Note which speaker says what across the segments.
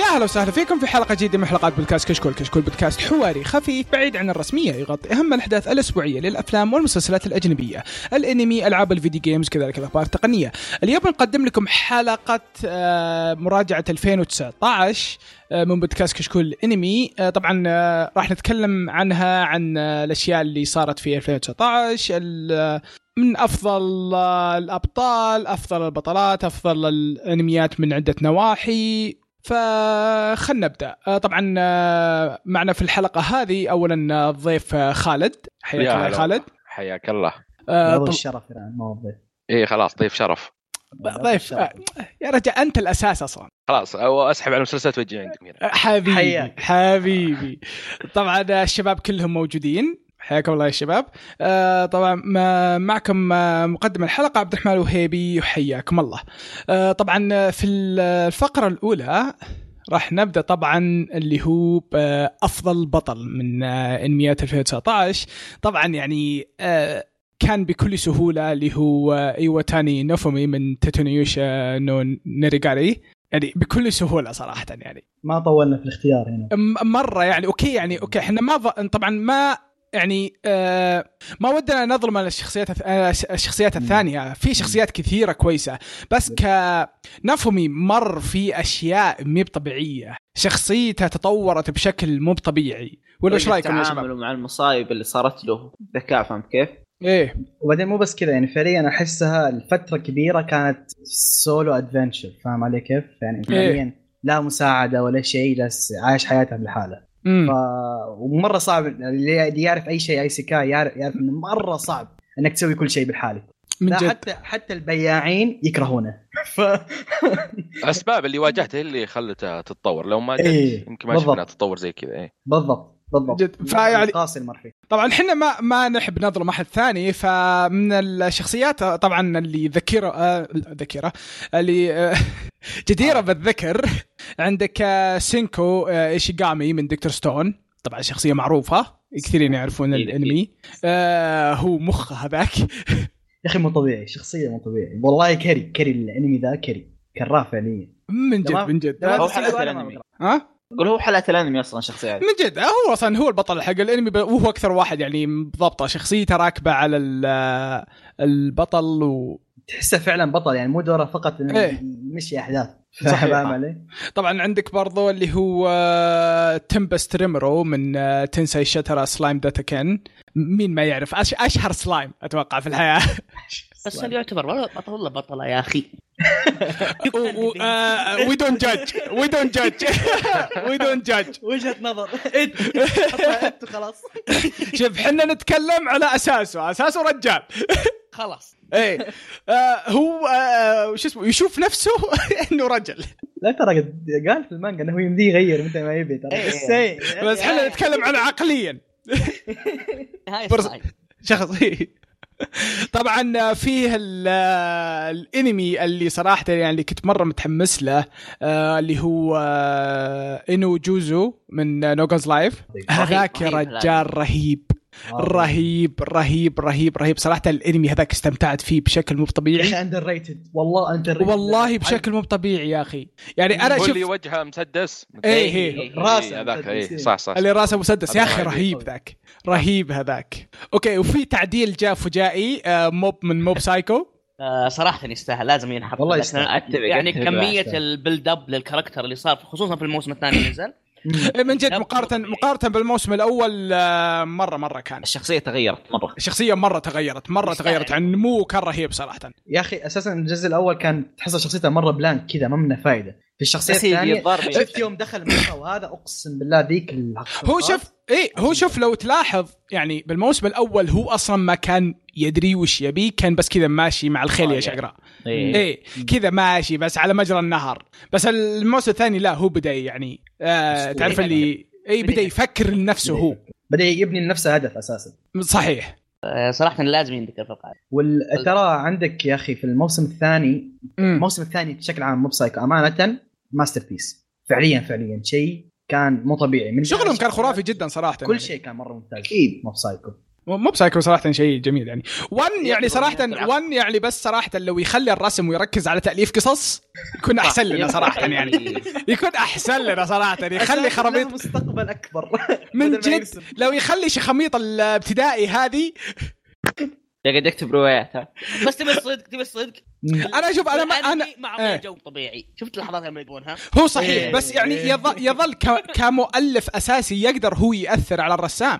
Speaker 1: اهلا وسهلا فيكم في حلقه جديده من حلقات بودكاست كشكول، كشكول بودكاست حواري خفيف بعيد عن الرسميه يغطي اهم الاحداث الاسبوعيه للافلام والمسلسلات الاجنبيه، الانمي، العاب الفيديو جيمز كذلك الاخبار التقنيه. اليوم نقدم لكم حلقه آه، مراجعه 2019 آه، من بودكاست كشكول الانمي، آه، طبعا آه، راح نتكلم عنها عن آه، الاشياء اللي صارت في 2019 ال- آه، من افضل آه، الابطال، افضل البطلات، افضل الانميات من عده نواحي، فخلنا نبدا آه، طبعا آه، معنا في الحلقه هذه اولا آه، الضيف آه، خالد حياك
Speaker 2: يا
Speaker 1: الله يا
Speaker 2: هلا
Speaker 1: خالد
Speaker 2: حياك الله
Speaker 1: آه،
Speaker 3: هذا
Speaker 1: طب-
Speaker 3: الشرف يعني ما هو الضيف
Speaker 2: ايه خلاص ضيف شرف
Speaker 1: ضيف آه، يا رجل انت الاساس اصلا
Speaker 2: خلاص أو اسحب على المسلسلات واجي عندكم هنا
Speaker 1: حبيبي
Speaker 3: حياك.
Speaker 1: حبيبي طبعا الشباب كلهم موجودين حياكم الله يا شباب آه طبعا ما معكم آه، مقدم الحلقه عبد الرحمن الوهيبي وحياكم الله آه طبعا آه، في الفقره الاولى راح نبدا طبعا اللي هو ب- آه، افضل بطل من آه، انميات 2019 طبعا يعني آه كان بكل سهوله اللي هو آه، ايواتاني نوفومي من تاتونيوشا نو نيريغاري يعني بكل سهوله صراحه يعني
Speaker 3: ما طولنا في الاختيار هنا
Speaker 1: م- مره يعني اوكي يعني اوكي احنا ما ظ... طبعا ما يعني آه ما ودنا نظلم الشخصيات الث- آه، الش- الشخصيات
Speaker 3: مم.
Speaker 1: الثانيه في شخصيات كثيره كويسه بس كنافومي مر في اشياء مي طبيعيه شخصيته تطورت بشكل مو طبيعي ولا ايش رايكم يا شباب؟
Speaker 4: تعامله طيب، مع المصايب اللي صارت له ذكاء فهمت كيف؟
Speaker 1: ايه
Speaker 3: وبعدين مو بس كذا يعني فعليا احسها لفتره كبيره كانت سولو ادفنشر فاهم علي كيف؟
Speaker 1: إيه.
Speaker 3: يعني فعليا لا مساعده ولا شيء لا س- عايش حياتها لحالها
Speaker 1: مم.
Speaker 3: ف... ومره صعب اللي اللي يعرف اي شيء اي سكاي يعرف يعرف انه مره صعب انك تسوي كل شيء بالحالي
Speaker 1: من
Speaker 3: لا
Speaker 1: جد
Speaker 3: حتى حتى البياعين يكرهونه ف
Speaker 2: الاسباب اللي واجهته هي اللي خلتها تتطور لو ما جت
Speaker 3: إيه،
Speaker 2: يمكن ما شفنا
Speaker 3: بالضبط.
Speaker 2: تتطور زي كذا ايه
Speaker 3: بالضبط بالضبط
Speaker 1: جد. فيعني-
Speaker 3: قاسي المر فيه
Speaker 1: طبعا احنا ما ما نحب نظلم احد ثاني فمن الشخصيات آه، طبعا اللي ذكره آه، ذكره اللي آه،
Speaker 3: آه.
Speaker 1: جديره بالذكر عندك آه، سينكو آه، ايشيغامي من دكتور ستون طبعا شخصيه معروفه كثيرين يعرفون
Speaker 3: إيه،
Speaker 4: أكيد،
Speaker 1: الانمي آه هو مخه هذاك
Speaker 3: يا اخي مو طبيعي شخصيه مو طبيعي والله كري كري الانمي ذا كري كراه فعليا
Speaker 1: من جد
Speaker 3: تمام.
Speaker 1: من جد
Speaker 3: تمام.
Speaker 1: آه،
Speaker 4: هو
Speaker 3: بس
Speaker 4: حلقة
Speaker 3: أنا ما
Speaker 4: الانمي
Speaker 3: بقرأ.
Speaker 1: ها
Speaker 4: قول هو حلقة الانمي اصلا شخصيات
Speaker 1: من جد آه، هو اصلا هو البطل حق الانمي ب- وهو اكثر واحد يعني ضابطه شخصيته راكبه على ال- آه، البطل و
Speaker 3: تحسه فعلا بطل يعني مو دوره فقط انه
Speaker 1: إيه.
Speaker 3: يمشي احداث
Speaker 1: صحيح.
Speaker 3: فاهم علي؟
Speaker 1: طبعا عندك برضو اللي هو تمبست ريمرو من آه، تنساي شترا سلايم داتا كان مين ما يعرف أش... اشهر سلايم اتوقع في الحياه
Speaker 5: بس هل يعتبر ولا بطل ولا بطله يا اخي
Speaker 1: وي دونت جادج وي دونت جادج وي دونت جادج
Speaker 3: وجهه نظر
Speaker 1: آه.
Speaker 3: انت خلاص
Speaker 1: شوف حنا نتكلم على اساسه اساسه رجال
Speaker 5: خلاص
Speaker 1: ايه آه هو آه وش اسمه يشوف نفسه انه رجل
Speaker 3: لا ترى قد- قال في المانجا انه يمديه يغير متى ما يبي ترى
Speaker 5: إيه.
Speaker 3: بس إيه.
Speaker 1: بس حنا نتكلم على عقليا
Speaker 5: نهايه
Speaker 1: برز-
Speaker 5: صحيح.
Speaker 1: شخص طبعا فيه ال- الانمي اللي صراحه يعني اللي كنت مره متحمس له آه، اللي هو آه، انو جوزو من نوغاز لايف هذاك يا
Speaker 4: رهيب
Speaker 1: رجال رهيب رهيب رهيب رهيب رهيب صراحه الانمي هذاك استمتعت فيه بشكل مو
Speaker 3: يا
Speaker 1: طبيعي
Speaker 3: اخي اندر ريتد والله اندر ريتد
Speaker 1: والله بشكل مو طبيعي يا اخي يعني انا
Speaker 2: هو اللي
Speaker 1: شوف
Speaker 2: وجهه مسدس
Speaker 1: إيه،
Speaker 4: إيه.
Speaker 3: راسه
Speaker 2: إيه، هذاك
Speaker 3: مسدس،
Speaker 2: اي
Speaker 3: إيه.
Speaker 2: صح صح
Speaker 1: اللي راسه مسدس يا اخي
Speaker 2: هذا
Speaker 1: رهيب ذاك
Speaker 4: آه.
Speaker 1: رهيب هذاك اوكي وفي تعديل جاء فجائي آه، موب من موب سايكو
Speaker 5: آه، صراحه يستاهل لازم ينحط
Speaker 3: والله
Speaker 5: لكن
Speaker 3: يستاهل.
Speaker 5: أنا-
Speaker 4: أتفق،
Speaker 5: يعني
Speaker 4: أتفق.
Speaker 5: كميه
Speaker 3: يستاهل.
Speaker 5: البيلد اب للكاركتر اللي صار خصوصا في الموسم الثاني اللي نزل
Speaker 3: مم.
Speaker 1: إيه من جد
Speaker 5: لا،
Speaker 1: مقارنه
Speaker 5: طبيعي.
Speaker 1: مقارنه بالموسم الاول آه، مره مره كان
Speaker 4: الشخصية تغيرت مرة
Speaker 1: الشخصيه مره تغيرت مره
Speaker 5: يستاهل.
Speaker 1: تغيرت عن نمو كان رهيب صراحه
Speaker 3: يا اخي اساسا الجزء الاول كان تحس شخصيته مره بلانك كذا ما منه فائده في الشخصيه
Speaker 4: بس هي
Speaker 3: الثانيه
Speaker 4: الضرب يعني.
Speaker 3: شفت يوم دخل مره وهذا اقسم بالله ذيك
Speaker 1: هو شوف اي هو شوف لو تلاحظ يعني بالموسم الاول هو اصلا ما كان يدري وش يبي كان بس كذا ماشي مع الخيل يا
Speaker 4: طبيعي.
Speaker 1: شقراء
Speaker 4: إيه.
Speaker 1: اي كذا ماشي بس على مجرى النهر بس الموسم الثاني لا هو بدا يعني آه
Speaker 3: أسطوري.
Speaker 1: تعرف اللي اي
Speaker 5: بدأ
Speaker 1: بدا يفكر لنفسه هو
Speaker 3: بدا يبني لنفسه هدف اساسا
Speaker 1: صحيح
Speaker 5: آه، صراحه لازم ينذكر في القائمه
Speaker 3: وال- ترى عندك يا اخي في الموسم الثاني
Speaker 1: مم.
Speaker 3: الموسم الثاني بشكل عام مو بسايكو امانه ماستر بيس فعليا فعليا شيء كان مو طبيعي من
Speaker 1: شغلهم
Speaker 3: جهة
Speaker 1: كان
Speaker 3: الشخصيات،
Speaker 1: خرافي جدا صراحه
Speaker 3: كل
Speaker 1: يعني.
Speaker 3: شيء كان مره ممتاز اكيد مو بسايكو
Speaker 1: مو بسايكو صراحه شيء جميل يعني 1 يعني صراحه
Speaker 5: بالعكس.
Speaker 1: 1 يعني بس صراحه لو يخلي الرسم ويركز على تاليف قصص يكون احسن لنا صراحه يعني يكون احسن لنا صراحه يخلي خرابيط
Speaker 3: له مستقبل اكبر بدل
Speaker 1: من
Speaker 3: ما
Speaker 1: جد
Speaker 3: يرسم.
Speaker 1: لو يخلي شخاميط الابتدائي هذه
Speaker 4: قاعد يكتب روايات ها
Speaker 5: بس تبي الصدق تبي الصدق
Speaker 1: انا اشوف انا ما انا
Speaker 5: الأنمي مع
Speaker 1: إيه.
Speaker 5: جو طبيعي شفت اللحظات لما يبونها
Speaker 1: هو صحيح
Speaker 3: إيه.
Speaker 1: بس يعني يظ- يظل ك- كمؤلف اساسي يقدر هو ياثر على الرسام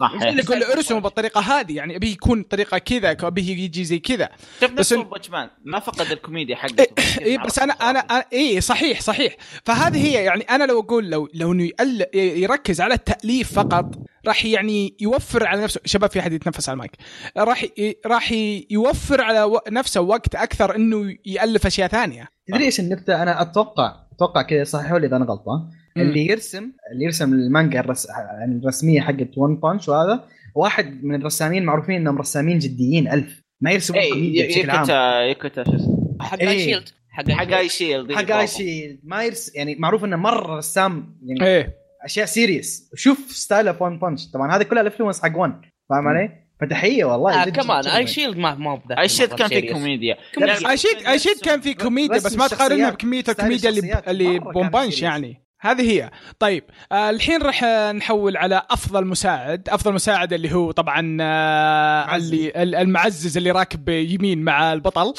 Speaker 4: صح
Speaker 1: يقول له ارسمه بالطريقه هذه يعني ابيه يكون طريقه كذا ابيه يجي زي كذا
Speaker 4: شوف
Speaker 1: بس
Speaker 4: نفس
Speaker 1: إن-
Speaker 4: واتشمان ما فقد الكوميديا حقته
Speaker 1: اي إيه، بس انا انا أنا- اي صحيح صحيح فهذه هي يعني انا لو اقول لو لو انه يقل- يركز على التاليف فقط راح يعني يوفر على نفسه شباب في حد يتنفس على المايك راح ي- راح ي- يوفر على و- نفسه وقت اكثر انه يالف اشياء ثانيه
Speaker 3: تدري ايش النكته انا اتوقع اتوقع كذا صحيح ولا اذا انا غلطان
Speaker 1: مم.
Speaker 3: اللي يرسم اللي يرسم المانجا الرس... يعني الرسميه حقت ون بانش وهذا واحد من الرسامين معروفين انهم رسامين جديين الف ما يرسمون كوميديا بشكل عام
Speaker 4: يكتا يكتا إيه، شو اسمه
Speaker 5: حق
Speaker 3: إيه.
Speaker 5: اي شيلد حق
Speaker 4: حق اي شيلد
Speaker 3: حقايشي ما يرس يعني معروف انه مره رسام يعني
Speaker 1: ايه
Speaker 3: اشياء سيريس شوف ستايل اوف ون بانش طبعا هذا كله الانفلونس حق ون فاهم علي؟ فتحيه والله
Speaker 5: آه
Speaker 3: جد-
Speaker 5: كمان
Speaker 3: جد-
Speaker 5: اي
Speaker 3: جد.
Speaker 5: شيلد ما ما هو بذاك
Speaker 4: اي شيلد كان
Speaker 5: المرة
Speaker 4: في كوميديا
Speaker 5: كوميديا.
Speaker 4: لا،
Speaker 1: اشيد اشيد يعني كان في كوميديا بس ما
Speaker 3: رسم
Speaker 1: تقارنها
Speaker 3: شخصيات.
Speaker 1: بكميه
Speaker 3: ستايل
Speaker 1: الكوميديا اللي
Speaker 3: الشخصيات
Speaker 1: اللي
Speaker 3: مرة
Speaker 1: بوم
Speaker 3: كان
Speaker 1: بانش
Speaker 3: سيريس.
Speaker 1: يعني هذه هي طيب آه الحين راح آه، نحول على افضل مساعد افضل مساعد اللي هو طبعا آه
Speaker 3: معزز.
Speaker 1: اللي ال- المعزز اللي راكب يمين مع البطل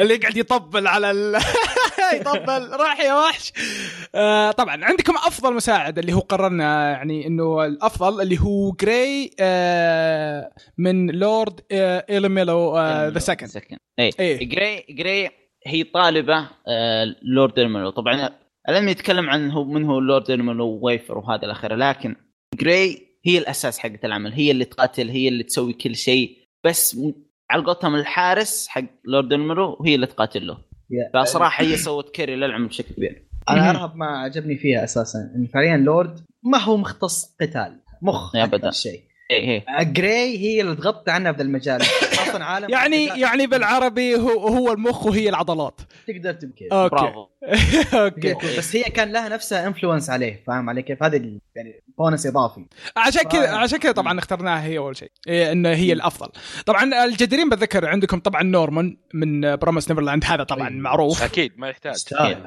Speaker 1: اللي يقعد يطبل على ال... يطبل راح يا وحش آه طبعا عندكم افضل مساعد اللي هو قررنا يعني انه الافضل اللي هو جراي آه من لورد آه إيلميلو آه ذا سكند
Speaker 4: سكند اي
Speaker 1: إيه.
Speaker 4: جراي جراي هي طالبه آه لورد ارملو طبعا الان يتكلم عن هو من هو لورد ارملو ويفر وهذا الاخر لكن جراي هي الاساس حق العمل هي اللي تقاتل هي اللي تسوي كل شيء بس م- على قولتهم الحارس حق لورد ارملو وهي اللي تقاتل له
Speaker 3: يا-
Speaker 4: فصراحه هي سوت كاري للعمل بشكل كبير
Speaker 3: انا ارهب ما عجبني فيها اساسا إن فعليا لورد ما هو مختص قتال مخ
Speaker 4: يا
Speaker 3: أكثر
Speaker 4: بدأ.
Speaker 3: شيء
Speaker 4: اي اي
Speaker 3: جراي هي اللي تغطي عنها في ذا المجال اصلا عالم
Speaker 1: يعني
Speaker 3: القتال
Speaker 1: يعني بالعربي هو هو المخ وهي العضلات
Speaker 3: تقدر تبكي
Speaker 1: اوكي
Speaker 4: برافو
Speaker 1: اوكي
Speaker 3: هي- بس هي كان لها نفسها انفلونس عليه فاهم علي كيف هذا ال- يعني بونس اضافي
Speaker 1: عشان كذا
Speaker 3: رائع.
Speaker 1: عشان كذا طبعا اخترناها هي اول شيء إيه انه هي الافضل طبعا الجديرين بتذكر عندكم طبعا نورمان من برومس نيفرلاند هذا طبعا
Speaker 3: أيوة.
Speaker 1: معروف
Speaker 2: اكيد ما يحتاج
Speaker 3: يستاهل.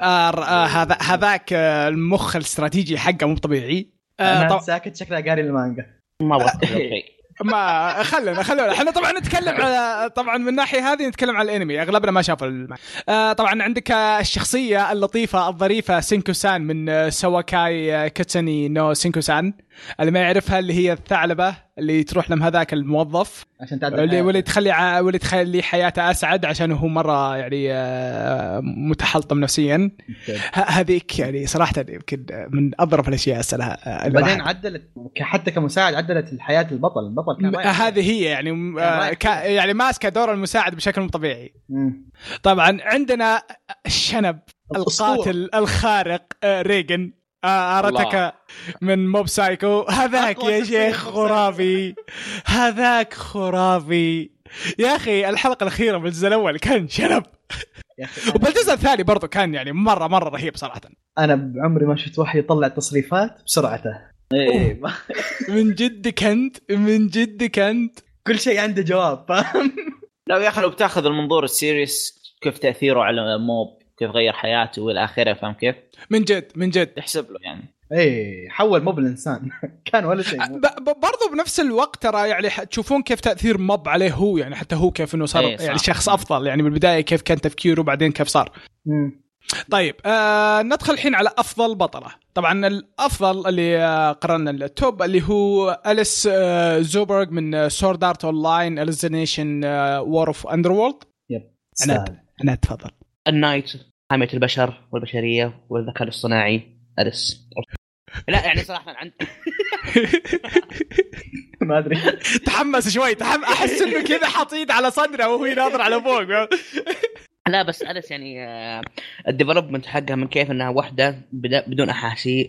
Speaker 1: آه، آه، هذا هذاك آه، المخ الاستراتيجي حقه مو طبيعي آه،
Speaker 3: انا
Speaker 1: طب-
Speaker 3: ساكت شكلها قاري المانجا
Speaker 5: ما أبغى أتكلم.
Speaker 4: أوكي.
Speaker 1: ما خلنا خلونا احنا طبعا نتكلم على طبعا من الناحيه هذه نتكلم على الانمي اغلبنا ما شاف الم... آه طبعا عندك آه، الشخصيه اللطيفه الظريفه سينكو سان من آه، سواكاي آه، كاتسني نو سينكو سان اللي ما يعرفها اللي هي الثعلبه اللي تروح لهم هذاك الموظف
Speaker 3: عشان تعدل
Speaker 1: اللي
Speaker 3: حياتي.
Speaker 1: واللي تخلي ع- واللي تخلي حياته اسعد عشان هو مره يعني آه، متحلطم نفسيا ه- هذيك يعني صراحه يمكن من اضرب الاشياء السلها
Speaker 3: بعدين عدلت ك- حتى كمساعد عدلت الحياه البطل البطل كان
Speaker 1: م-
Speaker 3: رايح.
Speaker 1: هذه هي يعني م- آه،
Speaker 3: رايح
Speaker 1: كا- يعني ماسكه دور المساعد بشكل مو طبيعي
Speaker 3: مم.
Speaker 1: طبعا عندنا الشنب
Speaker 3: الأسطورة.
Speaker 1: القاتل الخارق آه، ريجن آه، ارتكا
Speaker 2: الله.
Speaker 1: من موب سايكو هذاك
Speaker 3: أقوى
Speaker 1: يا
Speaker 3: شخصية
Speaker 1: شيخ
Speaker 3: موب
Speaker 1: خرافي هذاك خرافي يا اخي الحلقه الاخيره من الجزء الاول كان شنب
Speaker 3: يا أخي أنا-
Speaker 1: وبالجزء الثاني برضو كان يعني مره مره رهيب صراحه
Speaker 3: انا بعمري ما شفت واحد يطلع تصريفات بسرعته
Speaker 4: إيه، ما-
Speaker 1: من جدك انت من جدك انت
Speaker 3: كل شيء عنده جواب فاهم
Speaker 4: لا يا اخي لو بتاخذ المنظور السيريس كيف تاثيره على موب كيف غير حياته والى اخره فاهم كيف؟
Speaker 1: من جد من جد
Speaker 4: تحسب له يعني
Speaker 3: ايه حول موب الانسان كان ولا شيء
Speaker 1: ب- ب- برضو بنفس الوقت ترى يعني ح- تشوفون كيف تاثير موب عليه هو يعني حتى هو كيف انه صار
Speaker 4: إيه، صح.
Speaker 1: يعني شخص افضل يعني من البدايه كيف كان تفكيره وبعدين كيف صار طيب آه ندخل الحين على افضل بطله طبعا الافضل اللي آه، قررنا التوب اللي هو اليس آه زوبرغ من سورد ارت اون لاين اليزنيشن وور اوف اندر وورلد
Speaker 3: سهل
Speaker 1: انا تفضل
Speaker 5: النايت حامية البشر والبشرية والذكاء الاصطناعي أليس لا يعني صراحة عن
Speaker 3: ما ادري
Speaker 1: تحمس شوي تحم... احس انه كذا حاط ايد على صدره وهو يناظر على فوق
Speaker 5: لا بس أليس يعني آه، الديفلوبمنت حقها من كيف انها واحدة بدا- بدون احاسيس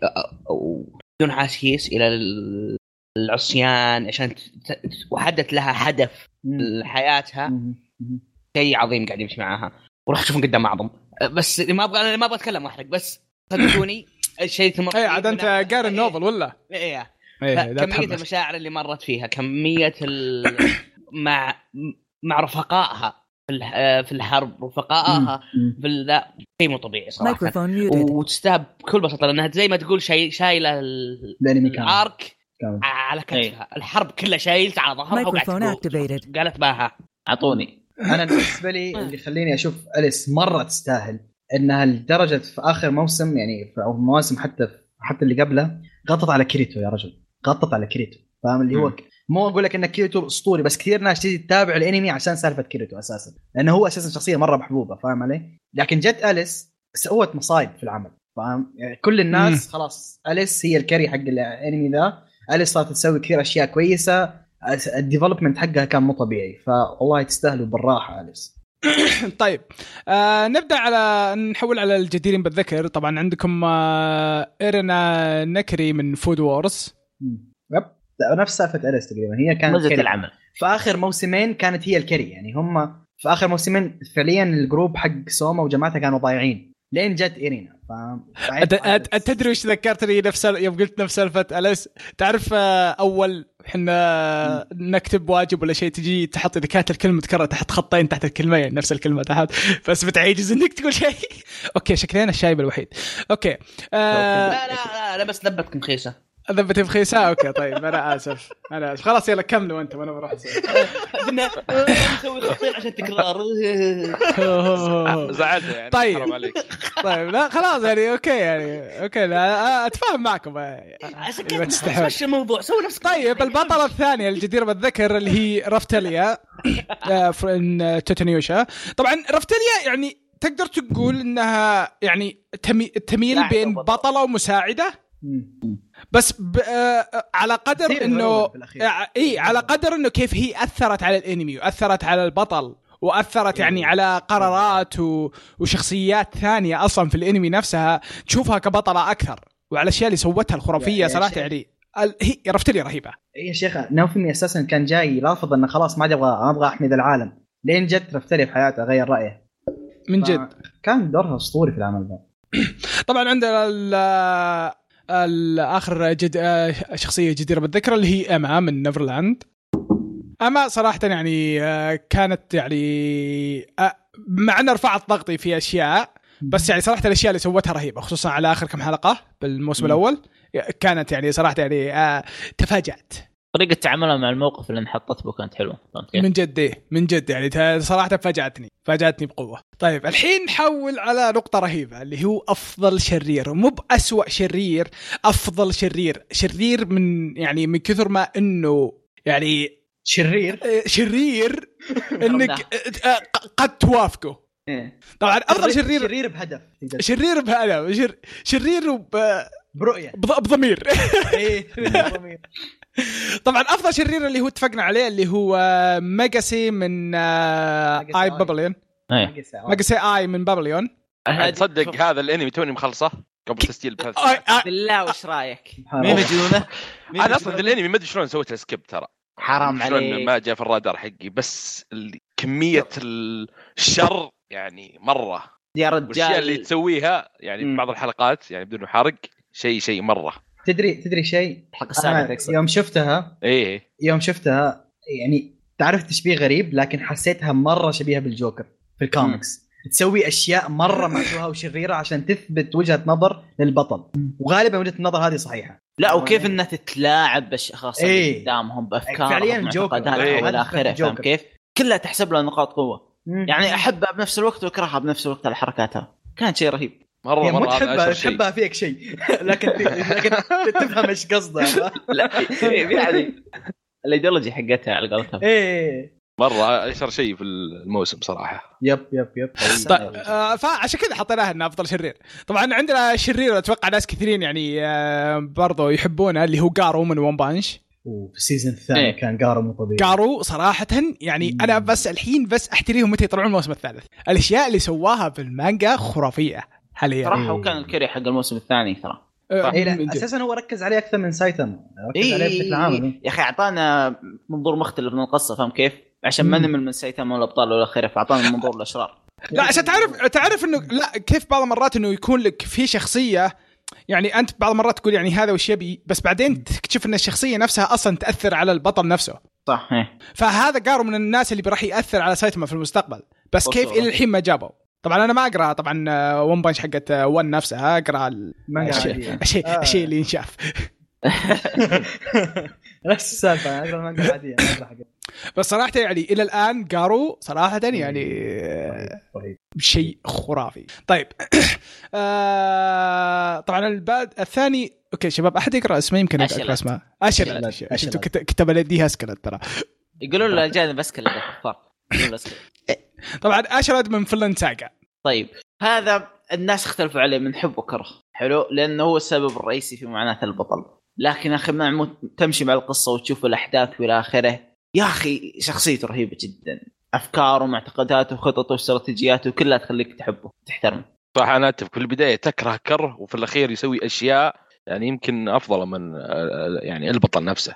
Speaker 5: بدون احاسيس الى ال- العصيان عشان ت- ت- وحدت لها هدف لحياتها
Speaker 3: آه.
Speaker 5: شيء عظيم قاعد يمشي معاها وراح تشوفون قدام اعظم آه، بس ما ابغى انا ما ابغى اتكلم واحرق بس صدقوني الشيء
Speaker 1: إيه،
Speaker 5: إيه،
Speaker 1: اي عاد انت قاري النوفل ولا
Speaker 5: ايه
Speaker 1: ايه لا
Speaker 5: كمية
Speaker 1: تحمس
Speaker 5: المشاعر اللي مرت فيها كمية ال... مع مع رفقائها في الح- آه، في الحرب رفقائها في ال- لا شيء مو طبيعي صراحة oh,
Speaker 6: Microphone muted.
Speaker 5: وتستاهل بكل بساطة لأنها زي ما تقول شاي... شايلة ال-
Speaker 3: الانمي كامل
Speaker 5: العارك
Speaker 3: كامل.
Speaker 5: على كتفها
Speaker 4: إيه.
Speaker 5: الحرب كلها شايلت على ظهرها وقاعد
Speaker 6: Microphone
Speaker 5: تقول-
Speaker 6: activated.
Speaker 5: قالت باها
Speaker 4: اعطوني
Speaker 3: انا بالنسبه لي اللي يخليني اشوف اليس مره تستاهل انها لدرجه في اخر موسم يعني في- او مواسم حتى حتى اللي قبله غطت على كريتو يا رجل غطت على كريتو فاهم اللي هو
Speaker 4: مم.
Speaker 3: مو اقول لك ان كريتو اسطوري بس كثير ناس تيجي تتابع الانمي عشان سالفه كريتو اساسا لانه هو اساسا شخصيه مره محبوبه فاهم علي؟ لكن جت اليس سوت مصايب في العمل فاهم؟ يعني كل الناس خلاص اليس هي الكاري حق الانمي ذا اليس صارت تسوي كثير اشياء كويسه الديفلوبمنت حقها كان مو طبيعي فوالله تستاهلوا بالراحه اليس
Speaker 1: طيب آه نبدا على نحول على الجديرين بالذكر طبعا عندكم آه ايرنا نكري من فود وورز
Speaker 3: يب نفس سالفه اليس تقريبا هي كانت
Speaker 4: مزه
Speaker 3: كاري.
Speaker 4: العمل
Speaker 3: في اخر موسمين كانت هي الكري يعني هم في اخر موسمين فعليا الجروب حق سوما وجماعتها كانوا ضايعين لين جت ايرينا فاهم
Speaker 1: أد- أد- أد- تدري وش ذكرتني نفس ال- يوم قلت نفس سالفه اليس تعرف آه، اول احنا نكتب واجب ولا شيء تجي تحط اذا كانت الكلمه متكرره تحت خطين تحت الكلمه يعني نفس الكلمه تحت بس بتعجز انك تقول شيء اوكي شكلنا الشايب الوحيد اوكي آه
Speaker 5: لا لا لا انا بس ذبتكم خيسة
Speaker 1: ذبت بخيساء اوكي طيب انا اسف انا اسف خلاص يلا كملوا انت وانا بروح أسوي.
Speaker 5: بدنا آه، نسوي خطين عشان تكرار
Speaker 2: زعلت يعني
Speaker 1: طيب.
Speaker 2: حرام عليك
Speaker 1: طيب لا خلاص يعني اوكي يعني اوكي لا اتفاهم معكم
Speaker 5: عشان
Speaker 1: ما
Speaker 5: كذا
Speaker 1: تستحمل.
Speaker 5: تستحمل الموضوع سوي نفسك
Speaker 1: طيب البطله الثانيه الجديره بالذكر اللي هي رافتاليا آه، من توتنيوشا طبعا رافتاليا يعني تقدر تقول انها يعني تمي- تميل
Speaker 5: لاعبة
Speaker 1: بين
Speaker 5: وبطلة.
Speaker 1: بطله ومساعده بس ب... آه، على قدر
Speaker 3: كثير
Speaker 1: انه
Speaker 3: ضرورة بالأخير. إيه،
Speaker 1: اي إيه، على قدر انه كيف هي اثرت على الانمي واثرت على البطل واثرت
Speaker 3: إيه.
Speaker 1: يعني على قرارات و... وشخصيات ثانيه اصلا في الانمي نفسها تشوفها كبطله اكثر وعلى الاشياء اللي سوتها الخرافيه
Speaker 3: يا
Speaker 1: صراحه
Speaker 3: شيخ.
Speaker 1: يعني ال- هي عرفت لي رهيبه
Speaker 3: إيه يا شيخ نوفمي اساسا كان جاي رافض انه خلاص ما عاد يبغى ابغى احمد العالم لين جت رفتري في حياته غير رايه
Speaker 1: من جد
Speaker 3: كان دورها اسطوري في العمل ذا
Speaker 1: طبعا عندنا ال الاخر جد... آه، شخصيه جديره بالذكر اللي هي اما من نيفرلاند اما صراحه يعني آه، كانت يعني آه، مع انها رفعت ضغطي في اشياء بس يعني صراحه الاشياء اللي سوتها رهيبه خصوصا على اخر كم حلقه بالموسم
Speaker 4: مم.
Speaker 1: الاول كانت يعني صراحه يعني آه، تفاجات
Speaker 4: طريقه تعاملها مع الموقف اللي انحطت به كانت حلوه فهمت كيف؟
Speaker 1: من جد إيه، من جد يعني ت- صراحه فاجاتني فاجاتني بقوه طيب الحين نحول على نقطه رهيبه اللي هو افضل شرير مو باسوا شرير افضل شرير شرير من يعني من كثر ما انه يعني
Speaker 3: شرير
Speaker 1: آه، شرير انك آه، آه، ق- قد توافقه
Speaker 3: إيه.
Speaker 1: طبعا افضل شرير
Speaker 3: شرير بهدف تقدر-
Speaker 1: شرير بهذا شر شرير وب-
Speaker 3: برؤيه
Speaker 1: بض- بضمير
Speaker 3: إيه.
Speaker 1: طبعا افضل شرير اللي هو اتفقنا عليه اللي هو آه، ميجاسي من آه،
Speaker 3: ميجاسي
Speaker 1: اي
Speaker 3: آي.
Speaker 1: بابليون
Speaker 4: إيه.
Speaker 3: مقص-
Speaker 1: ميجاسي اي من بابليون
Speaker 2: أنا تصدق هذا الانمي توني مخلصه قبل تسجيل بث
Speaker 1: آه، آه،
Speaker 5: بالله وش رايك؟
Speaker 3: سبحان
Speaker 4: مين
Speaker 3: الله.
Speaker 4: مجنونه؟ مين
Speaker 2: انا اصلا
Speaker 4: مجنونة؟
Speaker 2: الانمي ما ادري شلون سويت له سكيب ترى
Speaker 5: حرام
Speaker 2: شلون
Speaker 5: عليك
Speaker 2: ما جاء في الرادار حقي بس ال- كميه الشر يعني مره
Speaker 4: يا
Speaker 2: والاشياء اللي
Speaker 4: رجال
Speaker 2: تسويها يعني في
Speaker 4: مم.
Speaker 2: بعض الحلقات يعني بدون حرق شيء شيء مره
Speaker 3: تدري تدري شيء
Speaker 4: الحلقه
Speaker 3: أنا
Speaker 4: السابعه تقصد
Speaker 3: يوم شفتها
Speaker 2: ايه
Speaker 3: يوم شفتها يعني تعرف تشبيه غريب لكن حسيتها مره شبيهه بالجوكر في الكوميكس تسوي اشياء مره معتوهه وشريره عشان تثبت وجهه نظر للبطل وغالبا وجهه النظر هذه صحيحه
Speaker 4: لا وكيف انها تتلاعب بالاشخاص اللي
Speaker 3: إيه.
Speaker 4: قدامهم بافكارهم
Speaker 3: فعلياً جوكر.
Speaker 2: إيه.
Speaker 4: معتقداتهم والى اخره فاهم
Speaker 3: جوكر. إيه.
Speaker 4: كيف؟ كلها تحسب لها نقاط قوه يعني احبها بنفس الوقت واكرهها بنفس الوقت على حركاتها كان شيء رهيب
Speaker 2: مره
Speaker 3: هي مو
Speaker 2: مره هذا
Speaker 3: تحبها
Speaker 2: أشهر شيء.
Speaker 3: تحبها فيك شيء لكن لكن تفهم ايش قصدها
Speaker 4: لا يعني الايديولوجي حقتها على قولتهم
Speaker 3: ايه
Speaker 2: مره اشهر شيء في الموسم صراحه
Speaker 3: يب يب يب
Speaker 1: طيب آه، فعشان كذا حطيناها انها افضل شرير طبعا عندنا شرير اتوقع ناس كثيرين يعني آه، برضو يحبونه اللي هو جارو من ون بانش
Speaker 3: وفي السيزون الثاني
Speaker 4: إيه.
Speaker 3: كان قارو مو طبيعي
Speaker 1: جارو صراحه يعني انا بس الحين بس احتريهم متى يطلعون الموسم الثالث الاشياء اللي سواها في المانجا خرافيه حاليا
Speaker 4: صراحه هو كان الكري حق الموسم الثاني ترى
Speaker 1: آه،
Speaker 3: إيه
Speaker 1: من
Speaker 3: لا
Speaker 1: جد.
Speaker 3: اساسا هو ركز عليه اكثر من سايتاما ركز
Speaker 4: إيه،
Speaker 3: عليه بشكل عام
Speaker 4: يا اخي اعطانا منظور مختلف من القصه فاهم كيف؟ عشان ما نمل من سايتاما والابطال والى اخره فاعطانا منظور الاشرار
Speaker 1: لا عشان تعرف تعرف انه لا كيف بعض المرات انه يكون لك في شخصيه يعني انت بعض المرات تقول يعني هذا وش يبي بس بعدين تكتشف ان الشخصيه نفسها اصلا تاثر على البطل نفسه
Speaker 4: صح إيه.
Speaker 1: فهذا قالوا من الناس اللي راح ياثر على سيتما في المستقبل بس
Speaker 4: أوكي.
Speaker 1: كيف الى الحين ما جابوا طبعا انا ما اقرا طبعا آه، ون بانش حقت آه، ون نفسها اقرا ال-
Speaker 3: مانجا
Speaker 1: أشياء.
Speaker 3: عادية
Speaker 1: الشيء
Speaker 3: آه.
Speaker 1: الشيء اللي ينشاف
Speaker 3: نفس السالفه أنا اقرا مانجا عاديه ما أقرأ حاجات.
Speaker 1: بس صراحه يعني الى الان قارو صراحه يعني آه،
Speaker 3: رهيب.
Speaker 1: شيء خرافي طيب آه، طبعا الباد الثاني اوكي شباب احد يقرا اسمه يمكن اقرا
Speaker 4: أشلت.
Speaker 1: اسمه اشلت
Speaker 3: أشلت.
Speaker 1: أشلت. شفت كت- كتب لديها اسكلت ترى
Speaker 4: يقولوا له جانب بس كله كفار يقولوا له أسكت.
Speaker 1: طبعا اشلت من فنلاند ساقا
Speaker 4: طيب هذا الناس اختلفوا عليه من حب وكره حلو لانه هو السبب الرئيسي في معاناه البطل لكن يا اخي ما عمود تمشي مع القصه وتشوف الاحداث والى اخره يا اخي شخصيته رهيبه جدا افكاره ومعتقداته وخططه واستراتيجياته كلها تخليك تحبه تحترمه
Speaker 2: صح انا أتفق. في البدايه تكره كره وفي الاخير يسوي اشياء يعني يمكن افضل من آه، يعني البطل نفسه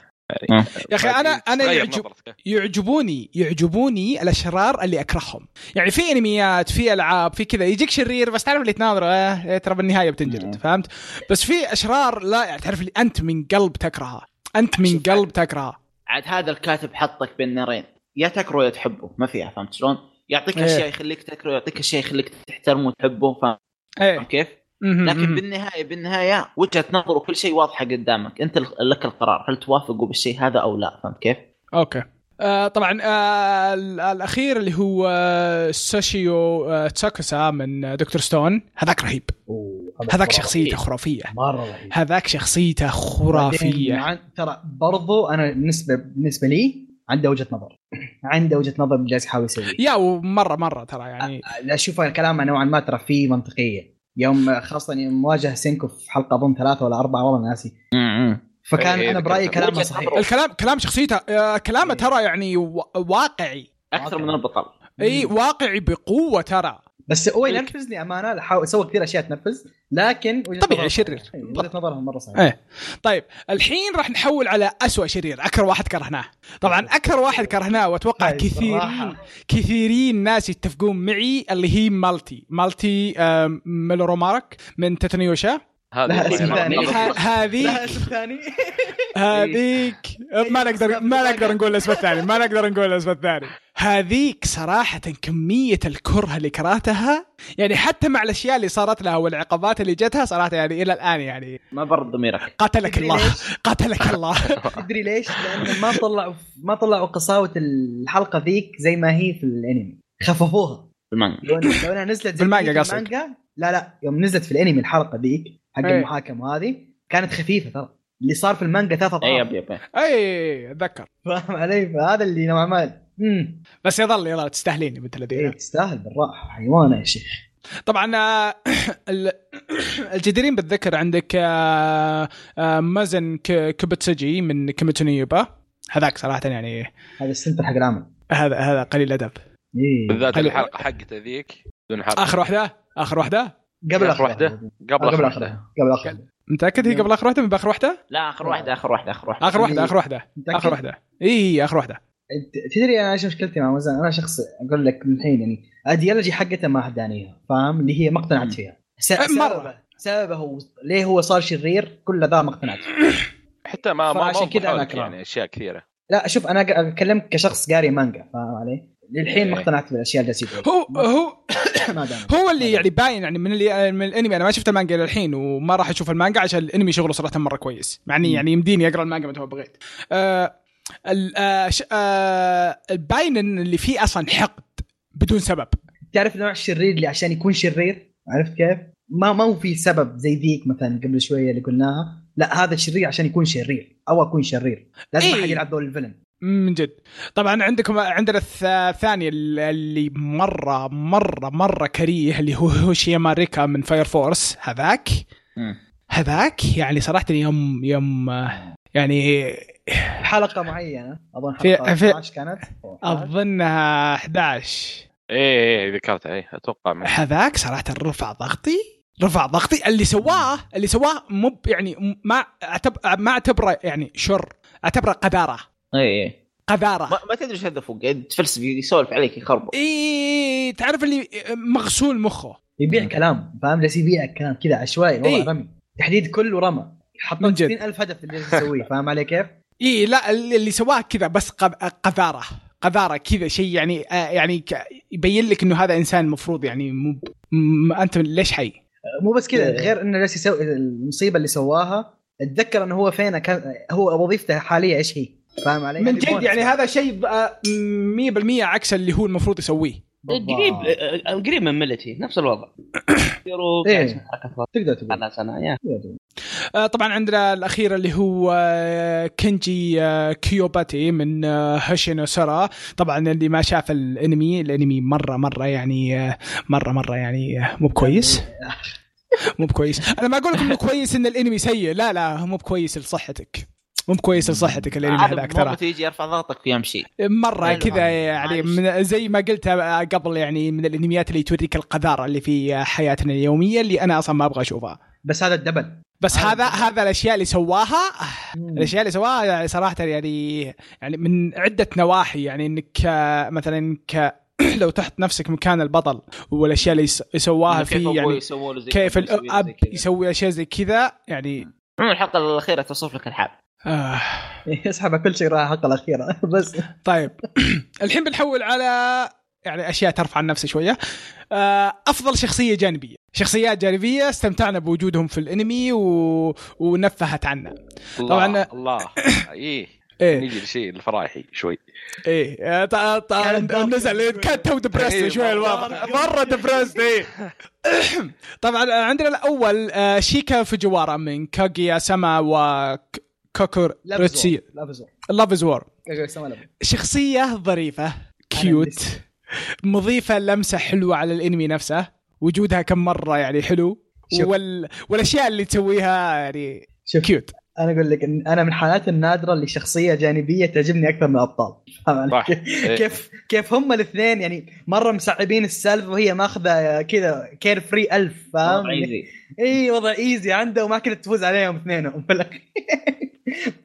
Speaker 1: يا اخي
Speaker 4: طيب،
Speaker 1: انا انا
Speaker 2: تغير
Speaker 1: يعجب
Speaker 2: نظرتك.
Speaker 1: يعجبوني يعجبوني الاشرار اللي اكرههم يعني في انميات في العاب في كذا يجيك شرير بس تعرف اللي تناظره آه، ترى بالنهايه بتنجلد
Speaker 4: مم.
Speaker 1: فهمت بس في اشرار لا يعني تعرف اللي انت من قلب تكرهها انت من
Speaker 4: شوف،
Speaker 1: قلب تكرهها
Speaker 4: عاد هذا الكاتب حطك بين نارين يا تكره يا تحبه ما فيها فهمت شلون؟ يعطيك
Speaker 1: إيه.
Speaker 4: اشياء يخليك تكره يعطيك اشياء يخليك تحترمه وتحبه فاهم
Speaker 1: ايه
Speaker 4: كيف؟
Speaker 1: مهم،
Speaker 4: أه. لكن
Speaker 1: مهم.
Speaker 4: بالنهايه بالنهايه وجهه نظر وكل شيء واضحه قدامك انت ال- لك القرار هل توافقوا بالشيء هذا او لا فهمت كيف؟
Speaker 1: اوكي آه طبعا آه ال- الاخير اللي هو آه ساشيو آه تساكوسا من آه، دكتور ستون هذاك رهيب
Speaker 3: أوه،
Speaker 1: هذاك
Speaker 3: خرافي.
Speaker 1: شخصيته خرافيه
Speaker 3: مره رهيب
Speaker 1: هذاك شخصيته خرافيه
Speaker 3: بعدين عن- ترى برضو انا بالنسبه بالنسبه لي عنده وجهه نظر عنده وجهه نظر جالس يحاول يسويه
Speaker 1: يا ومره مره ترى يعني
Speaker 3: لا اشوف الكلام نوعا ما ترى فيه منطقيه يوم خاصه يوم مواجه سينكو في حلقه اظن ثلاثه ولا اربعه والله ناسي فكان
Speaker 2: إيه،
Speaker 3: انا برايي
Speaker 2: ذكرت.
Speaker 3: كلامه
Speaker 4: وجهة
Speaker 3: صحيح
Speaker 4: نظره.
Speaker 1: الكلام كلام شخصيته آه، كلامه
Speaker 3: إيه.
Speaker 1: ترى يعني وا- واقعي
Speaker 4: اكثر من البطل
Speaker 1: اي واقعي بقوه ترى
Speaker 3: بس هو ينرفز لي امانه حاول سوى كثير اشياء تنرفز لكن وجهة
Speaker 1: طبيعي،
Speaker 3: نظره-
Speaker 1: شرير.
Speaker 3: إيه، وجهه نظرهم مره صحيح
Speaker 1: إيه. طيب الحين راح نحول على أسوأ شرير اكثر واحد كرهناه طبعا اكثر واحد كرهناه واتوقع
Speaker 3: هاي
Speaker 1: كثيرين
Speaker 3: بالراحة.
Speaker 1: كثيرين ناس يتفقون معي اللي هي مالتي مالتي آه، ميلورومارك من تتنيوشا
Speaker 3: لها
Speaker 2: هذا
Speaker 3: اسم
Speaker 2: والله
Speaker 3: ثاني.
Speaker 2: أنا
Speaker 1: ه-
Speaker 2: أضرب.
Speaker 3: لا
Speaker 1: هذيك
Speaker 3: اسم ثاني
Speaker 1: هذيك ما نقدر ما نقدر نقول الاسم الثاني ما نقدر نقول الاسم الثاني هذيك صراحة كمية الكره اللي كرهتها يعني حتى مع الاشياء اللي صارت لها والعقبات اللي جتها صراحة يعني الى الان يعني
Speaker 4: ما برد ضميرك
Speaker 1: قتلك
Speaker 3: تدري
Speaker 1: الله
Speaker 3: ليش؟
Speaker 1: قتلك الله
Speaker 3: تدري ليش؟ لانه ما طلعوا ما طلعوا قساوه الحلقه ذيك زي ما هي في الانمي خففوها
Speaker 4: في المانجا
Speaker 3: لو إنها- لو انها نزلت زي
Speaker 1: بالمانجا
Speaker 3: في
Speaker 1: قصدك.
Speaker 3: المانجا لا لا يوم نزلت في الانمي الحلقه ذيك حق
Speaker 1: إيه.
Speaker 3: المحاكمه هذه كانت خفيفه ترى اللي صار في المانجا ثلاثة
Speaker 4: اي
Speaker 3: اضعاف
Speaker 4: ابي ابي
Speaker 1: اي اتذكر
Speaker 3: فاهم علي فهذا اللي نوعا ما امم
Speaker 1: بس يظل يظل تستاهلين بنت
Speaker 3: إيه،
Speaker 1: الذين
Speaker 3: تستاهل بالراحه حيوانه يا شيخ
Speaker 1: طبعا آه، ال- الجديرين بالذكر عندك آه، آه، مازن ك- كوبتسجي من كيميتسو نيوبا هذاك صراحة يعني
Speaker 3: هذا السنتر حق العمل
Speaker 1: هذا هذا قليل الادب
Speaker 3: إيه.
Speaker 2: بالذات الحلقه حقته ذيك بدون حرق
Speaker 1: اخر واحده اخر واحده
Speaker 3: قبل
Speaker 2: آخر
Speaker 3: اخر
Speaker 2: واحدة.
Speaker 3: واحدة.
Speaker 2: قبل
Speaker 3: آه،
Speaker 2: اخر
Speaker 3: قبل اخر
Speaker 2: واحده
Speaker 3: واحدة. قبل اخر واحدة.
Speaker 1: متاكد هي قبل اخر واحده من باخر واحده
Speaker 4: لا اخر واحده اخر واحده اخر واحده
Speaker 1: اخر واحده اخر واحده
Speaker 3: متأكد؟
Speaker 1: اخر واحده اي إي، اخر واحده
Speaker 3: ت- تدري انا ايش مشكلتي مع مازن انا شخص اقول لك من الحين يعني الديالوجي حقته ما اهدانيها فاهم اللي هي ما
Speaker 4: مم.
Speaker 3: اقتنعت فيها س-
Speaker 1: أه، مرة.
Speaker 3: سببه سببه هو ليه هو صار شرير كل ذا ما اقتنعت فيه.
Speaker 2: حتى ما ما
Speaker 3: فعشان
Speaker 2: ما
Speaker 3: كذا أنا
Speaker 2: وضحوا لك
Speaker 3: أكرهه.
Speaker 2: يعني اشياء كثيره
Speaker 3: لا شوف انا قا- اكلمك كشخص قاري مانجا فاهم علي؟ للحين ما
Speaker 2: إيه.
Speaker 3: اقتنعت بالاشياء اللي جالسين
Speaker 1: هو هو
Speaker 3: ما دام
Speaker 1: هو اللي يعني باين يعني من اللي من الانمي انا ما شفت المانجا الى الحين وما راح اشوف المانجا عشان الانمي شغله صراحه مره كويس مع اني
Speaker 3: مم.
Speaker 1: يعني يمديني اقرا المانجا متى ما بغيت آه ال- آه ش- آه باين ان اللي فيه اصلا حقد بدون سبب
Speaker 3: تعرف نوع الشرير اللي عشان يكون شرير عرفت كيف؟ ما ما هو في سبب زي ذيك مثلا قبل شويه اللي قلناها لا هذا شرير عشان يكون شرير او اكون شرير لازم
Speaker 1: إيه.
Speaker 3: احد يلعب دور الفيلن
Speaker 1: من جد طبعا عندكم عندنا الث- الثاني ال- اللي مره مره مره كريه اللي هو هوشيما ريكا من فاير فورس هذاك
Speaker 4: مم.
Speaker 1: هذاك يعني صراحه يوم يوم يعني
Speaker 3: حلقه معينه اظن
Speaker 1: في-
Speaker 3: حلقه
Speaker 1: في-
Speaker 3: 12 كانت أو 11.
Speaker 1: اظنها 11
Speaker 2: ايه ايه ذكرتها ايه اتوقع من
Speaker 1: هذاك صراحه رفع ضغطي رفع ضغطي اللي سواه اللي سواه مو ب- يعني م- ما أعتب... ما اعتبره يعني شر اعتبره قذاره
Speaker 4: اي اي
Speaker 1: قذاره
Speaker 4: ما, ما تدري ايش هدفه قاعد تفلسف يسولف عليك يخربط
Speaker 1: اي تعرف اللي مغسول مخه
Speaker 3: يبيع كلام فاهم جالس يبيع كلام كذا عشوائي والله
Speaker 1: إيه.
Speaker 3: رمي تحديد كل ورمى حطوا
Speaker 1: من جد.
Speaker 3: 60000 هدف اللي تسويه فاهم علي كيف؟
Speaker 1: اي لا ال- اللي سواه كذا بس قب- قذاره قذاره كذا شيء يعني آه يعني ك- يبين لك انه هذا انسان مفروض يعني مو م- انت ليش حي؟
Speaker 3: مو بس
Speaker 1: إيه.
Speaker 3: كذا غير انه جالس يسوي المصيبه اللي سواها اتذكر انه هو فين كان هو وظيفته الحاليه ايش هي؟ فاهم علي؟
Speaker 1: من جد
Speaker 3: bonus.
Speaker 1: يعني هذا شيء بقى 100% عكس اللي هو المفروض يسويه
Speaker 3: بالضبط.
Speaker 5: قريب آه، قريب من ملتي نفس الوضع يروح
Speaker 3: إيه.
Speaker 5: يعيش حركة
Speaker 3: تقدر تقول
Speaker 5: خلاص انا يا
Speaker 3: تقدر تقول.
Speaker 1: آه، طبعا عندنا الاخير اللي هو آه، كينجي آه، كيوباتي من آه، هوشينو سورا طبعا اللي ما شاف الانمي الانمي مره مره يعني آه، مره مره يعني آه، مو بكويس مو بكويس انا ما اقول لك انه كويس ان الانمي سيء لا لا مو بكويس لصحتك مو بكويس لصحتك الانمي
Speaker 4: هذا
Speaker 1: هذاك ترى
Speaker 4: مو يجي يرفع ضغطك ويمشي
Speaker 1: مره
Speaker 4: حلو
Speaker 1: كذا
Speaker 4: هذا.
Speaker 1: يعني
Speaker 4: معلش.
Speaker 1: من زي ما قلت قبل يعني من الانميات اللي توريك القذاره اللي في آه، حياتنا اليوميه اللي انا اصلا ما ابغى اشوفها
Speaker 3: بس هذا الدبل
Speaker 1: بس
Speaker 3: آه.
Speaker 1: هذا هذا الاشياء اللي سواها الاشياء اللي سواها يعني صراحه يعني يعني من عده نواحي يعني انك آه، مثلا ك لو تحط نفسك مكان البطل والاشياء اللي يس- يسواها
Speaker 4: كيف
Speaker 1: فيه
Speaker 4: أبوه
Speaker 1: يعني
Speaker 4: يسووا له زي
Speaker 1: كيف
Speaker 4: كذا، يسوي له زي
Speaker 1: الاب
Speaker 4: كذا.
Speaker 1: يسوي اشياء زي كذا يعني
Speaker 4: عموما الحلقه الاخيره توصف لك الحال
Speaker 1: آه
Speaker 3: يسحب على كل شيء راح الحلقه الاخيره بس
Speaker 1: طيب الحين بنحول على يعني اشياء ترفع عن نفسي شويه آه، افضل شخصيه جانبيه شخصيات جانبيه استمتعنا بوجودهم في الانمي و... ونفهت عنا
Speaker 2: الله
Speaker 1: طبعاً-
Speaker 2: الله ايه
Speaker 1: ايه
Speaker 2: نيجي للشيء الفرايحي شوي
Speaker 1: ايه آه، تا- تا-
Speaker 3: كان دارك
Speaker 1: نزل
Speaker 3: يعني شوي.
Speaker 1: كان تو دبرست
Speaker 2: إيه،
Speaker 1: شوي الوضع مره دبرست ايه طبعا آه، عندنا الاول آه، شيكا فجوارا من كاغيا سما و كوكور
Speaker 3: لا
Speaker 1: روتسي
Speaker 3: بزور لا بزور
Speaker 1: لاف از وور
Speaker 3: يا سلام، لا بزور.
Speaker 1: شخصية ظريفة كيوت مضيفة لمسة حلوة على الانمي نفسه وجودها كم مرة يعني حلو
Speaker 3: شوف.
Speaker 1: وال... والاشياء اللي تسويها يعني
Speaker 3: شوف
Speaker 1: كيوت
Speaker 3: انا اقول لك إن انا من الحالات النادره اللي شخصيه جانبيه تعجبني اكثر من الابطال فاهم علي؟
Speaker 2: صح إيه.
Speaker 3: كيف كيف هم الاثنين يعني مره مسعبين السالفه وهي ماخذه كذا كير فري ألف فاهم؟
Speaker 4: عايزي.
Speaker 3: اي وضع ايزي عنده وما كنت تفوز عليهم اثنينهم في الاخير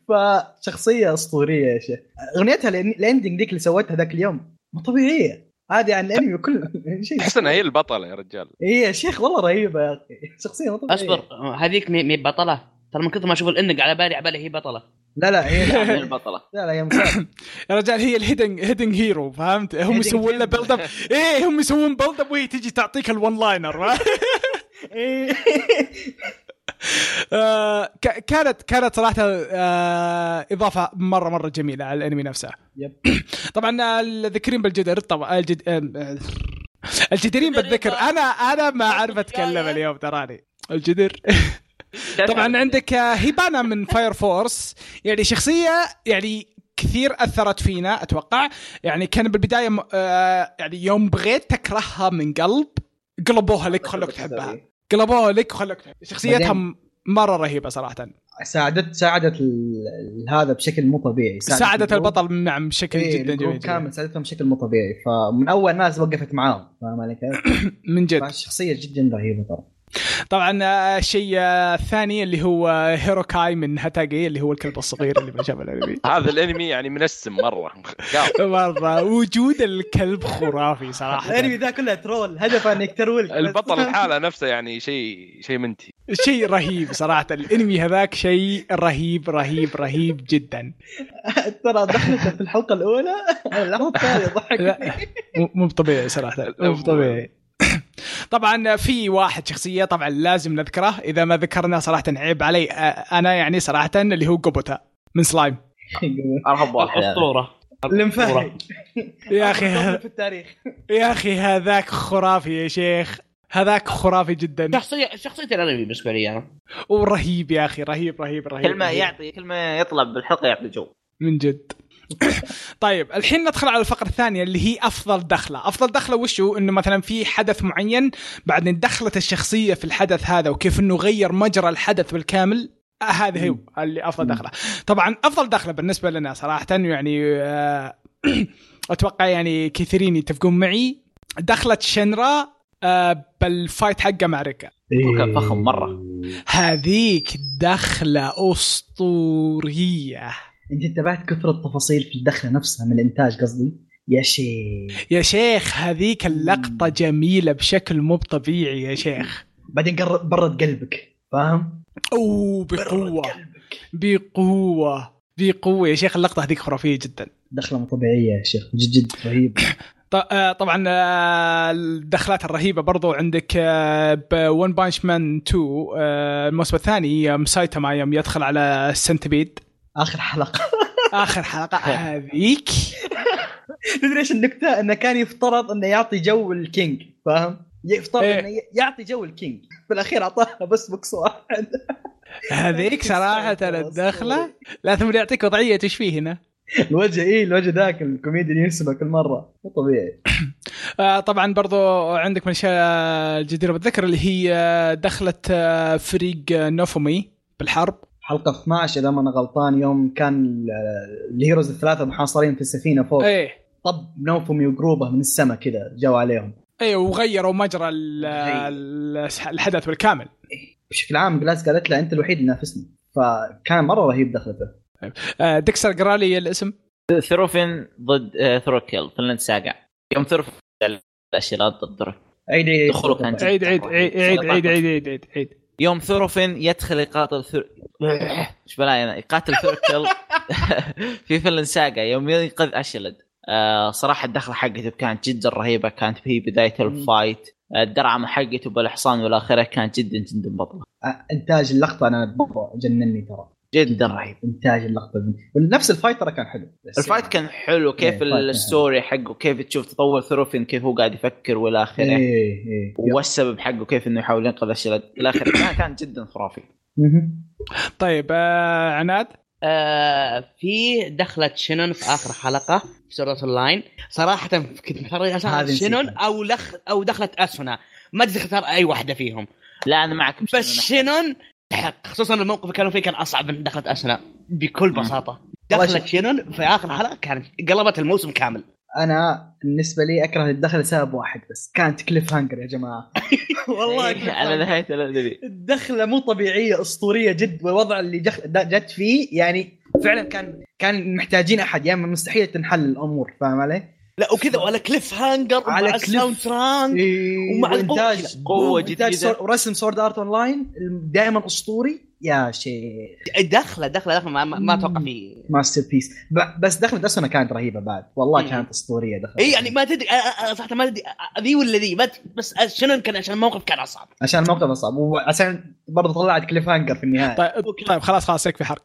Speaker 3: فشخصيه اسطوريه يا شيخ اغنيتها الإن- الاندنج ديك اللي سوتها ذاك اليوم مو طبيعيه هذه عن الانمي كله شيء
Speaker 2: تحس انها هي البطله يا رجال
Speaker 3: اي يا شيخ والله رهيبه يا اخي شخصيه مو طبيعيه
Speaker 5: اصبر آه، هذيك مي مي بطله ترى من كثر ما اشوف الانق على بالي على بالي هي بطله
Speaker 3: لا لا هي
Speaker 4: من
Speaker 3: لا
Speaker 4: البطله
Speaker 3: لا, لا يا مساعد
Speaker 1: يا رجال هي الهيدن هيدن هيرو فهمت هم
Speaker 3: Hidden
Speaker 1: يسوون له
Speaker 3: hero.
Speaker 1: بيلد اب ايه هم يسوون بيلد اب وهي تجي تعطيك الون لاينر
Speaker 3: إيه.
Speaker 1: آه، ك- كانت كانت صراحه آه، اضافه مره مره جميله على الانمي نفسه
Speaker 3: يب.
Speaker 1: طبعا الذكرين بالجدر طبعا الجد... آه، الجديرين بالذكر انا انا ما اعرف اتكلم اليوم تراني الجدر طبعا عندك آه، هيبانا من فاير فورس يعني شخصيه يعني كثير اثرت فينا اتوقع يعني كان بالبدايه م- آه، يعني يوم بغيت تكرهها من قلب قلبوها لك وخلوك تحبها قلبوها لك وخلوك تحبها. شخصيتها
Speaker 3: بعدين-
Speaker 1: مره رهيبه صراحه
Speaker 3: ساعدت ساعدت ال- هذا بشكل مو طبيعي
Speaker 1: ساعدت
Speaker 3: الجروب.
Speaker 1: البطل نعم بشكل
Speaker 3: إيه،
Speaker 1: جدا
Speaker 3: الجروب
Speaker 1: جميل
Speaker 3: كامل ساعدتهم بشكل مو طبيعي فمن اول ناس وقفت معاهم فاهم علي كيف؟
Speaker 1: من جد
Speaker 3: فالشخصيه جدا رهيبه ترى
Speaker 1: طبعا آه، الشيء آه، الثاني اللي هو هيروكاي من هاتاجي اللي هو الكلب الصغير اللي ما شاف الانمي
Speaker 2: هذا الانمي يعني منسم مره قال
Speaker 1: مره وجود الكلب خرافي صراحه
Speaker 3: الانمي ذا كله ترول هدفه انك ترول
Speaker 2: البطل الحالة نفسه يعني شيء شيء منتي
Speaker 1: شيء رهيب صراحه الانمي هذاك شيء رهيب رهيب رهيب جدا
Speaker 3: ترى دخلته في الحلقه الاولى اللحظه الثانيه
Speaker 1: لا.
Speaker 3: ضحك
Speaker 1: مو مو طبيعي صراحه مو طبيعي طبعا في واحد شخصيه طبعا لازم نذكره اذا ما ذكرنا صراحه عيب علي آه، انا يعني صراحه اللي هو قبوتا من سلايم
Speaker 4: ارهب واحد
Speaker 5: الاسطوره
Speaker 3: المفهي
Speaker 1: يا اخي
Speaker 3: في التاريخ
Speaker 1: يا اخي هذاك خرافي يا شيخ هذاك خرافي جدا
Speaker 5: شخصيه شخصيه الانمي بالنسبه لي انا
Speaker 1: ورهيب يا اخي رهيب رهيب رهيب
Speaker 4: كل ما
Speaker 1: رهيب.
Speaker 4: يعطي كل ما يطلب بالحلقه يعطي جو
Speaker 1: من جد طيب الحين ندخل على الفقره الثانيه اللي هي افضل دخله افضل دخله وش هو انه مثلا في حدث معين بعدين دخلت الشخصيه في الحدث هذا وكيف انه غير مجرى الحدث بالكامل آه، هذا هو اللي افضل
Speaker 3: مم.
Speaker 1: دخله طبعا افضل دخله بالنسبه لنا صراحه يعني آه، اتوقع يعني كثيرين يتفقون معي دخلت شنرا آه، بالفايت حقه مع ريكا
Speaker 3: إيه.
Speaker 4: وكان فخم مرة.
Speaker 1: هذيك دخله اسطوريه
Speaker 3: انت انتبهت كثر التفاصيل في الدخله نفسها من الانتاج قصدي يا شيخ
Speaker 1: يا شيخ هذيك اللقطة
Speaker 3: مم.
Speaker 1: جميلة بشكل مو طبيعي يا شيخ
Speaker 3: بعدين قر- برد قلبك فاهم؟
Speaker 1: اوه بقوه بقوه بقوه يا شيخ اللقطه هذيك خرافيه جدا
Speaker 3: دخله مو طبيعيه يا شيخ جد جد رهيب
Speaker 1: ط- آه، طبعا آه، الدخلات الرهيبه برضو عندك آه، ون بانش مان 2 آه، الموسم الثاني آه، مسايتاما يوم يدخل على السنتبيد
Speaker 3: اخر حلقه
Speaker 1: اخر حلقه هذيك
Speaker 3: تدري ايش النكته انه كان يفترض انه يعطي جو الكينج فاهم يفترض
Speaker 1: إيه.
Speaker 3: انه ي- يعطي جو الكينج في الاخير اعطاها بس بوكس واحد
Speaker 1: هذيك صراحه الدخله لا ثم يعطيك وضعيه ايش فيه هنا
Speaker 3: الوجه ايه الوجه ذاك الكوميديا اللي يرسمه كل مره مو طبيعي
Speaker 1: آه، طبعا برضو عندك من الاشياء الجديره بالذكر اللي هي آه، دخله آه، فريق آه، نوفومي بالحرب
Speaker 3: حلقه 12 اذا ما انا غلطان يوم كان ال- الهيروز الثلاثه محاصرين في السفينه فوق
Speaker 1: ايه
Speaker 3: طب نوفهم وجروبه من السماء كذا جو عليهم
Speaker 1: ايه وغيروا مجرى ال- ال- الحدث بالكامل
Speaker 3: بشكل عام جلاس قالت له انت الوحيد اللي نافسني فكان مره رهيب دخلته
Speaker 1: آه، ديكستر قرا لي الاسم
Speaker 4: ثروفين ضد آه، ثروكيل فنلند ساقع يوم ثروفين الاشياء ضد ثروكيل
Speaker 3: عيد عيد
Speaker 4: دخوله كان
Speaker 3: إيه.
Speaker 1: عيد
Speaker 4: جد.
Speaker 1: عيد عيد عيد عيد عيد عيد عيد, عيد.
Speaker 4: يوم ثروفين يدخل يقاتل ثر... ايش بلاي انا يقاتل ثوركل في فيلن ساقا يوم ينقذ اشلد آه صراحه الدخله حقته كانت جدا رهيبه كانت في بدايه الفايت الدرعمه حقته بالحصان والاخره كانت جدا جدا بطله
Speaker 3: آه، انتاج اللقطه انا برا جنني ترى
Speaker 4: جدا رهيب
Speaker 3: انتاج اللقطه دي. ونفس الفايت ترى كان حلو بس
Speaker 4: الفايت
Speaker 3: يعني-
Speaker 4: كان حلو
Speaker 3: إيه،
Speaker 4: كيف
Speaker 3: الفايت كان
Speaker 4: الستوري حقه كيف تشوف تطور ثروفين كيف هو قاعد يفكر والى اخره
Speaker 3: ايه ايه
Speaker 4: والسبب حقه كيف انه يحاول ينقذ اشلد الى اخره كان- كان جدا خرافي
Speaker 3: مهم.
Speaker 1: طيب آه عناد
Speaker 5: آه في دخلة شينون في اخر حلقه في سورة اللاين صراحه كنت محتار
Speaker 3: هذه
Speaker 5: اختار
Speaker 3: نسيتها.
Speaker 5: شينون او لخ او دخلة اسونا ما ادري اختار اي واحده فيهم
Speaker 4: لا انا معك
Speaker 5: بس شينون حق خصوصا الموقف اللي كانوا فيه كان اصعب من دخلة اسونا بكل بساطه
Speaker 3: والله
Speaker 5: دخلة
Speaker 3: شوف.
Speaker 5: شينون في اخر حلقه كانت قلبت الموسم كامل
Speaker 3: انا بالنسبه لي اكره الدخله لسبب واحد بس كانت كليف هانجر يا جماعه والله
Speaker 5: إيه،
Speaker 3: كليف
Speaker 4: انا
Speaker 3: هانجر.
Speaker 4: نهايه الادبي
Speaker 3: الدخله مو طبيعيه اسطوريه جد والوضع اللي جخ... د- جت فيه يعني فعلا كان كان محتاجين احد يعني مستحيل تنحل الامور فاهم علي؟
Speaker 5: لا وكذا وعلى كليف هانجر
Speaker 3: على
Speaker 5: وعلى
Speaker 3: كليف.
Speaker 5: الساوند تراك ومع
Speaker 3: ومع الانتاج
Speaker 4: قوة جديدة.
Speaker 3: ورسم سورد ارت اون لاين دائما اسطوري يا شيخ
Speaker 5: إيه. دخله دخله دخله ما, ما ما اتوقع فيه
Speaker 3: ماستر بيس ب... بس دخلة اسونا كانت رهيبه بعد والله
Speaker 5: مم.
Speaker 3: كانت اسطوريه دخلة
Speaker 5: اي يعني ما تدري أنا- انا صراحه ما تدري أ- ذي ولا ذي ما ت- بس شنو كان عشان الموقف كان اصعب
Speaker 3: عشان الموقف صعب وعشان برضه طلعت كليف هانجر في النهايه
Speaker 1: طيب طيب خلاص خلاص يكفي حرق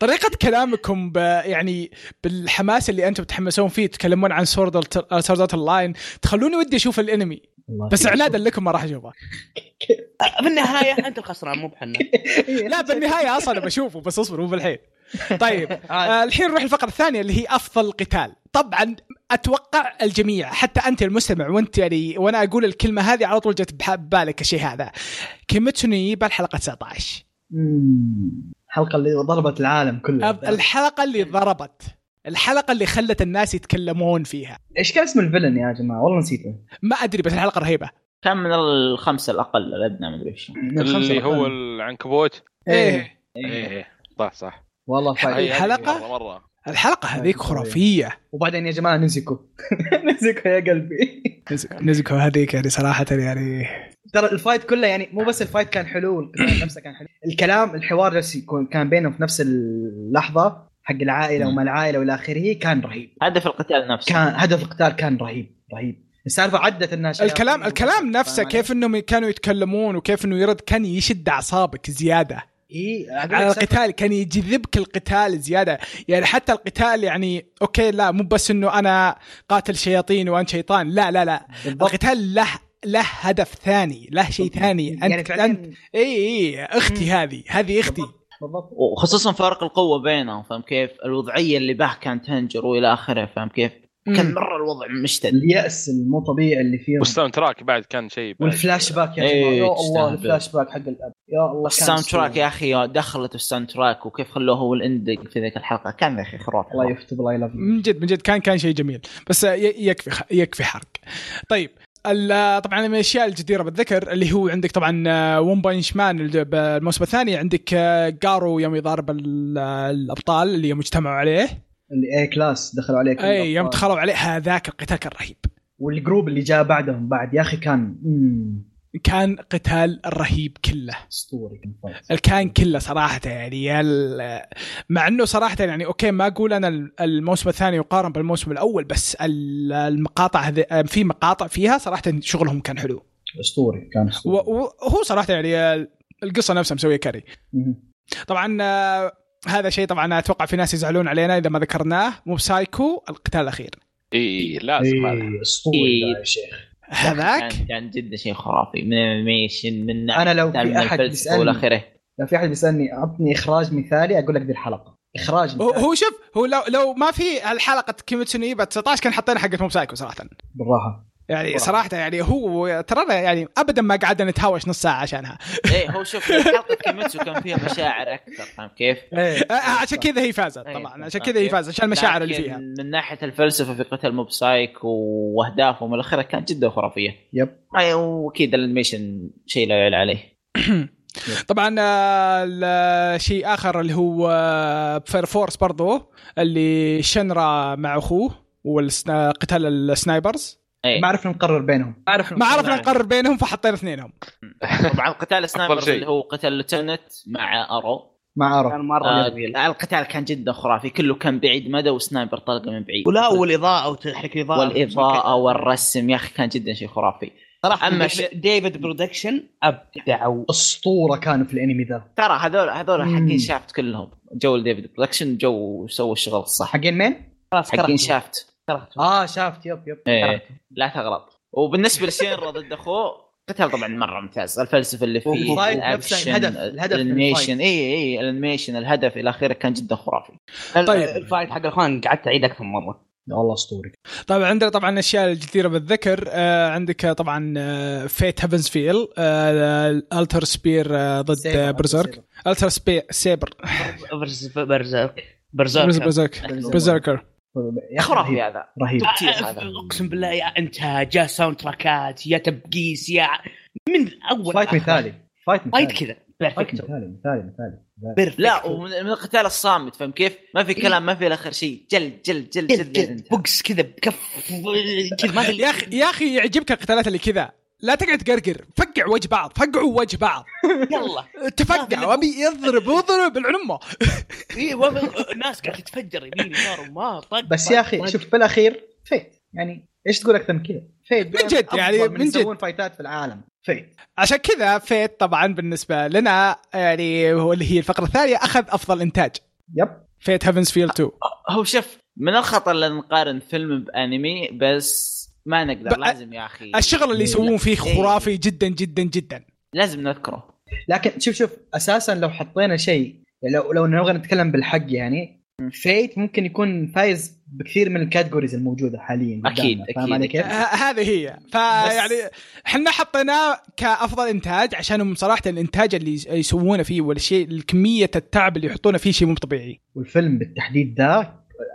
Speaker 1: طريقة كلامكم ب... يعني بالحماس اللي انتم تتحمسون فيه تتكلمون عن سورد سورد اللاين تخلوني ودي اشوف الانمي
Speaker 3: والله.
Speaker 1: بس عنادا لكم ما راح اشوفه
Speaker 5: في النهايه انت الخسران مو بحنا
Speaker 1: لا بالنهاية اصلا بشوفه بس اصبر مو بالحين طيب
Speaker 3: عادي.
Speaker 1: آه، الحين نروح الفقره الثانيه اللي هي افضل قتال طبعا اتوقع الجميع حتى انت المستمع وانت يعني وانا اقول الكلمه هذه على طول جت بح- ببالك الشيء هذا كيميتسو نيبا الحلقه 19
Speaker 3: مم. الحلقه اللي ضربت العالم كله
Speaker 1: أب- الحلقه اللي ضربت الحلقه اللي خلت الناس يتكلمون فيها
Speaker 3: ايش كان اسم الفيلن يا جماعه والله نسيته
Speaker 1: ما ادري بس الحلقه رهيبه
Speaker 4: كان من الخمسه الاقل الادنى ما ادري ايش
Speaker 2: اللي هو العنكبوت
Speaker 3: ايه
Speaker 2: ايه إيه. صح صح
Speaker 3: والله
Speaker 2: هاي- هاي
Speaker 3: فايت
Speaker 1: طيب، الحلقة؟
Speaker 2: مره مره
Speaker 1: الحلقه هذيك خرافيه
Speaker 3: وبعدين يا جماعه نمسكه نمسكه يا قلبي
Speaker 1: نزكو هذيك يعني صراحه يعني
Speaker 3: ترى الفايت كله يعني مو بس الفايت كان حلو والقتال نفسه كان حلو الكلام الحوار جالس يكون كان بينهم في نفس اللحظه حق العائله
Speaker 4: مم.
Speaker 3: وما العائله والى اخره كان رهيب
Speaker 4: هدف القتال نفسه
Speaker 3: كان هدف القتال كان رهيب رهيب السالفه عدت انها شياطين
Speaker 1: الكلام
Speaker 3: و-
Speaker 1: الكلام نفسه
Speaker 3: فاهم علي؟
Speaker 1: كيف انهم كانوا يتكلمون وكيف انه يرد كان يشد اعصابك زياده
Speaker 3: إيه، أقول لك
Speaker 1: على
Speaker 3: سالفة-
Speaker 1: القتال كان يجذبك القتال زياده يعني حتى القتال يعني اوكي لا مو بس انه انا قاتل شياطين وانت شيطان لا لا لا
Speaker 3: بالضبط.
Speaker 1: القتال له له هدف ثاني له شيء ثاني إيه، انت
Speaker 3: يعني فعلاً-
Speaker 1: انت اي اي اختي هذه هذه اختي
Speaker 3: بالضبط
Speaker 4: وخصوصا فارق القوه بينهم فاهم كيف؟ الوضعيه اللي به كانت تنجر والى اخره فاهم كيف؟ كان
Speaker 1: مم.
Speaker 4: مره الوضع مشتد
Speaker 3: الياس المو طبيعي اللي فيهم
Speaker 2: والساوند تراك بعد كان شيء بعد.
Speaker 3: والفلاش باك يا
Speaker 4: إيه،
Speaker 3: جماعه يا الله
Speaker 4: تستهبل.
Speaker 3: الفلاش باك حق الاب يا الله كان
Speaker 4: الساوند تراك
Speaker 3: أسطوري.
Speaker 4: يا اخي يا دخلت الساوند تراك وكيف خلوه هو الاندنج في ذيك الحلقه كان يا اخي خرافي
Speaker 3: الله يفتح بالله يلاف
Speaker 1: من جد من جد كان كان شيء جميل بس ي- يكفي خ- يكفي حرق طيب ال- طبعا من الاشياء الجديره بالذكر اللي هو عندك آه، طبعا ون بانش مان ال- بالموسم الثاني عندك آه، جارو يوم يضارب ال- الابطال اللي يوم اجتمعوا عليه
Speaker 3: الاي كلاس دخلوا عليك
Speaker 1: اي إيه، يوم دخلوا عليه هذاك القتال كان رهيب
Speaker 3: والجروب اللي جاء بعدهم بعد يا اخي كان مم.
Speaker 1: كان قتال رهيب كله
Speaker 3: اسطوري كان فايت.
Speaker 1: الكان كله صراحه يعني يا ال- مع انه صراحه يعني اوكي ما اقول انا ال- الموسم الثاني يقارن بالموسم الاول بس ال- المقاطع هذي- في مقاطع فيها صراحه شغلهم كان حلو
Speaker 3: اسطوري كان
Speaker 1: و-
Speaker 3: اسطوري
Speaker 1: و- وهو صراحه يعني ال- القصه نفسها مسويه كاري
Speaker 3: مهم.
Speaker 1: طبعا آه، هذا شيء طبعا اتوقع في ناس يزعلون علينا اذا ما ذكرناه مو بسايكو القتال الاخير
Speaker 2: اي لازم هذا
Speaker 3: إيه، اسطوري
Speaker 4: إيه.
Speaker 3: ده يا شيخ
Speaker 1: هذاك
Speaker 4: كان كان جدا شيء خرافي من الانيميشن من
Speaker 3: انا لو
Speaker 4: من
Speaker 3: في احد
Speaker 4: الفلسفه والى
Speaker 3: بيسالني
Speaker 4: اخره
Speaker 3: لو في احد بيسالني اعطني اخراج مثالي اقول لك دي الحلقه اخراج
Speaker 1: هو-
Speaker 3: مثالي
Speaker 1: هو شوف هو لو لو ما في الحلقه كيميتسو نيبا 19 كان حطينا حقت موب سايكو صراحه
Speaker 3: بالراحه
Speaker 1: يعني
Speaker 3: صراحة.
Speaker 1: صراحه يعني هو ترى يعني ابدا ما قعدنا نتهاوش نص ساعه عشانها
Speaker 4: ايه هو شوف حلقه كيميتسو كان فيها مشاعر اكثر فاهم كيف؟
Speaker 1: آه، عشان كذا هي فازت
Speaker 4: أي،
Speaker 1: طبعا
Speaker 4: صح.
Speaker 1: عشان كذا هي فازت عشان المشاعر اللي
Speaker 4: لكن
Speaker 1: فيها
Speaker 4: من ناحيه الفلسفه في قتل موب سايك واهدافهم والاخره كانت جدا خرافيه
Speaker 3: يب
Speaker 4: أي، واكيد الانيميشن شيء لا يعلى عليه
Speaker 1: طبعا آه، ال- شيء اخر اللي هو فير فورس برضو اللي شنرا مع اخوه وقتال السنايبرز
Speaker 4: اي
Speaker 3: ما عرفنا نقرر بينهم
Speaker 4: ما عرفنا
Speaker 1: ما عرفنا نقرر بينهم فحطينا اثنينهم
Speaker 4: طبعا قتال سنايبرز
Speaker 2: شيء.
Speaker 4: اللي هو قتال لوتنت مع ارو
Speaker 3: ما
Speaker 5: كان
Speaker 3: عرف
Speaker 5: مره
Speaker 4: آه
Speaker 5: جميل
Speaker 4: القتال كان جدا خرافي كله كان بعيد مدى وسنايبر طلقه من بعيد
Speaker 5: ولا والاضاءه وتحريك الاضاءه
Speaker 4: والاضاءه والرسم يا اخي كان جدا شيء خرافي
Speaker 5: صراحه
Speaker 4: أما
Speaker 5: اما
Speaker 4: ش-
Speaker 5: ديفيد برودكشن ابدعوا
Speaker 3: اسطوره كانوا في الانمي ذا
Speaker 4: ترى هذول هذول
Speaker 3: مم.
Speaker 4: حقين شافت كلهم جو ديفيد برودكشن جو سووا الشغل الصح
Speaker 3: حقين مين؟
Speaker 5: خلاص
Speaker 4: حقين
Speaker 5: كرهت
Speaker 4: شافت
Speaker 5: كرهت
Speaker 3: اه شافت يب يب
Speaker 4: إيه. لا تغلط وبالنسبه لشينرا ضد اخوه قتال طبعا مره ممتاز الفلسفه اللي فيه
Speaker 3: والفايت نفسه، الهدف- الهدف من
Speaker 4: الانيميشن
Speaker 3: الفايت.
Speaker 4: اي اي الانيميشن الهدف الى اخره كان جدا خرافي
Speaker 1: طيب.
Speaker 5: طيب الفايت حق الاخوان قعدت اعيد اكثر من مره
Speaker 3: يا والله اسطوري
Speaker 1: طبعا عندنا طبعا الاشياء الجديره بالذكر آه، عندك آه، طبعا فيت هيفنز فيل آه، التر سبير آه، ضد برزرك التر سيبر
Speaker 5: برز- برزيرك برزيرك
Speaker 1: برزرك برزركر
Speaker 3: يا
Speaker 4: خرافي
Speaker 3: خرافي
Speaker 4: هذا
Speaker 3: رهيب
Speaker 4: تبتير
Speaker 5: أعرف-
Speaker 4: هذا
Speaker 5: اقسم بالله يا انتاج يا ساوند تراكات يا تبقيس يا من اول
Speaker 3: فايت
Speaker 5: لآخر.
Speaker 3: مثالي فايت مثالي
Speaker 5: فايت كذا
Speaker 3: فايت
Speaker 5: بيرفكتو
Speaker 3: مثالي مثالي مثالي
Speaker 5: بيرفكتو.
Speaker 4: لا ومن من القتال الصامت فاهم كيف؟ ما في كلام ما في الى اخر شيء جل جل جل
Speaker 5: جد-
Speaker 4: جل,
Speaker 5: جد
Speaker 4: جل,
Speaker 5: بوكس كذا بكف كذا ما
Speaker 1: يا اخي يا اخي يعجبك القتالات اللي كذا لا تقعد تقرقر فقع وجه بعض فقعوا وجه بعض
Speaker 5: يلا
Speaker 1: تفقع وابي يضرب يضرب العمه
Speaker 5: إيه، وب- الناس قاعده تتفجر يمين يسار وما طق
Speaker 3: بس يا اخي شوف بالاخير فيت يعني ايش تقول اكثر من كذا فيت
Speaker 1: من جد، يعني
Speaker 3: أفضل
Speaker 1: من جد.
Speaker 3: يسوون فايتات في العالم فيت
Speaker 1: عشان كذا فيت طبعا بالنسبه لنا يعني هو اللي هي الفقره الثانيه اخذ افضل انتاج
Speaker 3: يب
Speaker 1: فيت هيفنز فيل 2
Speaker 4: هو شوف من الخطر ان نقارن فيلم بانمي بس ما نقدر
Speaker 1: بقى-
Speaker 4: لازم يا اخي
Speaker 1: الشغل اللي يسوون فيه خرافي جدا جدا جدا
Speaker 4: لازم نذكره
Speaker 3: لكن شوف شوف اساسا لو حطينا شيء يعني لو لو نبغى نتكلم بالحق يعني فيت ممكن يكون فايز بكثير من الكاتيجوريز الموجوده حاليا قدامنا.
Speaker 4: أكيد،
Speaker 3: فاهم علي
Speaker 4: أكيد،
Speaker 3: كيف؟
Speaker 1: ه- هذه هي فيعني احنا حطيناه كافضل انتاج عشان صراحه الانتاج اللي يس- يسوونه فيه والشيء كميه التعب اللي يحطونه فيه شيء مو طبيعي
Speaker 3: والفيلم بالتحديد ذا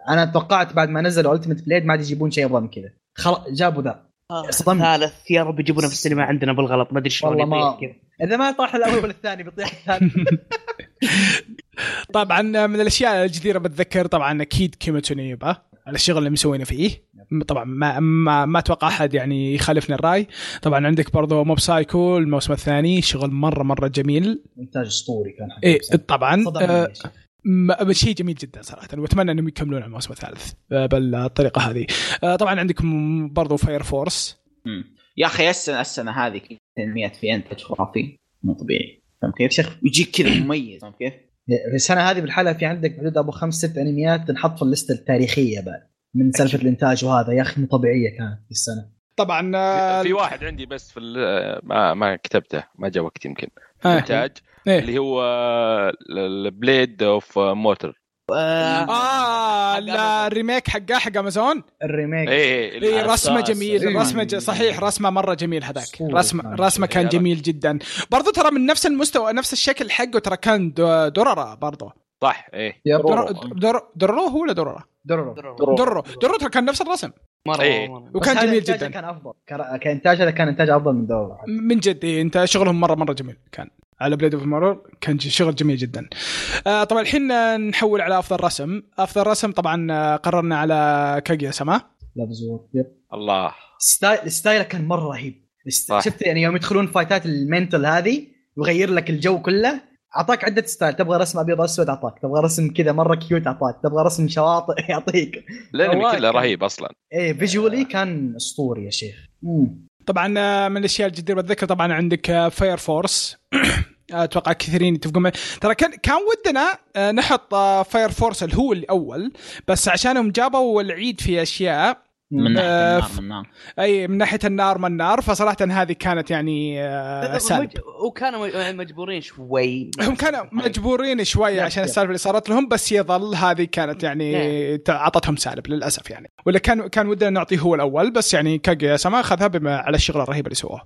Speaker 3: انا توقعت بعد ما نزلوا التيمت بليد ما عاد يجيبون شيء افضل من كذا خلاص جابوا ذا
Speaker 5: اصلا
Speaker 3: صدمت.
Speaker 5: ثالث يا رب يجيبونه في السينما عندنا بالغلط ما ادري شلون
Speaker 3: والله ما-
Speaker 5: يطيح كذا.
Speaker 3: اذا ما طاح الاول والثاني بيطيح الثالث
Speaker 1: طبعا من الاشياء الجديره بتذكر طبعا اكيد كيميتسو نيبا الشغل اللي مسوينه فيه طبعا ما ما ما اتوقع احد يعني يخالفنا الراي طبعا عندك برضو موب سايكو الموسم الثاني شغل مره مره جميل
Speaker 3: انتاج اسطوري كان حق
Speaker 1: إيه
Speaker 3: نفسه.
Speaker 1: طبعا
Speaker 3: صدمني
Speaker 1: آه،
Speaker 3: ليش. يعني
Speaker 1: م- شيء جميل جدا صراحه واتمنى انهم يكملون على الموسم الثالث آه، بالطريقه هذه آه، طبعا عندك م- برضو فاير فورس
Speaker 4: يا اخي السنه السنه هذه كذا تنميات في انتاج خرافي مو طبيعي فاهم كيف؟ شيخ يجيك كذا مميز فاهم كيف؟
Speaker 3: السنه هذه بالحلقه في عندك حدود ابو خمس ست انميات تنحط في الليسته التاريخيه بعد من سالفه الانتاج وهذا يا اخي مو طبيعيه كانت في السنه
Speaker 1: طبعا آه،
Speaker 2: في واحد عندي بس في ال- آه، ما ما كتبته ما جاء وقت يمكن
Speaker 1: آه،
Speaker 2: انتاج
Speaker 1: إيه.
Speaker 2: اللي هو آه، البليد اوف مورتر
Speaker 1: اه
Speaker 5: حق
Speaker 1: لا، الريميك حقه حق امازون
Speaker 4: إيه،
Speaker 1: إيه.
Speaker 3: الريميك
Speaker 2: اي
Speaker 1: اي رسمه
Speaker 4: أساس.
Speaker 1: جميل
Speaker 3: إيه.
Speaker 1: رسمه ج- صحيح رسمه مره جميل هذاك
Speaker 3: أسطوري
Speaker 1: رسم
Speaker 3: كان.
Speaker 1: رسمه كان
Speaker 2: إيه،
Speaker 1: جميل جدا برضو ترى من نفس المستوى نفس الشكل حقه ترى كان دو- دررة برضو
Speaker 2: صح إيه. اي
Speaker 3: يا
Speaker 1: درر- در- درو هو ولا دررة؟
Speaker 3: درو
Speaker 1: درو درو ترى كان نفس الرسم
Speaker 5: مره
Speaker 2: إيه.
Speaker 5: مره
Speaker 1: وكان
Speaker 3: بس هذا
Speaker 1: جميل
Speaker 3: إنتاجه
Speaker 1: جدا
Speaker 3: كان افضل كر- كانتاج هذا كان انتاج افضل من درو
Speaker 1: من جد إيه، انت شغلهم مره مره جميل كان على بليد اوف مرور كان ج- شغل جميل جدا. آه طبعا الحين آه، نحول على افضل رسم، افضل رسم طبعا آه، قررنا على كاجيا سما
Speaker 3: لا بزور يب.
Speaker 2: الله
Speaker 3: ستايل ستايله كان مره رهيب
Speaker 2: صح.
Speaker 3: شفت يعني يوم يدخلون فايتات المنتل هذه يغير لك الجو كله اعطاك عده ستايل تبغى رسم ابيض واسود اعطاك تبغى رسم كذا مره كيوت اعطاك تبغى رسم شواطئ يعطيك
Speaker 2: الانمي
Speaker 3: والله
Speaker 2: كله
Speaker 3: كان-
Speaker 2: رهيب اصلا
Speaker 3: ايه
Speaker 1: آه.
Speaker 3: فيجولي كان اسطوري يا شيخ مم.
Speaker 1: طبعا آه، من الاشياء الجديره بتذكر طبعا عندك آه، فاير فورس اتوقع كثيرين يتفقون معي ترى كان كان ودنا آه، نحط فاير فورس اللي هو الاول بس عشانهم جابوا العيد في اشياء
Speaker 4: من ناحيه
Speaker 1: آه،
Speaker 4: النار
Speaker 1: ف-
Speaker 4: من نار
Speaker 1: اي من ناحيه النار ما النار فصراحه هذه كانت يعني آه، سالب
Speaker 5: مج- وكانوا مج- مجبورين شوي
Speaker 1: هم كانوا مجبورين شوي
Speaker 3: نعم،
Speaker 1: عشان
Speaker 3: نعم.
Speaker 1: السالفه اللي صارت لهم بس يظل هذه كانت يعني ت- اعطتهم سالب للاسف يعني ولا كان كان ودنا نعطيه هو الاول بس يعني كاجيا سما اخذها بما على الشغل الرهيب اللي سووه.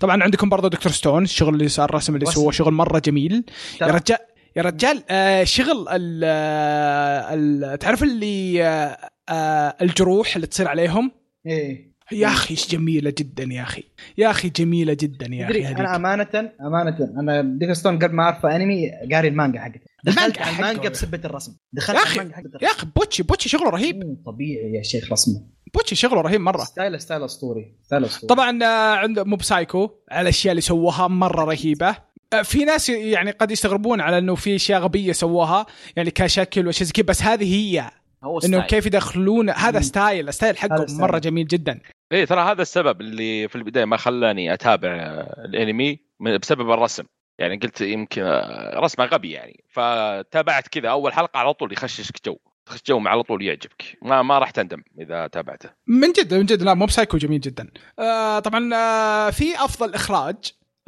Speaker 1: طبعا عندكم برضه دكتور ستون الشغل اللي صار الرسم اللي
Speaker 3: رسم.
Speaker 1: سووه شغل مره جميل يا
Speaker 3: ترى-
Speaker 1: رجال يا رجال آه شغل ال آه، ال- تعرف اللي آه آه الجروح اللي تصير عليهم
Speaker 3: ايه
Speaker 1: يا اخي إيش جميله جدا يا اخي يا اخي جميله جدا يا اخي
Speaker 3: تدري انا
Speaker 1: هذيك.
Speaker 3: امانه امانه انا ديكستون قبل ما اعرفه انمي قاري المانجا حقته دخلت
Speaker 1: المانجا
Speaker 3: على
Speaker 1: حقته.
Speaker 3: المانجا بسبه الرسم دخلت
Speaker 1: يا
Speaker 3: على
Speaker 1: أخي،
Speaker 3: المانجا حقته
Speaker 1: يا اخي بوتشي بوتشي شغله رهيب
Speaker 3: مم، طبيعي يا شيخ رسمه
Speaker 1: بوتشي شغله رهيب مره
Speaker 3: ستايل ستايل اسطوري ستايل اسطوري
Speaker 1: طبعا آه، عند موب سايكو على الاشياء اللي سووها مره رهيبه آه، في ناس يعني قد يستغربون على انه في اشياء غبيه سووها يعني كشكل واشياء زي كذا، بس هذه هي
Speaker 4: هو
Speaker 1: انه
Speaker 4: ستايل.
Speaker 1: كيف يدخلون هذا
Speaker 3: مم.
Speaker 1: ستايل ستايل
Speaker 3: هذا
Speaker 1: حقهم
Speaker 3: ستايل.
Speaker 1: مره جميل جدا
Speaker 2: ايه ترى هذا السبب اللي في البدايه ما خلاني اتابع آه، الانمي من- بسبب الرسم يعني قلت يمكن آه، رسمه غبي يعني فتابعت كذا اول حلقه على طول يخششك جو تخش جو على طول يعجبك ما ما راح تندم اذا تابعته
Speaker 1: من جد من جد لا موب سايكو جميل جدا آه طبعا آه في افضل اخراج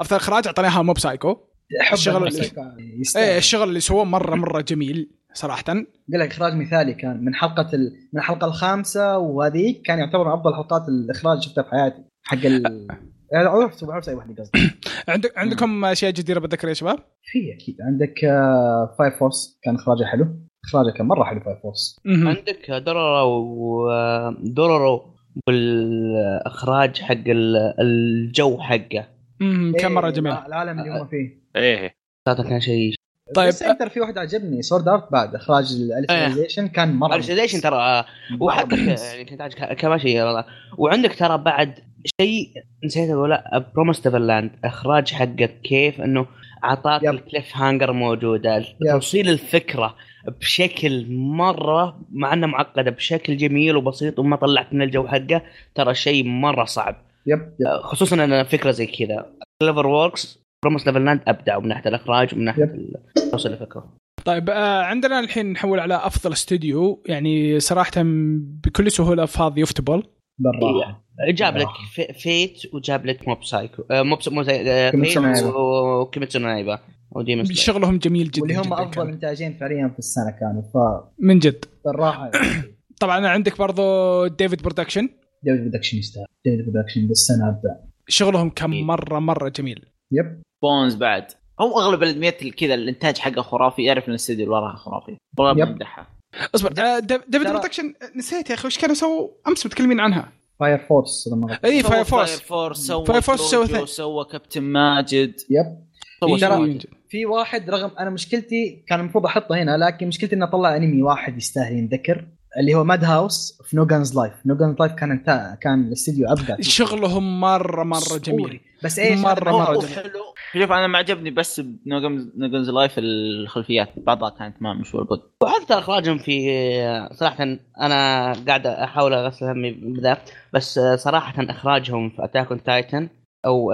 Speaker 1: افضل اخراج اعطيناها موب سايكو
Speaker 3: حب
Speaker 1: الشغل
Speaker 3: الشغل
Speaker 1: اللي- ايه
Speaker 3: ايه
Speaker 1: الشغل اللي سووه مره مره جميل صراحه
Speaker 3: قال لك اخراج مثالي كان من حلقه ال... من الحلقه الخامسه وهذيك كان يعتبر من افضل حلقات الاخراج شفتها في حياتي حق ال يعني عرفت عرفت اي واحد قصدي
Speaker 1: عندك عندكم اشياء جديره بتذكر يا شباب
Speaker 3: في اكيد عندك فاير فورس كان اخراجه حلو اخراجه كان مره حلو فاير فورس
Speaker 1: مهم.
Speaker 5: عندك دورورو ودورورو بالاخراج حق ال- الجو حقه
Speaker 1: مهم. كان مره جميل
Speaker 3: إيه، العالم اللي هم فيه
Speaker 2: ايه
Speaker 5: صراحه كان شيء
Speaker 1: طيب.
Speaker 3: طيب بس انتر في واحد عجبني سورد ارت بعد اخراج الاليسيزيشن كان مره
Speaker 5: ارشديشن ترى
Speaker 3: مرة
Speaker 5: وحتى ك-
Speaker 3: ممتاز.
Speaker 5: يعني كنت عاجبك كمان شيء والله وعندك ترى بعد شيء نسيت ولا بروميس ديفرلاند اخراج حقه كيف انه اعطاك
Speaker 3: يب.
Speaker 5: الكليف هانجر موجوده توصيل الفكره بشكل مره مع انها معقده بشكل جميل وبسيط وما طلعت من الجو حقه ترى شيء مره صعب
Speaker 3: يب يب
Speaker 5: خصوصا ان فكره زي كذا كليفر ووركس بروميس ديفرلاند ابدعوا من ناحيه الاخراج ومن ناحيه
Speaker 3: يب.
Speaker 5: ال- توصيل الفكره
Speaker 1: طيب آه عندنا الحين نحول على افضل استوديو يعني صراحه بكل سهوله فاضي يفتبل
Speaker 3: بالراحه
Speaker 5: جاب لك في- فيت وجاب لك موب سايكو آه، موب س- موب ساي- آه،
Speaker 3: كيميتسو
Speaker 5: فيت
Speaker 3: نايبا.
Speaker 5: وكيميتسو نايبا وديمون سلاير.
Speaker 1: شغلهم جميل جدا
Speaker 3: واللي هم
Speaker 1: جداً
Speaker 3: افضل
Speaker 1: كان.
Speaker 3: انتاجين فعليا في السنه كانوا فبالراحه
Speaker 1: من جد
Speaker 3: يعني.
Speaker 1: طبعا عندك برضو ديفيد برودكشن
Speaker 3: ديفيد برودكشن يستاهل ديفيد برودكشن بالسنه ابدع
Speaker 1: شغلهم كان
Speaker 4: إيه.
Speaker 1: مره مره جميل
Speaker 3: يب
Speaker 4: بونز بعد هو اغلب الانميات اللي كذا الانتاج حقه خرافي يعرف ان الاستديو اللي وراها خرافي والله
Speaker 3: يب.
Speaker 4: بمدحها
Speaker 1: اصبر آه ديف- ديفيد
Speaker 3: ترى-
Speaker 1: برودكشن نسيت يا اخي وش كانوا سووا امس متكلمين عنها
Speaker 3: فاير فورس إذا ما غلطت.
Speaker 1: اي فاير
Speaker 4: فاير
Speaker 1: فورس
Speaker 4: فورس سوى
Speaker 1: فاير فورس سوى
Speaker 4: جوجو،
Speaker 1: ثاني.
Speaker 4: سوى كابتن ماجد
Speaker 3: يب
Speaker 4: سوى
Speaker 1: إيه،
Speaker 4: شغل.
Speaker 3: في واحد رغم انا مشكلتي كان المفروض احطه هنا لكن مشكلتي انه طلع انمي واحد يستاهل ينذكر اللي هو ماد هاوس في نوغانز لايف نوغانز لايف كان انت كان الاستديو ابدع فيه.
Speaker 1: شغلهم مره مره
Speaker 3: أسطوري.
Speaker 1: جميل
Speaker 3: بس ايش
Speaker 1: مرة-
Speaker 3: هذا
Speaker 1: مرة
Speaker 3: مع-
Speaker 4: هو
Speaker 1: جميل.
Speaker 4: حلو شوف انا ما عجبني بس بنوجنز لايف الخلفيات بعضها كانت ما مشوار بد
Speaker 5: وحتى اخراجهم في صراحه انا قاعد احاول اغسل همي بذا بس صراحه اخراجهم في اتاك اون تايتن او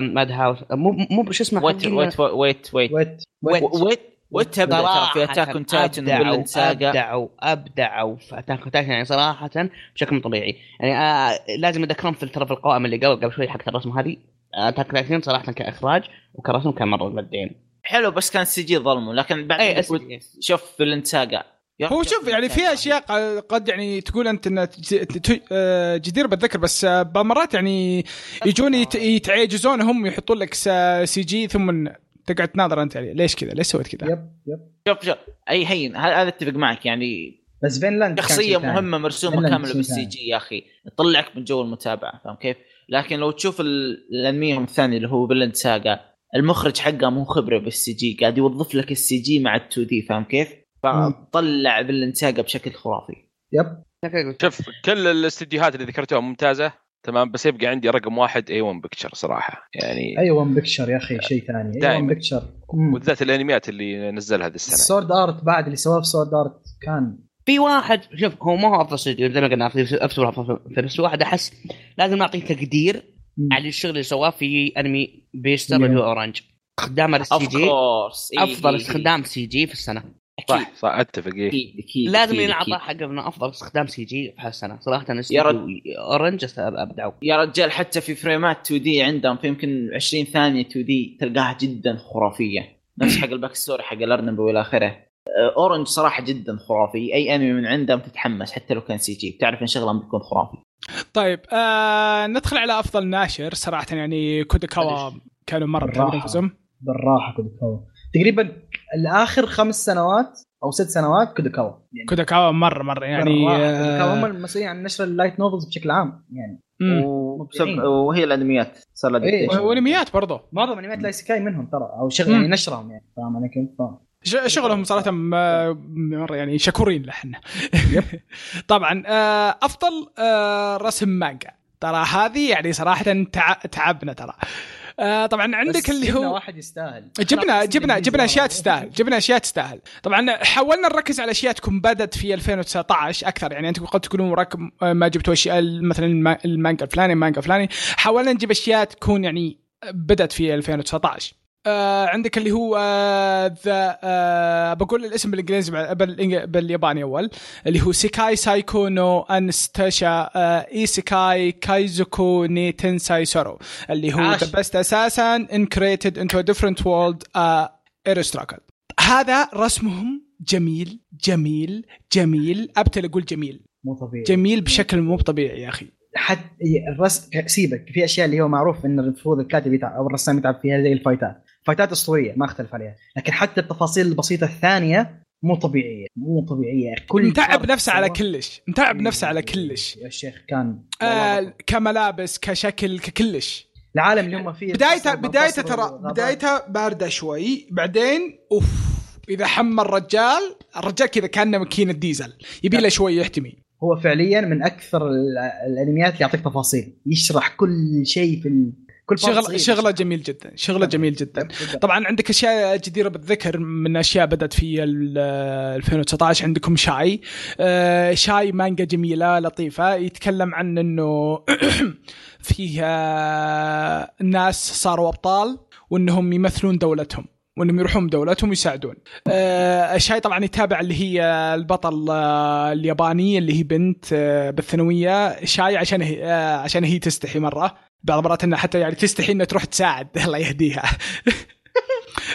Speaker 5: ماد هاوس آه، مو مو شو اسمه
Speaker 4: ويت
Speaker 5: حقين-
Speaker 4: ويت ويت ويت
Speaker 3: ويت
Speaker 5: ويت.
Speaker 4: ويت ويت تبدا ترى في اتاك اون تايتن
Speaker 5: ابدعوا
Speaker 4: وفيلن ساجا
Speaker 5: ابدعوا ابدعوا في اتاك اون تايتن يعني صراحه بشكل مو طبيعي يعني آه لازم اذكرهم في ترى في القوائم اللي قبل قبل شوي حق الرسم هذه آه، اتاك اون تايتن صراحه كاخراج وكرسم كان مره مبدعين
Speaker 4: حلو بس كان سي جي ظلمه لكن بعد
Speaker 5: اي أس-
Speaker 4: شوف فيلن ساجا يا
Speaker 1: هو
Speaker 4: رجل
Speaker 1: شوف يعني
Speaker 4: فيلن
Speaker 1: في
Speaker 4: ساجا.
Speaker 1: اشياء ق- قد يعني تقول انت انها تج- تج- آه، جدير بالذكر بس آه، مرات يعني يجون
Speaker 5: آه،
Speaker 1: يت- يتعاجزون هم يحطون لك س- سي جي ثم تقعد تناظر انت يعني ليش كذا؟ ليش سويت كذا؟
Speaker 3: يب يب
Speaker 4: شوف شوف اي هين ه- هذا اتفق معك يعني
Speaker 3: بس فينلاند كان شيء
Speaker 4: شخصيه
Speaker 3: ثاني.
Speaker 4: مهمه
Speaker 3: فيلن
Speaker 4: مرسومه
Speaker 3: شيء
Speaker 4: كامله بالسي
Speaker 3: ثاني.
Speaker 4: جي يا اخي تطلعك من جو المتابعه فاهم كيف؟ لكن لو تشوف ال- الانمي الثاني اللي هو فيلن ساجا المخرج حقه مو خبره بالسي جي قاعد يوظف لك السي جي مع ال 2 دي فاهم كيف؟ فطلع فيلن ساجا بشكل خرافي
Speaker 3: يب
Speaker 5: أتاك أون تايتن.
Speaker 2: شوف كل الاستديوهات اللي ذكرتوها ممتازه تمام بس يبقى عندي رقم واحد اي 1 بكتشر صراحه يعني
Speaker 3: اي ون بكشر يا اخي شيء ثاني اي ون
Speaker 2: دايماً.
Speaker 3: بكشر
Speaker 2: وبالذات الانميات اللي نزلها هذه السنه
Speaker 3: السورد ارت بعد اللي سواه في سورد ارت كان
Speaker 5: في واحد شوف هو ما هو افضل استوديو زي ما قلنا في افضل افضل بس واحد احس لازم نعطيه تقدير
Speaker 3: مم.
Speaker 5: على الشغل اللي سواه في انمي بيستر
Speaker 3: مم.
Speaker 5: اللي هو اورنج استخدام السي
Speaker 4: اوف
Speaker 5: جي
Speaker 4: كورس
Speaker 5: افضل استخدام سي جي في السنه
Speaker 2: صح صح اتفق إيه.
Speaker 4: اكيد اكيد
Speaker 5: لازم
Speaker 4: أكيد،
Speaker 5: ينعطى
Speaker 4: أكيد.
Speaker 5: حق انه افضل استخدام سي جي في السنه صراحه
Speaker 4: يا
Speaker 5: استوديو
Speaker 4: رجل.
Speaker 5: اورنج ابدعوا
Speaker 4: يا رجال حتى في فريمات 2 دي عندهم في يمكن 20 ثانيه 2 دي تلقاها جدا خرافيه نفس حق الباك ستوري حق الارنب والى اخره أه، اورنج صراحه جدا خرافي اي انمي من عندهم تتحمس حتى لو كان سي جي تعرف ان شغلهم بيكون خرافي
Speaker 1: طيب آه ندخل على افضل ناشر صراحه يعني كودكاوا
Speaker 4: معليش.
Speaker 1: كانوا مره
Speaker 3: بالراحة.
Speaker 1: متعبين انفسهم
Speaker 3: بالراحه كودوكاوا تقريبا الاخر خمس سنوات او ست سنوات كودوكاوا يعني
Speaker 1: كودكاوا مره مره يعني
Speaker 3: بالراحة، كودوكاوا هم
Speaker 1: آه
Speaker 3: المسؤولين عن نشر اللايت نوفلز بشكل عام يعني
Speaker 1: مم.
Speaker 4: وبسبب
Speaker 3: مبدعين.
Speaker 4: وهي الانميات صار لها
Speaker 3: إيه.
Speaker 4: adaptation.
Speaker 1: وانميات برضه
Speaker 3: معظم انميات لايسيكاي منهم ترى او شغل
Speaker 1: مم.
Speaker 3: يعني نشرهم يعني فاهم علي كيف؟ فاهم.
Speaker 1: ش- شغلهم صراحه ما- مره يعني شكورين لحنا طبعا آه، افضل آه، رسم مانجا ترى هذه يعني صراحه تع- تعبنا ترى آه، طبعا
Speaker 3: بس
Speaker 1: عندك اللي
Speaker 3: جبنا
Speaker 1: هو
Speaker 3: واحد يستاهل
Speaker 1: جبنا
Speaker 3: خلاص، يعني
Speaker 1: جبنا
Speaker 3: إنجليزي
Speaker 1: جبنا اشياء
Speaker 3: والله.
Speaker 1: تستاهل جبنا اشياء تستاهل طبعا حاولنا نركز على اشياء تكون بدت في 2019 اكثر يعني انتم قد تكونوا رقم ما جبتوا اشياء مثلا الما- المانجا الفلاني المانجا الفلاني حاولنا نجيب اشياء تكون يعني بدت في 2019 آه عندك اللي هو آه ذا آه بقول الاسم بالانجليزي بعد- بالإنج- بالياباني اول اللي هو سيكاي سايكو نو انستشا آه ايسيكاي كايزوكو ني تنساي سورو اللي هو
Speaker 3: عاش.
Speaker 1: ذا بيست اساسا ان كريتد انتو ا ديفرنت وورلد ارستراكل آه، هذا رسمهم جميل جميل جميل ابتل اقول جميل
Speaker 3: مو طبيعي
Speaker 1: جميل بشكل مو طبيعي يا اخي
Speaker 3: حتى الرسم سيبك في اشياء اللي هو معروف ان المفروض الكاتب يتعب او الرسام يتعب فيها زي الفايتات فايتات اسطوريه ما اختلف عليها لكن حتى التفاصيل البسيطه الثانيه مو طبيعيه مو طبيعيه كل
Speaker 1: متعب
Speaker 3: فرد
Speaker 1: نفسه على
Speaker 3: سواه-
Speaker 1: كلش متعب نفسه على كلش
Speaker 3: يا شيخ كان
Speaker 1: آه كملابس كشكل ككلش
Speaker 3: العالم اللي هم فيه
Speaker 1: بدايتها
Speaker 3: الفصل
Speaker 1: بدايتها
Speaker 3: والبصر
Speaker 1: ترى
Speaker 3: والغابات.
Speaker 1: بدايتها بارده شوي بعدين اوف اذا حمى الرجال الرجال كذا كانه ماكينه ديزل يبي له شوي يحتمي
Speaker 3: هو فعليا من اكثر ال- الانميات اللي يعطيك تفاصيل يشرح كل شيء في ال... كل طيب، part صغير.
Speaker 1: شغل شغله جميل جدا شغله جميل جدا طبعا عندك اشياء جديره بالذكر من اشياء بدات في ال- 2019 عندكم شاي آه، شاي مانجا جميله لطيفه يتكلم عن انه فيها ناس صاروا ابطال وانهم يمثلون دولتهم وانهم يروحون دولتهم ويساعدون. آه، الشاي طبعا يتابع اللي هي البطل آه، الياباني اللي هي بنت آه، بالثانويه شاي عشان هي آه، عشان هي تستحي مره بعض المرات انها حتى يعني تستحي انها تروح تساعد الله يهديها.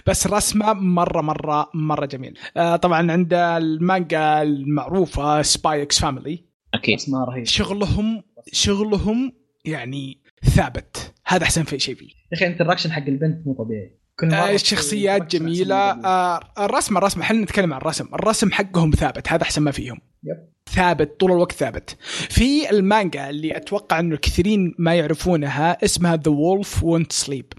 Speaker 1: بس رسمه مره مره مره جميل. آه، طبعا عند المانجا المعروفه سبايكس فاميلي
Speaker 4: اكيد
Speaker 3: اسمها رهيب يا
Speaker 1: شغلهم شغلهم يعني ثابت هذا احسن في شيء فيه
Speaker 3: اخي الانتراكشن حق البنت مو طبيعي كل مرة
Speaker 1: آه الشخصيات
Speaker 3: interaction
Speaker 1: جميله
Speaker 3: مو طبيعي.
Speaker 1: آه الرسم الرسم احنا نتكلم عن الرسم الرسم حقهم ثابت هذا احسن ما فيهم
Speaker 3: يب.
Speaker 1: ثابت طول الوقت ثابت في المانجا اللي اتوقع انه الكثيرين ما يعرفونها اسمها ذا وولف وونت سليب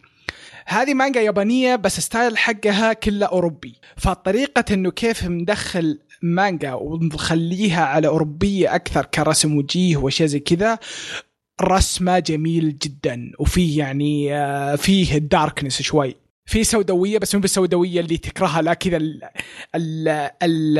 Speaker 1: هذه مانجا يابانية بس ستايل حقها كله أوروبي فطريقة أنه كيف مدخل مانجا ومخليها على أوروبية أكثر كرسم وجيه وأشياء زي كذا رسمة جميل جدا وفيه يعني آه، فيه الداركنس شوي في سوداويه بس مو بالسوداويه اللي تكرهها لا كذا ال- ال- ال-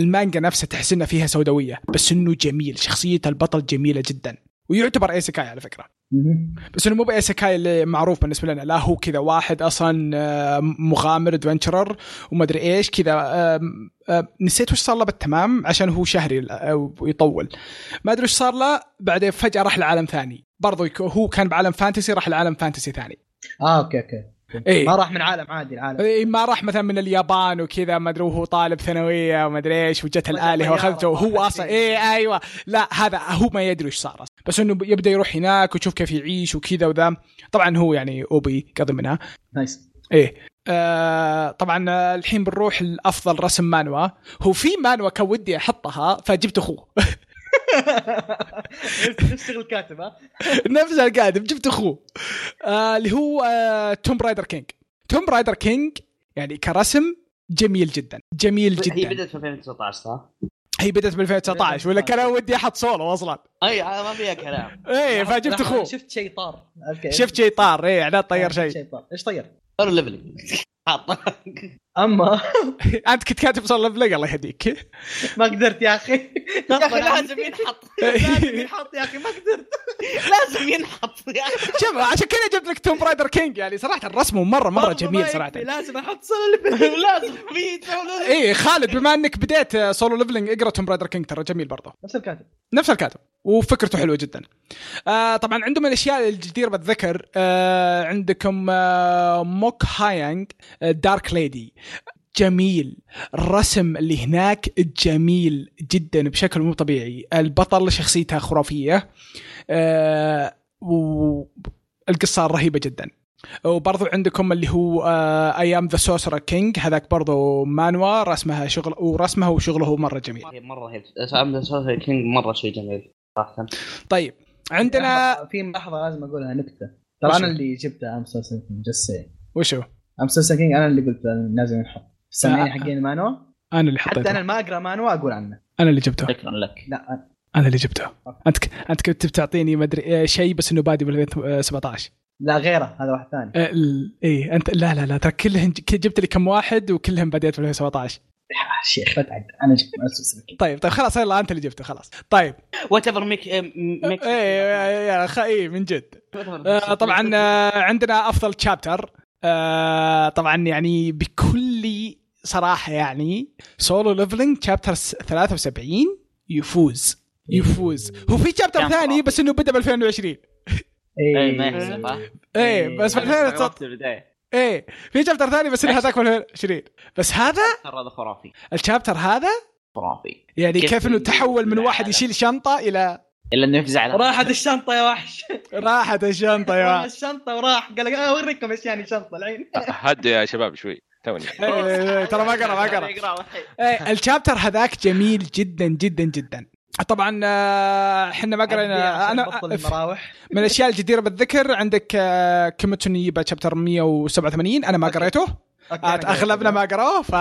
Speaker 1: المانجا نفسها تحس انها فيها سوداويه بس انه جميل شخصيه البطل جميله جدا ويعتبر ايسكاي على فكره
Speaker 3: مهم.
Speaker 1: بس انه مو بايسكاي اللي معروف بالنسبه لنا لا هو كذا واحد اصلا آه، مغامر ادفنتشرر وما ادري ايش كذا آم، آم، نسيت وش صار له بالتمام عشان هو شهري ال- آه، ويطول ما ادري وش صار له بعدين فجاه راح لعالم ثاني برضو يك- هو كان بعالم فانتسي راح لعالم فانتسي ثاني
Speaker 3: اه اوكي اوكي
Speaker 1: ايه
Speaker 3: ما راح من عالم عادي العالم
Speaker 1: إيه ما راح مثلا من اليابان وكذا ما ادري وهو طالب ثانويه وما ادري ايش وجت
Speaker 3: وجا
Speaker 1: الالهه
Speaker 3: طيارة
Speaker 1: واخذته وهو
Speaker 3: طاحت
Speaker 1: اصلا
Speaker 3: فيه.
Speaker 1: اي ايوه لا هذا هو ما يدري ايش صار أصلاً. بس انه يبدا يروح هناك ويشوف كيف يعيش وكذا وذا طبعا هو يعني اوبي قضي منها
Speaker 3: نايس
Speaker 1: ايه آه طبعا آه، الحين بنروح لافضل رسم مانوا هو في مانوا كان ودي احطها فجبت اخوه
Speaker 3: تشتغل كاتب ها
Speaker 1: نفس القادم جبت اخوه آه، اللي هو آه، توم برايدر كينج توم برايدر كينج يعني كرسم جميل جدا جميل
Speaker 5: هي
Speaker 1: جدا
Speaker 5: بدات في 2019 صح؟
Speaker 1: هي بدات ب 2019 ولا كان أنا ودي احط سولو اصلا
Speaker 5: اي ما فيها كلام
Speaker 1: ايه
Speaker 3: لحظة،
Speaker 1: فجبت
Speaker 3: لحظة،
Speaker 1: اخوه
Speaker 3: شفت شيء طار اوكي
Speaker 1: شفت شيء طار ايه عناد طير شيء
Speaker 3: شيء طار ايش طير؟
Speaker 5: صار ليفلي حاطه
Speaker 3: اما
Speaker 1: انت كنت كاتب صار لفلق الله يهديك
Speaker 3: ما قدرت يا اخي يا اخي لازم
Speaker 5: ينحط
Speaker 3: لازم ينحط يا اخي ما قدرت
Speaker 5: لازم ينحط يا اخي
Speaker 1: شوف عشان كذا جبت لك توم رايدر كينج يعني صراحه الرسم مره مره جميل صراحه
Speaker 3: لازم احط صلة
Speaker 5: لازم في يتحولون.
Speaker 1: ايه خالد بما انك بديت آه، سولو ليفلنج اقرا توم رايدر كينج ترى جميل برضه
Speaker 3: نفس الكاتب
Speaker 1: نفس الكاتب وفكرته حلوه جدا. آه طبعا عندهم الاشياء الجديره بالذكر آه عندكم آه موك هايانج آه دارك ليدي جميل الرسم اللي هناك جميل جدا بشكل مو طبيعي البطل شخصيته خرافيه آه والقصه رهيبه جدا وبرضو عندكم اللي هو آه، ايام ذا سوسرا كينج هذاك برضو مانوا رسمها شغل ورسمه وشغله مره جميل
Speaker 5: رهيب، مره رهيب سام سوسايد كينج مره شيء جميل صراحه
Speaker 1: طيب عندنا
Speaker 3: لحظة- في لحظة لازم اقولها نكتة ترى
Speaker 1: وشو؟
Speaker 3: انا اللي جبتها ام سلسلة جسي
Speaker 1: وشو
Speaker 3: ام سلسلة كينج انا اللي قلت لازم نحط السامعين حقين المانوا
Speaker 1: انا اللي
Speaker 3: حتى
Speaker 1: حطيته
Speaker 3: انا ما اقرا مانوا اقول عنه
Speaker 1: انا اللي جبته
Speaker 4: شكرا لك
Speaker 3: لا أنا-
Speaker 1: انا اللي جبته انت ك... انت كنت بتعطيني ما ادري آه، شيء بس انه بادي ب 2017
Speaker 3: لا غيره هذا واحد ثاني
Speaker 1: آه، ال- ايه انت لا لا لا ترى كلهم ج- جبت لي كم واحد وكلهم باديت ب 2017
Speaker 3: آه، شيخ لا تعد انا جبت ام سلسلة كينج
Speaker 1: طيب طيب خلاص يلا انت اللي جبته خلاص طيب
Speaker 5: وات ايفر ميك ميك
Speaker 1: ايه
Speaker 3: إيه.
Speaker 1: يا خ... ايه من جد آه، طبعا آه، عندنا افضل تشابتر طبعا يعني بكل صراحه يعني سولو ليفلنج تشابتر 73 يفوز يفوز هو في تشابتر
Speaker 4: كان
Speaker 1: ثاني
Speaker 4: خرافي.
Speaker 1: بس انه بدا ب 2020
Speaker 3: إيه.
Speaker 4: اي إيه، ما يحسب ها؟
Speaker 1: ايه بس في
Speaker 4: أنا
Speaker 1: 2019
Speaker 4: استغربت في البدايه
Speaker 1: ايه في شابتر ثاني بس إن هذاك في 2020 بس هذا
Speaker 4: ترى هذا خرافي
Speaker 1: الشابتر هذا
Speaker 4: خرافي
Speaker 1: يعني
Speaker 4: كيف
Speaker 1: كيف انه
Speaker 4: ال-
Speaker 1: تحول من واحد
Speaker 4: العالم.
Speaker 1: يشيل شنطه الى
Speaker 4: الا انه يفزع على
Speaker 3: راحت الشنطة يا وحش
Speaker 1: راحت الشنطه
Speaker 3: راح
Speaker 1: يا
Speaker 3: الشنطة وراح قال لك انا اوريكم ايش يعني شنطة الحين
Speaker 2: هدي يا شباب شوي توني
Speaker 1: إيه، ترى ما قرا ما قرا إيه، الشابتر هذاك جميل جدا جدا جدا طبعا آه، احنا ما قرينا
Speaker 3: عشان
Speaker 1: انا
Speaker 3: بطل المراوح
Speaker 1: من الاشياء الجديره بالذكر عندك آه، كيميتسو نيبا شابتر 187 انا ما قريته
Speaker 3: أوكي، أنا
Speaker 1: آه، اغلبنا ما قروه ف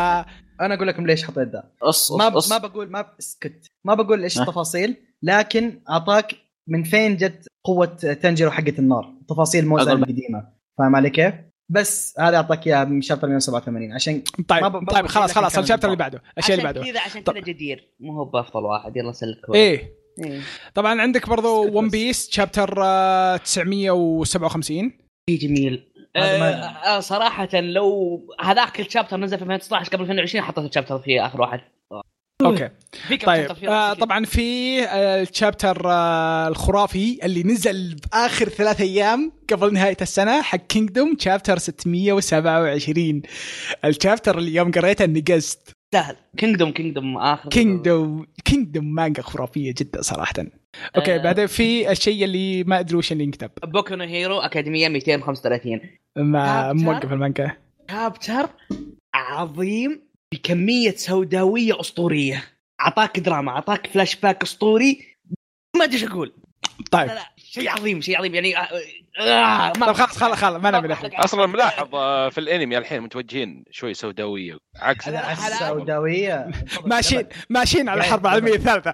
Speaker 3: انا اقول لكم ليش حطيت ذا
Speaker 4: قص
Speaker 3: ما
Speaker 4: قص
Speaker 3: ما بقول ما اسكت ما بقول ايش
Speaker 4: أه.
Speaker 3: التفاصيل لكن اعطاك من فين جت قوه تنجرو حقه النار تفاصيل موزع
Speaker 4: أقول-
Speaker 3: القديمه فاهم علي كيف؟ بس هذا اعطاك اياها من شابتر 187 عشان ما
Speaker 1: طيب
Speaker 3: ب- ما
Speaker 1: طيب
Speaker 3: بقول
Speaker 1: خلاص
Speaker 3: لك
Speaker 1: خلاص
Speaker 3: كم
Speaker 1: الشابتر اللي
Speaker 3: بالضبط.
Speaker 1: بعده الشيء اللي
Speaker 5: عشان
Speaker 1: بعده
Speaker 5: كذا عشان
Speaker 1: طب-
Speaker 5: كذا جدير مو هو بافضل واحد يلا سلك
Speaker 1: ايه
Speaker 5: إيه.
Speaker 1: طبعا عندك برضو
Speaker 3: بس.
Speaker 1: ون بيس شابتر آه، 957
Speaker 5: في جميل
Speaker 3: هذا ما-
Speaker 5: آه، آه، صراحة لو هذاك الشابتر نزل في 2019 قبل 2020 حطيت الشابتر في اخر واحد
Speaker 1: اوكي
Speaker 5: في كم
Speaker 1: طيب
Speaker 5: chapter في
Speaker 1: آه
Speaker 5: آخر
Speaker 1: طبعا في آه، الشابتر آه الخرافي اللي نزل باخر ثلاث ايام قبل نهايه السنه حق كينجدوم شابتر 627 الشابتر اللي يوم قريته نقزت
Speaker 5: سهل كينجدوم كينجدوم اخر
Speaker 1: كينجدوم كينجدوم مانجا خرافيه جدا صراحه اوكي
Speaker 5: آه.
Speaker 1: بعدين في الشيء اللي ما ادري وش اللي انكتب
Speaker 5: بوكو نو هيرو اكاديمية 235
Speaker 1: ما
Speaker 5: شابتر؟
Speaker 1: موقف المانجا
Speaker 5: شابتر عظيم بكمية سوداوية اسطورية اعطاك دراما اعطاك فلاش باك اسطوري ما ادري ايش اقول
Speaker 1: طيب
Speaker 5: لا لا شيء عظيم شيء عظيم يعني آه، آه ما
Speaker 1: طب خلاص خلاص خلاص ما نبي
Speaker 5: يعني
Speaker 1: نحرق.
Speaker 2: اصلا ملاحظ آه، في الانمي الحين متوجهين شوي سوداويه عكس
Speaker 5: لا،
Speaker 3: على
Speaker 5: لا،
Speaker 3: السوداويه
Speaker 1: ماشيين ماشيين على الحرب العالميه الثالثه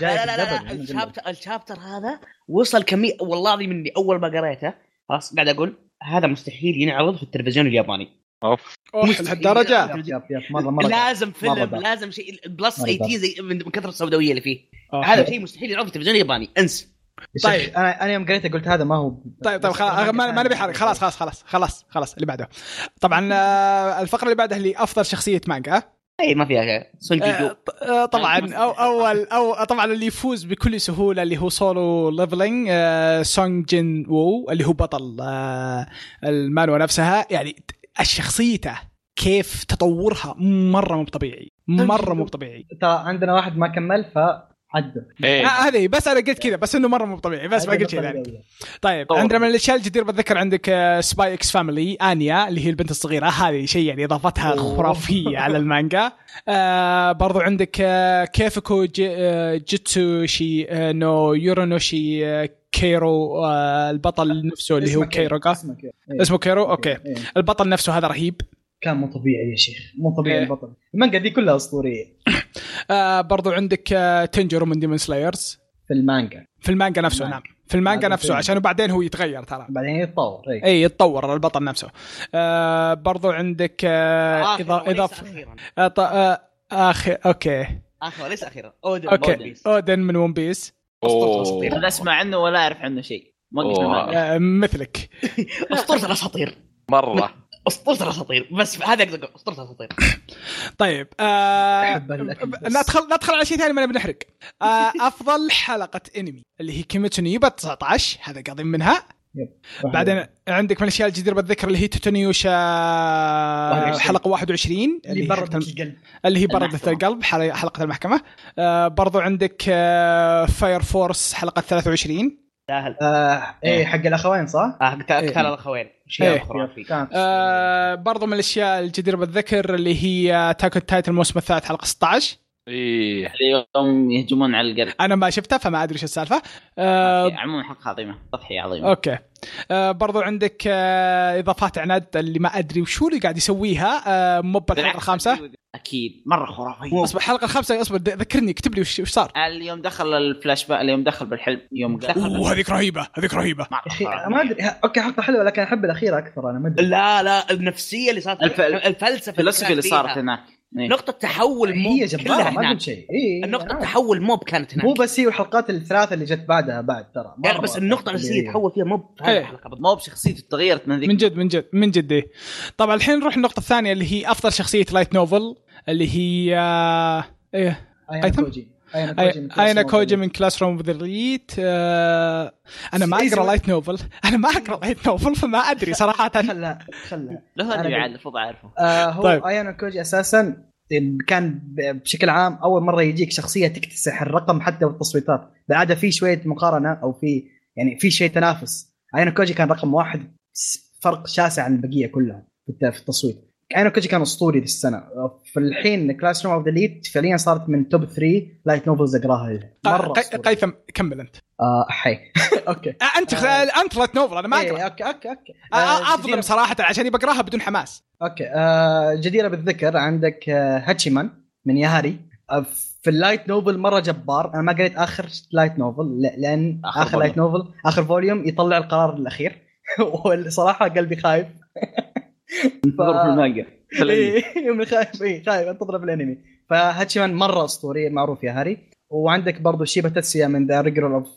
Speaker 3: جاي
Speaker 5: لا لا لا, لا, لا
Speaker 3: بالجبل، أنا أقول لك.
Speaker 5: الشابتر الشابتر هذا وصل كمية والله العظيم اني اول ما قريته خلاص قاعد اقول هذا مستحيل ينعرض في التلفزيون الياباني
Speaker 2: اوف
Speaker 1: اوف لهالدرجه
Speaker 3: ياب، ياب، ياب، مره مره
Speaker 5: لازم
Speaker 3: مرة
Speaker 5: فيلم
Speaker 3: بقى.
Speaker 5: لازم شيء بلس
Speaker 3: مرة
Speaker 5: 80
Speaker 3: بقى.
Speaker 5: زي من من كثر السوداويه اللي فيه
Speaker 3: آه.
Speaker 1: أوكي.
Speaker 5: هذا شيء مستحيل ينعرض في التلفزيون الياباني انسى
Speaker 1: طيب.
Speaker 3: طيب انا انا يوم قريته قلت هذا ما هو
Speaker 1: طيب طيب خلاص ما, ما نبي حرق خلاص خلاص خلاص خلاص خلاص اللي بعده طبعا آه، الفقره اللي بعدها اللي افضل شخصيه مانجا
Speaker 5: اي ما فيها
Speaker 1: آه،
Speaker 5: سونجيجو
Speaker 1: ط- آه، طبعا
Speaker 5: يعني
Speaker 1: أو
Speaker 5: مثلاً.
Speaker 1: اول او طبعا اللي يفوز بكل سهوله اللي هو سولو ليفلينج آه، سونج جين وو اللي هو بطل آه، المانوا نفسها يعني ت- شخصيته كيف تطورها مره مو طبيعي مره مو طبيعي
Speaker 3: ترى عندنا واحد ما كمل فعده
Speaker 1: آه،
Speaker 2: ايه
Speaker 1: هذه بس انا قلت كذا بس انه مره مو طبيعي بس ما
Speaker 3: هذه
Speaker 1: قلت شيء ثاني
Speaker 3: السوداوية.
Speaker 1: طيب
Speaker 4: طور.
Speaker 1: عندنا من الاشياء الجديره بتذكر عندك آه، سباي اكس فاميلي انيا اللي هي البنت الصغيره هذه شيء يعني اضافتها
Speaker 3: أوه.
Speaker 1: خرافيه على المانجا آه برضو عندك آه كيفكو جي- آه، جيتسو شي آه نو يورونوشي آه كيرو آه البطل نفسه اللي هو
Speaker 3: اسمك إيه؟
Speaker 1: كيروغا
Speaker 3: اسمك إيه؟ إيه.
Speaker 1: اسمه كيرو اوكي
Speaker 3: إيه.
Speaker 1: البطل نفسه هذا رهيب
Speaker 3: كان مو طبيعي يا شيخ مو طبيعي
Speaker 1: إيه.
Speaker 3: البطل المانجا دي كلها اسطوريه
Speaker 1: آه برضو عندك آه تنجرو من ديمون سلايرز
Speaker 3: في المانجا
Speaker 1: في المانجا نفسه
Speaker 3: المانجا.
Speaker 1: نعم في المانجا
Speaker 3: هذا
Speaker 1: نفسه
Speaker 3: فيلم.
Speaker 1: عشان وبعدين هو يتغير ترى
Speaker 3: بعدين يتطور إيه. اي
Speaker 1: اي يتطور البطل نفسه آه برضو عندك آه
Speaker 5: آخر
Speaker 1: إضا-
Speaker 5: وليس
Speaker 1: اضافه
Speaker 5: اخيرا
Speaker 1: آه ط- آه اخي اوكي
Speaker 5: اخر وليس اخيرا اودن أودن.
Speaker 1: اوكي اودن من ون بيس
Speaker 2: أوه.
Speaker 5: أسطورة
Speaker 4: لا اسمع عنه ولا اعرف عنه شيء ما قد
Speaker 2: طيب. أوه.
Speaker 4: سمعت عنه.
Speaker 1: آه مثلك
Speaker 5: اسطوره الاساطير
Speaker 2: مره
Speaker 5: اسطوره الاساطير بس هذا اقدر أقول، اسطوره الاساطير
Speaker 1: طيب
Speaker 5: إيه.
Speaker 1: آه
Speaker 3: أحب الأكل بس.
Speaker 1: ندخل ندخل على شيء ثاني ما بنحرق آه افضل حلقه انمي اللي هي كيميتسو نيبا 19 هذا قاضي منها بعدين
Speaker 3: يعني
Speaker 1: عندك من الاشياء الجديره بالذكر اللي هي توتونيوشا
Speaker 3: 21.
Speaker 1: حلقه 21
Speaker 3: اللي
Speaker 1: هي
Speaker 3: برد
Speaker 1: حلقة الم-
Speaker 3: القلب
Speaker 1: اللي هي بردة
Speaker 4: المحكمة.
Speaker 1: القلب حل- حلقه المحكمه آه برضو عندك آه فاير فورس حلقه 23
Speaker 5: سهل
Speaker 3: آه
Speaker 5: إيه.
Speaker 3: ايه حق الاخوين صح؟
Speaker 5: آه، قتال
Speaker 1: إيه.
Speaker 5: قتال الاخوين
Speaker 1: إيه.
Speaker 5: شيء خرافي
Speaker 3: كان
Speaker 1: آه برضو من الاشياء الجديره بالذكر اللي هي تاكو تايتن الموسم الثالث حلقه 16
Speaker 2: ايه
Speaker 4: اليوم يهجمون على القلب
Speaker 1: انا ما شفتها فما ادري شو السالفه آه
Speaker 4: عموما حق عظيمه تضحيه عظيمه
Speaker 1: اوكي آه برضو عندك آه اضافات عناد اللي ما ادري وشو اللي قاعد يسويها آه موب الحلقه الخامسه
Speaker 4: اكيد مره خرافيه
Speaker 1: اصبر الحلقه الخامسه اصبر د- ذكرني اكتب لي وش وش صار
Speaker 4: اليوم دخل الفلاش باك اليوم دخل بالحلم يوم دخل
Speaker 1: اوه هذيك رهيبه هذيك رهيبه
Speaker 4: مرة
Speaker 3: اخي
Speaker 5: آه.
Speaker 4: خرافية.
Speaker 3: ما ادري ها- اوكي حلقه حلوه لكن احب الاخيره اكثر انا ما ادري
Speaker 5: لا لا النفسيه اللي صارت
Speaker 4: الف-
Speaker 5: الفلسفه
Speaker 4: الفلسفه اللي
Speaker 5: كانت
Speaker 4: صارت
Speaker 5: فيها.
Speaker 4: هناك إيه.
Speaker 5: نقطه تحول موب
Speaker 3: هي
Speaker 5: كلها
Speaker 3: جباره ما
Speaker 5: هناك.
Speaker 3: قلت شيء اي
Speaker 5: النقطه تحول موب كانت هناك
Speaker 3: مو بس هي والحلقات الثلاثه اللي جت بعدها بعد ترى
Speaker 5: لا
Speaker 3: مرة
Speaker 5: بس النقطة الأساسية
Speaker 3: إيه.
Speaker 5: تحول فيها موب في هذه
Speaker 1: إيه.
Speaker 5: الحلقة بالضبط
Speaker 4: ما هو بشخصيته تغيرت من ذيك
Speaker 1: من جد من جد من جد إيه. طبعا الحين نروح النقطه الثانيه اللي هي افضل شخصيه لايت نوفل اللي هي آه ايه
Speaker 3: ايانا
Speaker 1: قيثم؟
Speaker 3: كوجي ايانا كوجي من
Speaker 1: أي- اينا
Speaker 3: كوروسوما
Speaker 1: كوجي من كلاس روم ذا ريت آه، انا ما
Speaker 3: إيزي
Speaker 1: اقرا
Speaker 3: وين؟
Speaker 1: لايت نوفل انا ما اقرا لايت نوفل فما ادري صراحه
Speaker 3: خلها خلها
Speaker 4: له
Speaker 3: أنا
Speaker 4: ادري
Speaker 3: بال-
Speaker 4: عاد المفروض اعرفه
Speaker 3: آه هو
Speaker 1: طيب.
Speaker 3: طيب. ايانا كوجي اساسا كان ب- بشكل عام اول مره يجيك شخصيه تكتسح الرقم حتى بالتصويتات بالعاده في شويه مقارنه او في يعني في شيء تنافس ايانا كوجي كان رقم واحد بس فرق شاسع عن البقيه كلها في الت- في التصويت ايانا كوجي كان اسطوري للسنه فالحين كلاس روم اوف ذا ليت فعليا صارت من توب 3 لايت نوفلز اقراها مره
Speaker 1: قي-
Speaker 3: أسطوري.
Speaker 1: قيثم كمل انت
Speaker 3: آه حي اوكي
Speaker 1: آه، انت
Speaker 3: آه.
Speaker 1: انت لايت نوفل انا ما اقرا
Speaker 3: إيه، اوكي اوكي اوكي
Speaker 1: آه، آه،
Speaker 3: آه،
Speaker 1: اظلم صراحه عشان يبقى اقراها بدون حماس
Speaker 3: اوكي آه جديره بالذكر عندك آه هاتشيمان من ياهاري آه في اللايت نوفل مره جبار انا ما قريت اخر لايت نوفل ل- لان
Speaker 4: آخر
Speaker 3: اخر, آخر لايت نوفل اخر فوليوم يطلع القرار الاخير والصراحه قلبي خايف
Speaker 4: انتظر في المانجا
Speaker 3: إيه، من خايف اي خايف انتظر في الانمي فهاتشيمان مره اسطوري معروف يا هاري وعندك برضو شيبا تاتسيا من ذا ريجرال اوف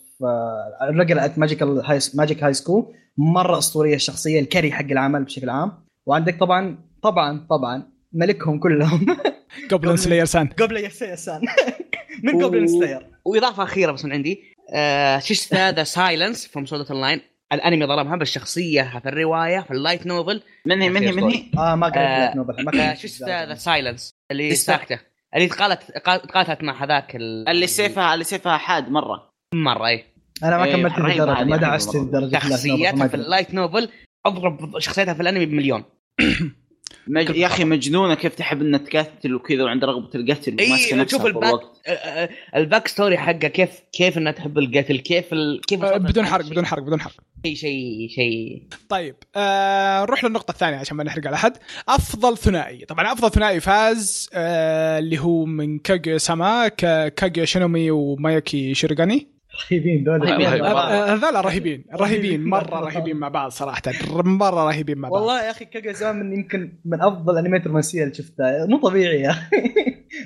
Speaker 3: ريجرال ات ماجيكال هاي ماجيك هاي سكول مره اسطوريه الشخصيه الكري حق العمل بشكل عام وعندك طبعا طبعا طبعا ملكهم كلهم
Speaker 1: قبل
Speaker 3: قبل-
Speaker 1: سلاير سان
Speaker 3: قبل يسان من قبل
Speaker 5: أوه.
Speaker 3: سلاير
Speaker 5: وإضافة أخيرة بس من عندي آه، شو اسمه ذا سايلنس فروم سودة اللاين الأنمي ظلمها بس شخصية في الرواية في اللايت نوفل
Speaker 4: من هي من هي من هي
Speaker 3: اه ما قريت
Speaker 5: آه،
Speaker 3: Black Novel، ما
Speaker 5: آه،
Speaker 3: قريت
Speaker 5: شو اسمه ذا
Speaker 3: Black Novel.
Speaker 5: سايلنس اللي
Speaker 4: اسمه-
Speaker 5: ساكتة اللي تقالت قا- تقاتلت مع هذاك ال-
Speaker 4: اللي سيفها اللي سيفها حاد مره
Speaker 5: مرة اي
Speaker 3: انا ما
Speaker 4: إيه،
Speaker 3: كملت
Speaker 4: رهيبة
Speaker 3: الدرجه ما
Speaker 4: هذه، رهيبة
Speaker 3: دعست
Speaker 4: والله.
Speaker 3: الدرجه في Black Novel، ما
Speaker 5: شخصيتها في
Speaker 3: قريت.
Speaker 5: اللايت نوفل اضرب شخصيتها في الانمي بمليون
Speaker 4: مج... يا اخي مجنونه كيف تحب انها تقتل وكذا وعند رغبه القتل وماسكه
Speaker 5: اي
Speaker 4: نفسها
Speaker 5: شوف
Speaker 4: طول
Speaker 5: الباك
Speaker 4: الوقت
Speaker 5: آه، آه، الباك ستوري حقه كيف كيف انها تحب القتل كيف ال... كيف
Speaker 1: آه، بدون حرق
Speaker 5: شيء-
Speaker 1: بدون حرق بدون حرق
Speaker 5: شيء شيء شيء
Speaker 1: طيب آه نروح للنقطة الثانية عشان ما نحرق على أحد أفضل ثنائي طبعا أفضل ثنائي فاز آه اللي هو من كاجيو ساما ك- كاجيو شينومي ومايكي شيرغاني
Speaker 3: رهيبين دول
Speaker 5: طيب،
Speaker 4: رهيبين
Speaker 1: آه،
Speaker 2: رهيبين.
Speaker 1: آه، هذول رهيبين رهيبين مرة رهيبين مع بعض صراحة مرة رهيبين مع بعض
Speaker 3: والله يا اخي كاجا زمان من يمكن من افضل انميات الرومانسيه اللي شفتها مو طبيعي يا اخي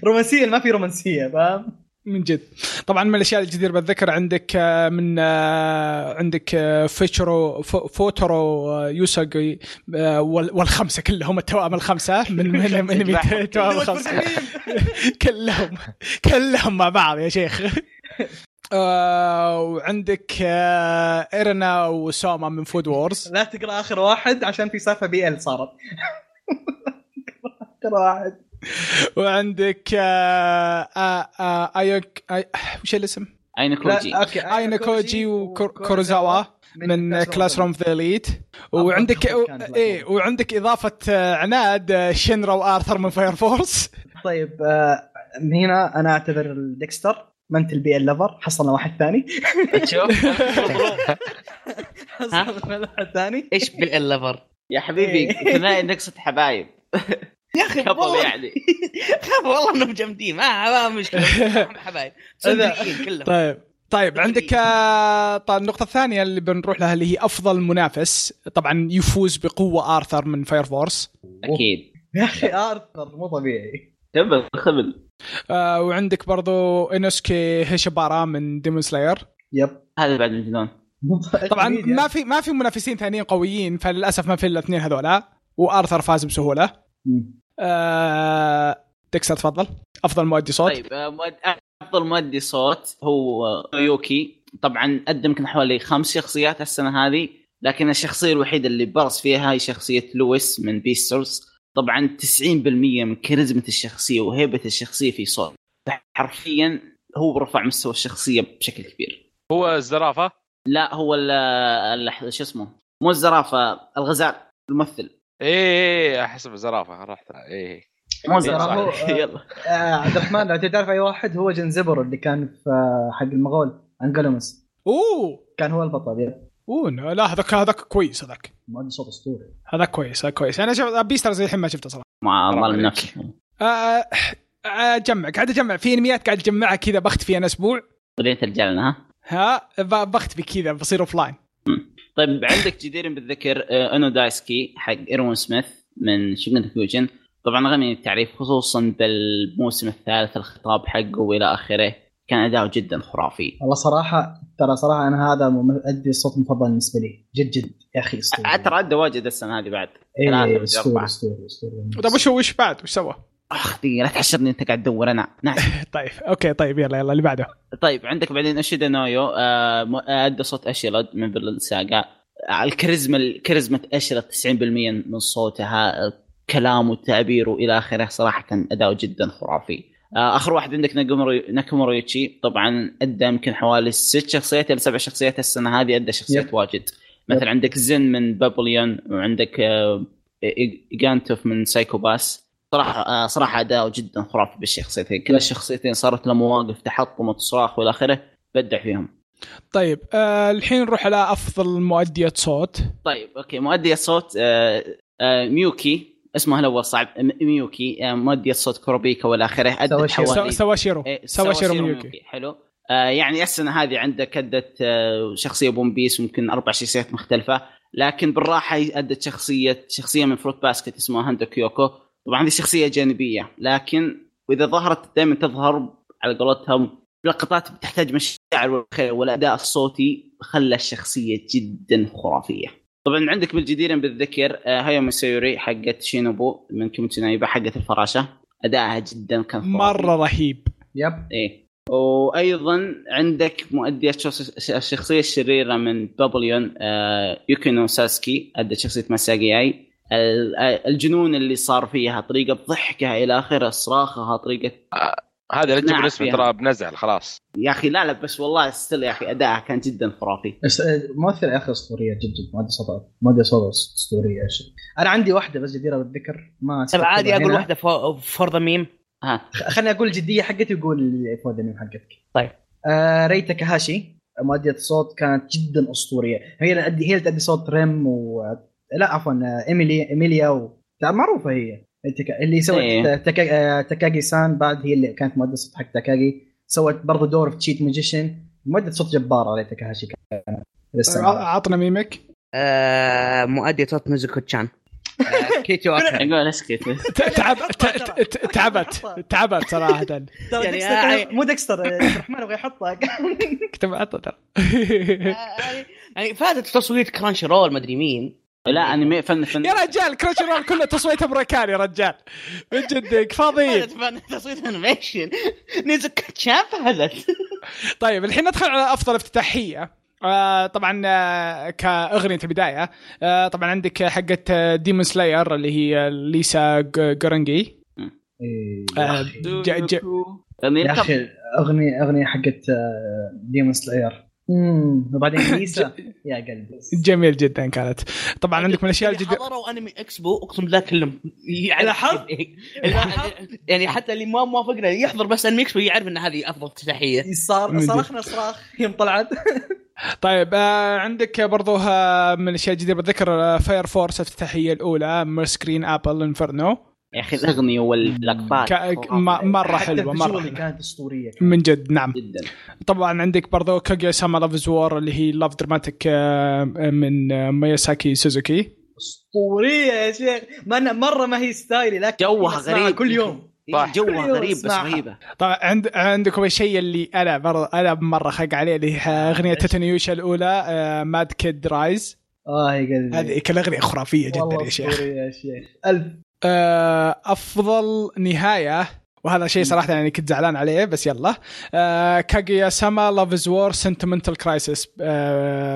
Speaker 3: رومانسيه اللي ما في رومانسيه فاهم
Speaker 1: من جد طبعا من الاشياء الجديره بالذكر عندك آه، من آه، عندك آه، فيتشرو فو- فوترو آه، يوساغي آه، وال- والخمسه كلهم التوائم الخمسه من من من- من- من- التوائم الخمسه كلهم كلهم مع بعض يا شيخ آه، وعندك آه، ايرنا وسوما من فود وورز
Speaker 3: لا تقرا اخر واحد عشان في سالفه بي ال صارت اخر واحد
Speaker 1: وعندك آه، آه، آه، ايوك آي- وش الاسم؟
Speaker 4: عين كوجي
Speaker 3: لا، اوكي
Speaker 1: اينا كوجي وكوروزاوا من كلاس روم ذا ليت وعندك
Speaker 3: أفضل خبر كان
Speaker 1: ايه وعندك اضافه آه، عناد آه، شينرا وارثر من فاير فورس
Speaker 3: طيب آه، من هنا انا اعتذر ديكستر ما انت البي ال لفر حصلنا واحد ثاني
Speaker 4: شوف
Speaker 3: حصلنا واحد ثاني
Speaker 5: ايش بالليفر
Speaker 4: يا حبيبي ثنائي نقصة حبايب
Speaker 5: يا اخي
Speaker 4: قبل
Speaker 5: والله-
Speaker 4: يعني
Speaker 5: لا والله انهم جامدين ما ما مشكله حبايب صدقين كلهم
Speaker 1: طيب طيب عندك آه، طيب النقطة الثانية اللي بنروح لها اللي هي أفضل منافس طبعا يفوز بقوة آرثر من فاير فورس
Speaker 4: اكيد
Speaker 3: يا اخي ارثر مو طبيعي
Speaker 4: تبل خبل
Speaker 1: آه وعندك برضو إنوسكي هيشبارا من ديمون سلاير
Speaker 3: يب
Speaker 4: هذا بعد الجنون
Speaker 1: طبعا ما في ما في منافسين ثانيين قويين فللأسف ما في إلا الاثنين هذولا وآرثر فاز بسهولة آه ديكسر تفضل أفضل مؤدي صوت
Speaker 4: طيب آه، مؤد- افضل مؤدي صوت هو آه، يوكي طبعا ادى يمكن حوالي خمس شخصيات السنه هذه لكن الشخصيه الوحيده اللي برز فيها هي شخصيه لويس من بيسترز طبعا 90% من كاريزمة الشخصيه وهيبه الشخصيه في صوت حرفيا هو رفع مستوى الشخصيه بشكل كبير
Speaker 2: هو الزرافه
Speaker 4: لا هو ال ال- شو اسمه مو الزرافه الغزال الممثل
Speaker 2: ايه احسب الزرافه رحت ايه
Speaker 4: مو
Speaker 2: إيه،
Speaker 4: الزرافه
Speaker 3: صح.
Speaker 4: يلا
Speaker 3: آه، عبد الرحمن لو أنت تعرف اي واحد هو جنزبرو اللي كان في آه، حق المغول انجلومس
Speaker 1: أوه
Speaker 3: كان هو البطل يب
Speaker 1: أوه لا هذاك هذاك كويس هذاك
Speaker 3: مؤدي صوت اسطوري
Speaker 1: هذاك كويس هذاك كويس أنا شفت بيسترز الحين ما شفته صراحة
Speaker 4: ما
Speaker 2: حرام
Speaker 4: ما
Speaker 2: عليك.
Speaker 4: نفسه
Speaker 1: آه، اجمع قاعد اجمع في انميات قاعد اجمعها كذا بختفي انا اسبوع
Speaker 4: بديت رجالنا ها
Speaker 1: ها ب- بختفي كذا بصير اوف لاين
Speaker 4: طيب عندك جدير بالذكر آه، انو دايسكي حق ايروين سميث من شيغن فيوجن طبعا غني عن التعريف خصوصا بالموسم الثالث الخطاب حقه والى اخره كان اداؤه جدا خرافي
Speaker 3: والله صراحه ترى صراحه انا هذا مؤدي الصوت المفضل بالنسبه لي جد جد يا اخي اسطوري
Speaker 4: عاد ترى ادى واجد السنه هذه بعد
Speaker 3: إيه،
Speaker 4: ثلاثة من
Speaker 3: اسطوري
Speaker 4: الأربعة.
Speaker 3: اسطوري اسطوري
Speaker 1: طيب وش وش بعد وش سوى؟
Speaker 4: اخ دقيقه لا تحشرني انت قاعد تدور انا نعم
Speaker 1: طيب اوكي طيب يلا يلا اللي بعده
Speaker 4: طيب عندك بعدين اشيدا نويو آه، م- آه، ادى صوت اشيلد من فيلن ساجا آه، الكاريزما كاريزما اشيلد 90% من صوتها آه، كلامه تعبيره الى اخره صراحه كان اداؤه جدا خرافي آه، اخر واحد عندك ناكامورو- ناكامورو يوتشي طبعا ادى يمكن حوالي ست شخصيات الى سبع شخصيات السنه هذه ادى شخصيات
Speaker 3: يب.
Speaker 4: واجد مثلا عندك زن من بابليون وعندك آه، إي- ايجانتوف من سايكو باس صراحه آه، صراحه اداؤه جدا خرافي بالشخصيتين كلا الشخصيتين صارت له مواقف تحطم وصراخ والى اخره بدع فيهم
Speaker 1: طيب آه الحين نروح على افضل مؤدية صوت
Speaker 4: طيب اوكي مؤدية صوت آه، آه، ميوكي اسمه الاول صعب م- ميوكي آه، مؤدية صوت كروبيكا والى اخره ادت
Speaker 3: سواشيرو.
Speaker 1: سو-
Speaker 4: حوالي
Speaker 1: سواشيرو
Speaker 4: إيه،
Speaker 1: سواشيرو
Speaker 4: سواشيرو
Speaker 1: ميوكي
Speaker 4: حلو آه، يعني السنه هذه عندك ادت آه، شخصيه بون بيس ممكن اربع شخصيات مختلفه لكن بالراحه ادت شخصيه شخصيه من فروت باسكت اسمها هاندو كيوكو طبعا هذه شخصيه جانبيه لكن واذا ظهرت دائما تظهر على قولتهم لقطات تحتاج مشاعر والخير والاداء الصوتي خلى الشخصيه جدا خرافيه طبعا عندك بالجدير بالذكر آه، هايومي سيوري حقت شينوبو من كيميتسو نايبا حقت الفراشه ادائها جدا كان خرافي
Speaker 1: مرة رهيب
Speaker 3: يب
Speaker 4: ايه وايضا عندك مؤدية شخص- الشخصيه الشريره من بابليون آه يوكينو ساسكي ادى شخصيه مساقي اي ال- آه، الجنون اللي صار فيها طريقه ضحكها الى اخره صراخها طريقه
Speaker 2: هذا اللي تجيب
Speaker 4: نعم،
Speaker 2: الاسم
Speaker 4: فيها.
Speaker 2: ترى بنزعل خلاص
Speaker 4: يا اخي لا لا بس والله ستيل يا اخي ادائها كان جدا خرافي
Speaker 3: أس- آه، ممثلة يا اخي اسطوريه جد جد مؤدي صوت مؤدي صوت اسطوريه يا شيخ انا عندي واحده بس جديره بالذكر
Speaker 1: طيب،
Speaker 3: ما
Speaker 5: طب عادي
Speaker 3: استذكرها
Speaker 5: اقول
Speaker 3: هنا.
Speaker 5: واحده فور ذا ميم
Speaker 4: ها
Speaker 3: خ- خليني اقول الجديه حقتي وقول الفودنيم حقتك
Speaker 5: طيب.
Speaker 3: آه ريتا كهاشي مؤدية الصوت كانت جدا اسطوريه هي اللي أدي- هي اللي تأدي صوت ريم و لا عفوا آه، ايميلي ايميليا و... لا، معروفه هي التك... اللي سوت
Speaker 4: إيه.
Speaker 3: تك... آه، تاكاجي سان بعد هي اللي كانت مؤدية صوت حق تاكاجي سوت برضو دور في تشيت ماجيشن مؤدية صوت جباره ريتا كهاشي كانت لسه
Speaker 1: ع- عطنا ميمك
Speaker 5: آه، مؤدي صوت نوزوكو تشان آه، كيتو أكا.
Speaker 4: اقول اسكت
Speaker 1: ت- تعب ت- ت- تعبت تعبت صراحة
Speaker 5: يعني
Speaker 3: ديكستر
Speaker 5: يا
Speaker 3: كان-
Speaker 5: عي-
Speaker 3: مو ديكستر آه، عبد الرحمن ابغى يحطها
Speaker 1: كتب عطنا ترى
Speaker 5: آه، يعني فاتت تصويت كرانش رول مدري مين
Speaker 4: لا انمي فن فن
Speaker 1: يا رجال كراتش رول كله تصويت امريكاني يا رجال من جدك
Speaker 4: طيب.
Speaker 1: فاضيين
Speaker 5: فاتت فاتت تصويت انيميشن نوزوكو تشان فازت
Speaker 1: طيب الحين ندخل على افضل افتتاحيه آه طبعا آه كاغنيه البدايه آه طبعا عندك حقه ديمون سلاير اللي هي آه، ليسا جورنجي آه ج- ج-
Speaker 4: يا
Speaker 3: يا
Speaker 4: اخي
Speaker 3: اخي اغنيه اغنيه حقت آه، ديمون سلاير امم وبعدين ليسا يا قلبي
Speaker 1: جميل جدا كانت طبعا عندك من الاشياء
Speaker 5: اللي
Speaker 1: الجد
Speaker 5: يعني حضروا انمي اكسبو اقسم بالله كلهم يعني
Speaker 3: الحظ.
Speaker 5: الحظ. يعني حتى اللي ما موافقنا يحضر بس انمي اكسبو يعرف ان هذه افضل افتتاحيه
Speaker 3: صار
Speaker 1: من جد.
Speaker 3: صرخنا صراخ يوم طلعت
Speaker 1: طيب آه عندك برضو آه، من الاشياء الجديده بتذكر فاير فورس الافتتاحيه الاولى ميرسكرين ابل انفرنو
Speaker 4: يا اخي الاغنيه والاقطار
Speaker 1: ك- ما- مره
Speaker 3: حتى
Speaker 1: حلوه
Speaker 3: الفيجوال
Speaker 1: مره حلوة.
Speaker 3: كانت اسطوريه
Speaker 1: من جد نعم
Speaker 4: جدا
Speaker 1: طبعا عندك برضو كاغيا ساما لافز وور اللي هي لاف دراماتيك من آه، مياساكي سوزوكي
Speaker 3: اسطوريه يا شيخ ما أنا مره ما هي ستايلي لكن
Speaker 4: جوها
Speaker 3: أسمعها
Speaker 4: غريب.
Speaker 3: كل يوم
Speaker 2: صح.
Speaker 4: جوها
Speaker 3: أيوة،
Speaker 4: غريب بس
Speaker 3: اسمعها.
Speaker 4: رهيبه
Speaker 1: طبعا عند عندكم الشيء اللي انا برضو انا مره خق عليه اللي هي اغنيه تتنيوشا الاولى ماد كيد رايز
Speaker 3: اه يا قلبي
Speaker 1: هذه الاغنيه خرافيه جدا يا شيخ
Speaker 3: اسطوريه يا شيخ الف
Speaker 1: آه، افضل نهايه وهذا شيء صراحه يعني كنت زعلان عليه بس يلا آه، كاغيا ساما لاف از وور سنتمنتال كرايسيس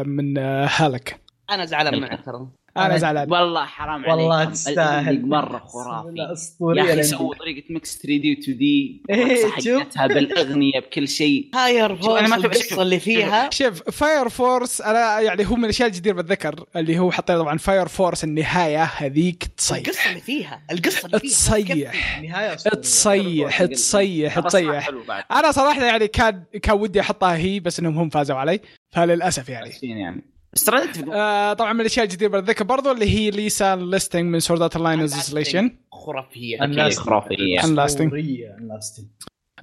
Speaker 1: من آه، هالك
Speaker 5: انا زعلان منها ترى
Speaker 1: انا
Speaker 3: أنا-
Speaker 1: زعلان
Speaker 4: والله حرام عليك
Speaker 3: والله تستاهل
Speaker 4: مره
Speaker 3: بسم الله،
Speaker 4: خرافي
Speaker 3: اسطوريه
Speaker 4: يا اخي
Speaker 3: الأندية.
Speaker 4: سووا طريقه ميكس 3 دي و 2 دي
Speaker 3: إيه،
Speaker 4: حقتها بالاغنيه بكل شيء
Speaker 5: هاير
Speaker 4: شوف، أنا ما
Speaker 5: فورس
Speaker 4: أتوقع-
Speaker 5: القصه اللي فيها
Speaker 1: شوف فاير فورس انا يعني هو من الاشياء الجديره بتذكر اللي هو حطينا طبعا فاير فورس النهايه هذيك تصيح
Speaker 5: القصه اللي فيها القصه اللي فيها
Speaker 1: تصيح
Speaker 3: نهايه اسطوريه
Speaker 1: تصيح تصيح
Speaker 2: بس صح،
Speaker 1: تصيح
Speaker 2: حلو بعد
Speaker 1: انا صراحه يعني كان كان ودي احطها هي بس انهم هم فازوا علي فللاسف يعني
Speaker 4: عارفين يعني بس ترى نتفق
Speaker 1: آه طبعا من الاشياء الجديره بتذكر برضو اللي هي ليسا ليستنج من سورد اوت لاين
Speaker 5: Unlasting.
Speaker 1: ايزوليشن
Speaker 5: خرافيه
Speaker 4: أكيد خرافيه
Speaker 1: انلاستنج
Speaker 3: اسطوريه انلاستنج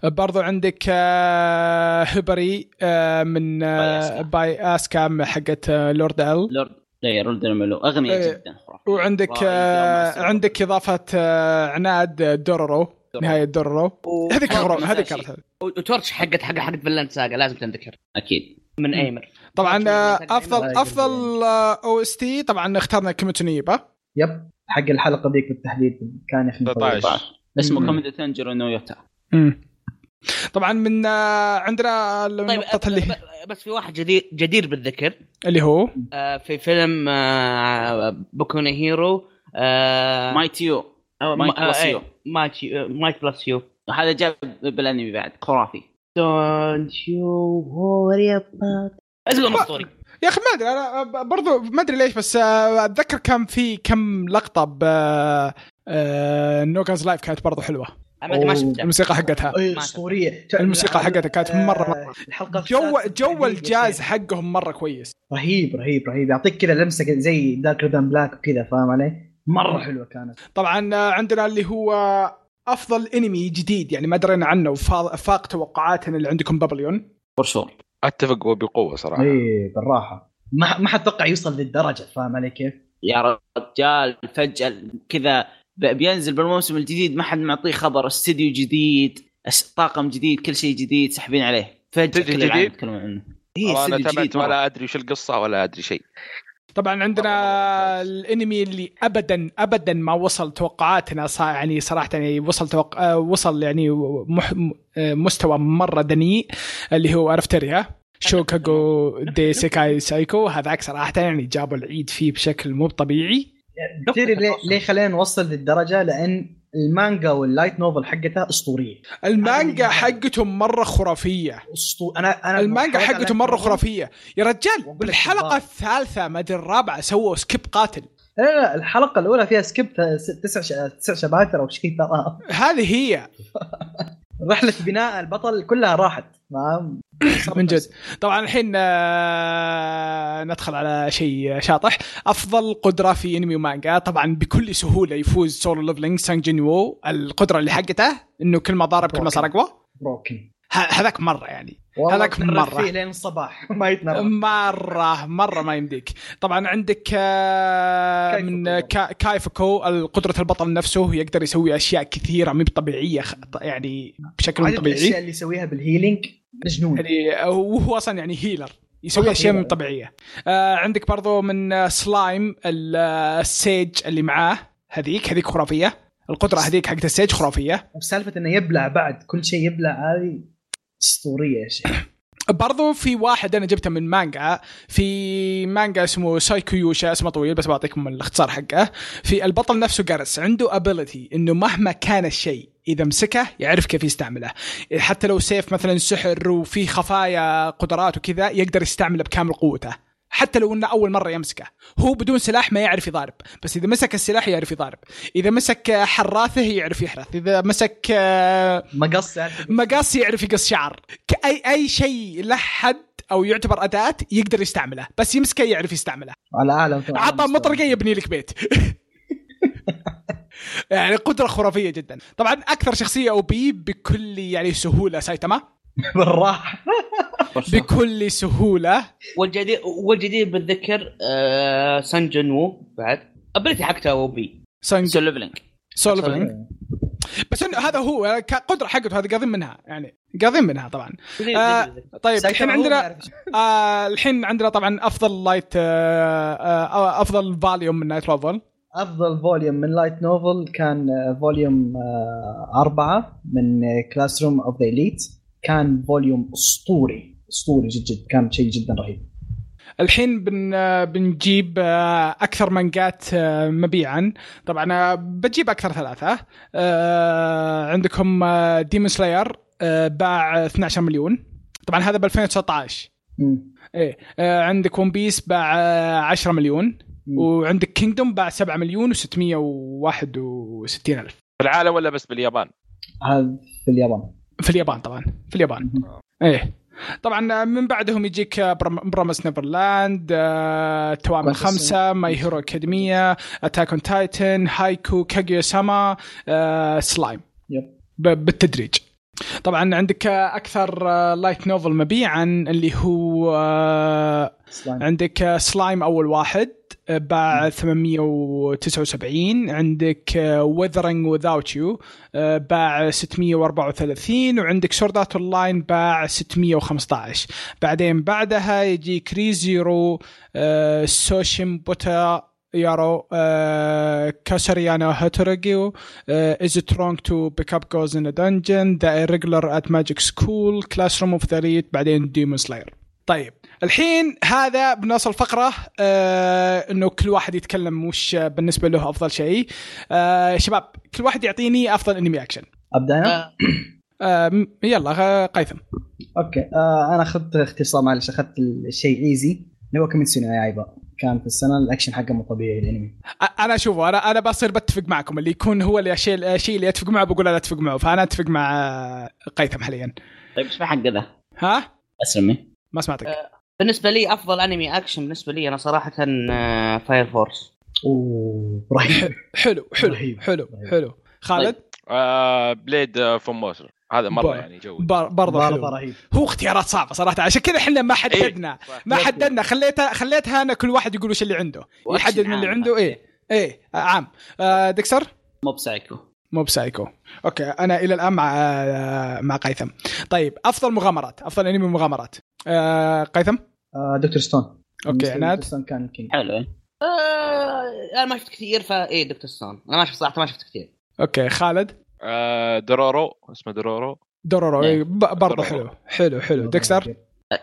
Speaker 1: برضو عندك آه هبري آه من آه باي اسكا حقت آه لورد ال
Speaker 4: لورد لا إيه، رولد ملو اغنيه
Speaker 1: إيه.
Speaker 4: جدا خرافيه
Speaker 1: وعندك آه عندك اضافه آه عناد دورورو نهايه دورورو
Speaker 5: و-
Speaker 1: هذيك غرام هذيك
Speaker 5: وتورتش
Speaker 1: كانت-
Speaker 5: وتورتش حقت حق حق فنلاند ساقا لازم تنذكر
Speaker 4: اكيد
Speaker 5: من ايمر
Speaker 1: طبعا آه، افضل
Speaker 3: الله
Speaker 1: افضل او اس تي طبعا اخترنا كيميتو نيبا
Speaker 3: يب حق الحلقه ذيك بالتحديد كان احنا
Speaker 2: 13.
Speaker 4: اسمه
Speaker 1: مم.
Speaker 4: كوميدي تنجر نويوتا
Speaker 1: طبعا من آه، عندنا
Speaker 5: طيب
Speaker 1: النقطه اللي
Speaker 5: ب- بس في واحد جدير جدير بالذكر
Speaker 1: اللي هو
Speaker 5: آه، في فيلم آه، بوكونا هيرو آه،
Speaker 4: مايت يو او
Speaker 5: ما-
Speaker 4: مايت
Speaker 5: آه،
Speaker 4: بلس يو
Speaker 5: إيه، مايت يو- آه، مايت بلس يو
Speaker 4: هذا جاب بالانمي بعد خرافي
Speaker 5: دونت يو وري اباوت اسمه مقطوري
Speaker 1: يا اخي ما ادري انا ب- برضو ما ادري ليش بس آه، اتذكر كان في كم لقطه ب آه، نوكاز لايف كانت برضو حلوه
Speaker 5: أنا ما أدري، ما
Speaker 3: أوه.
Speaker 5: شفته
Speaker 1: الموسيقى حقتها
Speaker 3: أي
Speaker 5: ما شفت.
Speaker 3: اسطوريه
Speaker 1: الموسيقى حقتها كانت مرة- مرة.
Speaker 3: آه، الحلقه
Speaker 1: جو
Speaker 3: السادسة
Speaker 1: جو
Speaker 3: بالتحديد يا
Speaker 1: الجاز
Speaker 3: شيخ.
Speaker 1: حقهم مره كويس
Speaker 3: رهيب رهيب رهيب يعطيك كذا لمسه كده زي دارك ذان بلاك وكذا فاهم علي؟ مره حلوه كانت
Speaker 1: طبعا آه، عندنا اللي هو افضل انمي جديد يعني ما درينا عنه وفا- فاق توقعاتنا اللي عندكم بابليون
Speaker 4: فور شور
Speaker 2: اتفق وبقوه صراحه
Speaker 3: اي بالراحه إيه، ما ما حتوقع يوصل للدرجه فاهم علي كيف؟
Speaker 4: يا رجال فجاه كذا ب- بينزل بالموسم الجديد ما حد معطيه خبر استديو جديد أس- طاقم جديد كل شيء جديد سحبين عليه فجاه
Speaker 2: استديو
Speaker 4: كل العالم
Speaker 2: جديد؟
Speaker 4: يتكلمون عنه
Speaker 2: والله
Speaker 4: اي
Speaker 2: انا
Speaker 4: استديو
Speaker 2: تابعت
Speaker 4: جديد ولا
Speaker 2: ولا ادري وش القصه ولا ادري شيء
Speaker 1: طبعا
Speaker 2: مرة
Speaker 1: عندنا
Speaker 2: ممتاز.
Speaker 1: الانمي اللي ابدا ابدا ما وصل توقعاتنا صار يعني صراحه يعني وصل توق... آه، وصل يعني مح... م- آه، مستوى مره دنيء اللي هو عرفتريا شوكاغو دي سيكاي سايكو هذاك صراحه يعني جابوا العيد فيه بشكل مو طبيعي
Speaker 3: تدري ليه ليه خلينا نوصل للدرجه؟ لان المانجا واللايت نوفل حقتها اسطوريه
Speaker 1: المانجا حقتهم مره خرافيه
Speaker 3: أسطو... انا انا
Speaker 1: المانجا
Speaker 3: حاولت
Speaker 1: حقته
Speaker 3: أنا-
Speaker 1: مره خرافيه يا رجال
Speaker 3: وأقول لك
Speaker 1: بالحلقه
Speaker 3: والله.
Speaker 1: الثالثه ما ادري الرابعه سووا سكيب قاتل
Speaker 3: لا لا لا، الحلقه الاولى إيه، فيها سكيب تسع ش- تسع شباتر او شيء ترى
Speaker 1: هذه هي
Speaker 3: رحله بناء البطل كلها راحت فاهم
Speaker 1: من جد طبعا الحين آه، ندخل على شيء شاطح افضل قدره في انمي ومانجا طبعا بكل سهوله يفوز سولو ليفلينج سانج جين وو القدره اللي حقته انه كل ما ضارب كل ما صار اقوى
Speaker 3: بروكن
Speaker 1: ه- هذاك مره يعني
Speaker 3: والله
Speaker 1: هذاك
Speaker 3: تنرد
Speaker 1: مرة.
Speaker 3: فيه لين الصباح ما يتنرد
Speaker 1: مره مره ما يمديك طبعا عندك آه، من
Speaker 3: كايفوكو.
Speaker 1: كا- كايفوكو قدره البطل نفسه يقدر يسوي اشياء كثيره مو طبيعيه خ- يعني بشكل مو
Speaker 3: عدد
Speaker 1: طبيعي
Speaker 3: الاشياء اللي يسويها بالهيلينج مجنون
Speaker 1: يعني وهو اصلا يعني هيلر يسوي
Speaker 3: فقط
Speaker 1: اشياء مو
Speaker 3: هيلر.
Speaker 1: طبيعيه آه عندك برضو من آه، سلايم ال- آه، السيج اللي معاه هذيك هذيك خرافيه القدره هذيك حقت السيج خرافيه
Speaker 3: وسالفه انه يبلع بعد كل شيء يبلع هذه اسطوريه يا شيخ
Speaker 1: برضو في واحد انا جبته من مانجا في مانجا اسمه سايكو يوشا اسمه طويل بس بعطيكم الاختصار حقه في البطل نفسه جارس عنده ابيلتي انه مهما كان الشيء اذا مسكه يعرف كيف يستعمله حتى لو سيف مثلا سحر وفي خفايا قدرات وكذا يقدر يستعمله بكامل قوته حتى لو انه اول مره يمسكه هو بدون سلاح ما يعرف يضارب بس اذا مسك السلاح يعرف يضارب اذا مسك آه، حراثه يعرف يحرث اذا مسك آه،
Speaker 3: مقص يعرف-
Speaker 1: مقص يعرف يقص شعر اي اي شيء له حد او يعتبر اداه يقدر يستعمله بس يمسكه يعرف يستعمله
Speaker 3: على اعلى
Speaker 1: عطى مطرقه يبني لك بيت يعني قدره خرافيه جدا طبعا اكثر شخصيه او بي بكل يعني سهوله سايتاما
Speaker 3: بالراحه
Speaker 1: بكل سهوله
Speaker 5: والجدير والجدير بالذكر آه سان جون وو بعد ابلتي حقته او بي
Speaker 1: سانج
Speaker 4: سولو بلينك
Speaker 1: سولفينج بس انه هذا هو كقدره حقته هذا قاضين منها يعني قاضين منها طبعا آه، طيب الحين عندنا آه الحين عندنا طبعا افضل لايت آه آه افضل فاليوم من نايت روفل
Speaker 3: افضل فوليوم من لايت نوفل كان فوليوم أربعة من كلاس روم اوف ذا اليت كان فوليوم اسطوري اسطوري جد جد كان شيء جدا رهيب
Speaker 1: الحين بن آه، بنجيب آه، اكثر مانجات آه، مبيعا طبعا آه، بجيب اكثر ثلاثه آه، عندكم ديمون سلاير باع 12 مليون طبعا هذا ب 2019
Speaker 3: مم.
Speaker 1: ايه آه، عندك ون بيس باع آه، 10 مليون
Speaker 3: مم.
Speaker 1: وعندك كينجدوم باع 7 مليون و661 الف
Speaker 2: في العالم ولا بس باليابان؟
Speaker 3: هذا في اليابان
Speaker 1: في اليابان طبعا في اليابان
Speaker 3: مم.
Speaker 1: ايه طبعا من بعدهم يجيك برام- برامس نيفرلاند آه، توام
Speaker 3: كويس.
Speaker 1: الخمسه ماي هيرو اكاديميه اتاك اون تايتن هايكو كاجيو ساما آه، سلايم
Speaker 3: يب.
Speaker 1: ب- بالتدريج طبعا عندك آه، اكثر آه، لايت نوفل مبيعا اللي هو آه،
Speaker 3: سلايم.
Speaker 1: عندك آه، سلايم اول واحد آه، باع 879 عندك وذرنج وذاوت يو باع 634 وعندك سوردات اون لاين باع 615 بعدين بعدها يجي كريزيرو آه، سوشيم بوتا يارو آه، كاسريانا هاتوريجيو از ترونج تو بيك اب جوز ان دنجن ذا ريجلر ات ماجيك سكول كلاس روم اوف ذا ريت بعدين ديمون سلاير طيب الحين هذا بنوصل فقرة آه انه كل واحد يتكلم وش بالنسبة له افضل شيء. آه شباب كل واحد يعطيني افضل انمي اكشن.
Speaker 3: ابدا انا؟
Speaker 1: آه م- يلا غ- قيثم.
Speaker 3: اوكي آه انا اخذت اختصار معلش اخذت الشيء ايزي اللي هو كيميتسو نو يايبا كان في السنه الاكشن حقه مو طبيعي الانمي
Speaker 1: أ- انا اشوفه انا انا بصير بتفق معكم اللي يكون هو اللي الشيء الشيء اللي اتفق معه بقول انا اتفق معه فانا اتفق مع آه، قيثم حاليا.
Speaker 4: طيب ايش حق ذا؟
Speaker 1: ها؟
Speaker 4: اسلمي
Speaker 1: ما سمعتك.
Speaker 5: بالنسبه لي افضل انمي اكشن بالنسبه لي آه، انا صراحه فاير فورس
Speaker 3: اوه رهيب
Speaker 1: حلو حلو
Speaker 3: رهيب،
Speaker 1: حلو
Speaker 3: رهيب.
Speaker 1: حلو. خالد
Speaker 2: آه بليد آه، فوموسر هذا مره
Speaker 1: بار.
Speaker 2: يعني جو
Speaker 1: بر- برضه
Speaker 3: برضه
Speaker 1: حلو.
Speaker 3: رهيب
Speaker 1: هو اختيارات صعبة صراحة عشان كذا احنا ما حددنا. ما
Speaker 3: يكفي.
Speaker 1: حددنا خليتها خليتها انا كل واحد يقول وش اللي عنده
Speaker 4: وأكشن
Speaker 1: يحدد من اللي
Speaker 4: عام.
Speaker 1: عنده ايه ايه آه، عام آه، دكسر
Speaker 4: مو بسايكو
Speaker 1: مو بسايكو اوكي انا الى الان مع آه، مع قيثم طيب افضل مغامرات افضل انمي مغامرات آه، قيثم
Speaker 3: آه دكتور ستون
Speaker 1: اوكي
Speaker 3: دكتور
Speaker 1: عناد
Speaker 3: ستون كان كينج
Speaker 4: حلو
Speaker 5: آه انا ما شفت كثير فاي دكتور ستون انا ما شفت صراحه ما شفت كثير
Speaker 1: اوكي خالد
Speaker 2: آه درورو اسمه درورو
Speaker 1: دورورو إيه، ب- برضه
Speaker 2: دورورو.
Speaker 1: حلو حلو حلو دكسر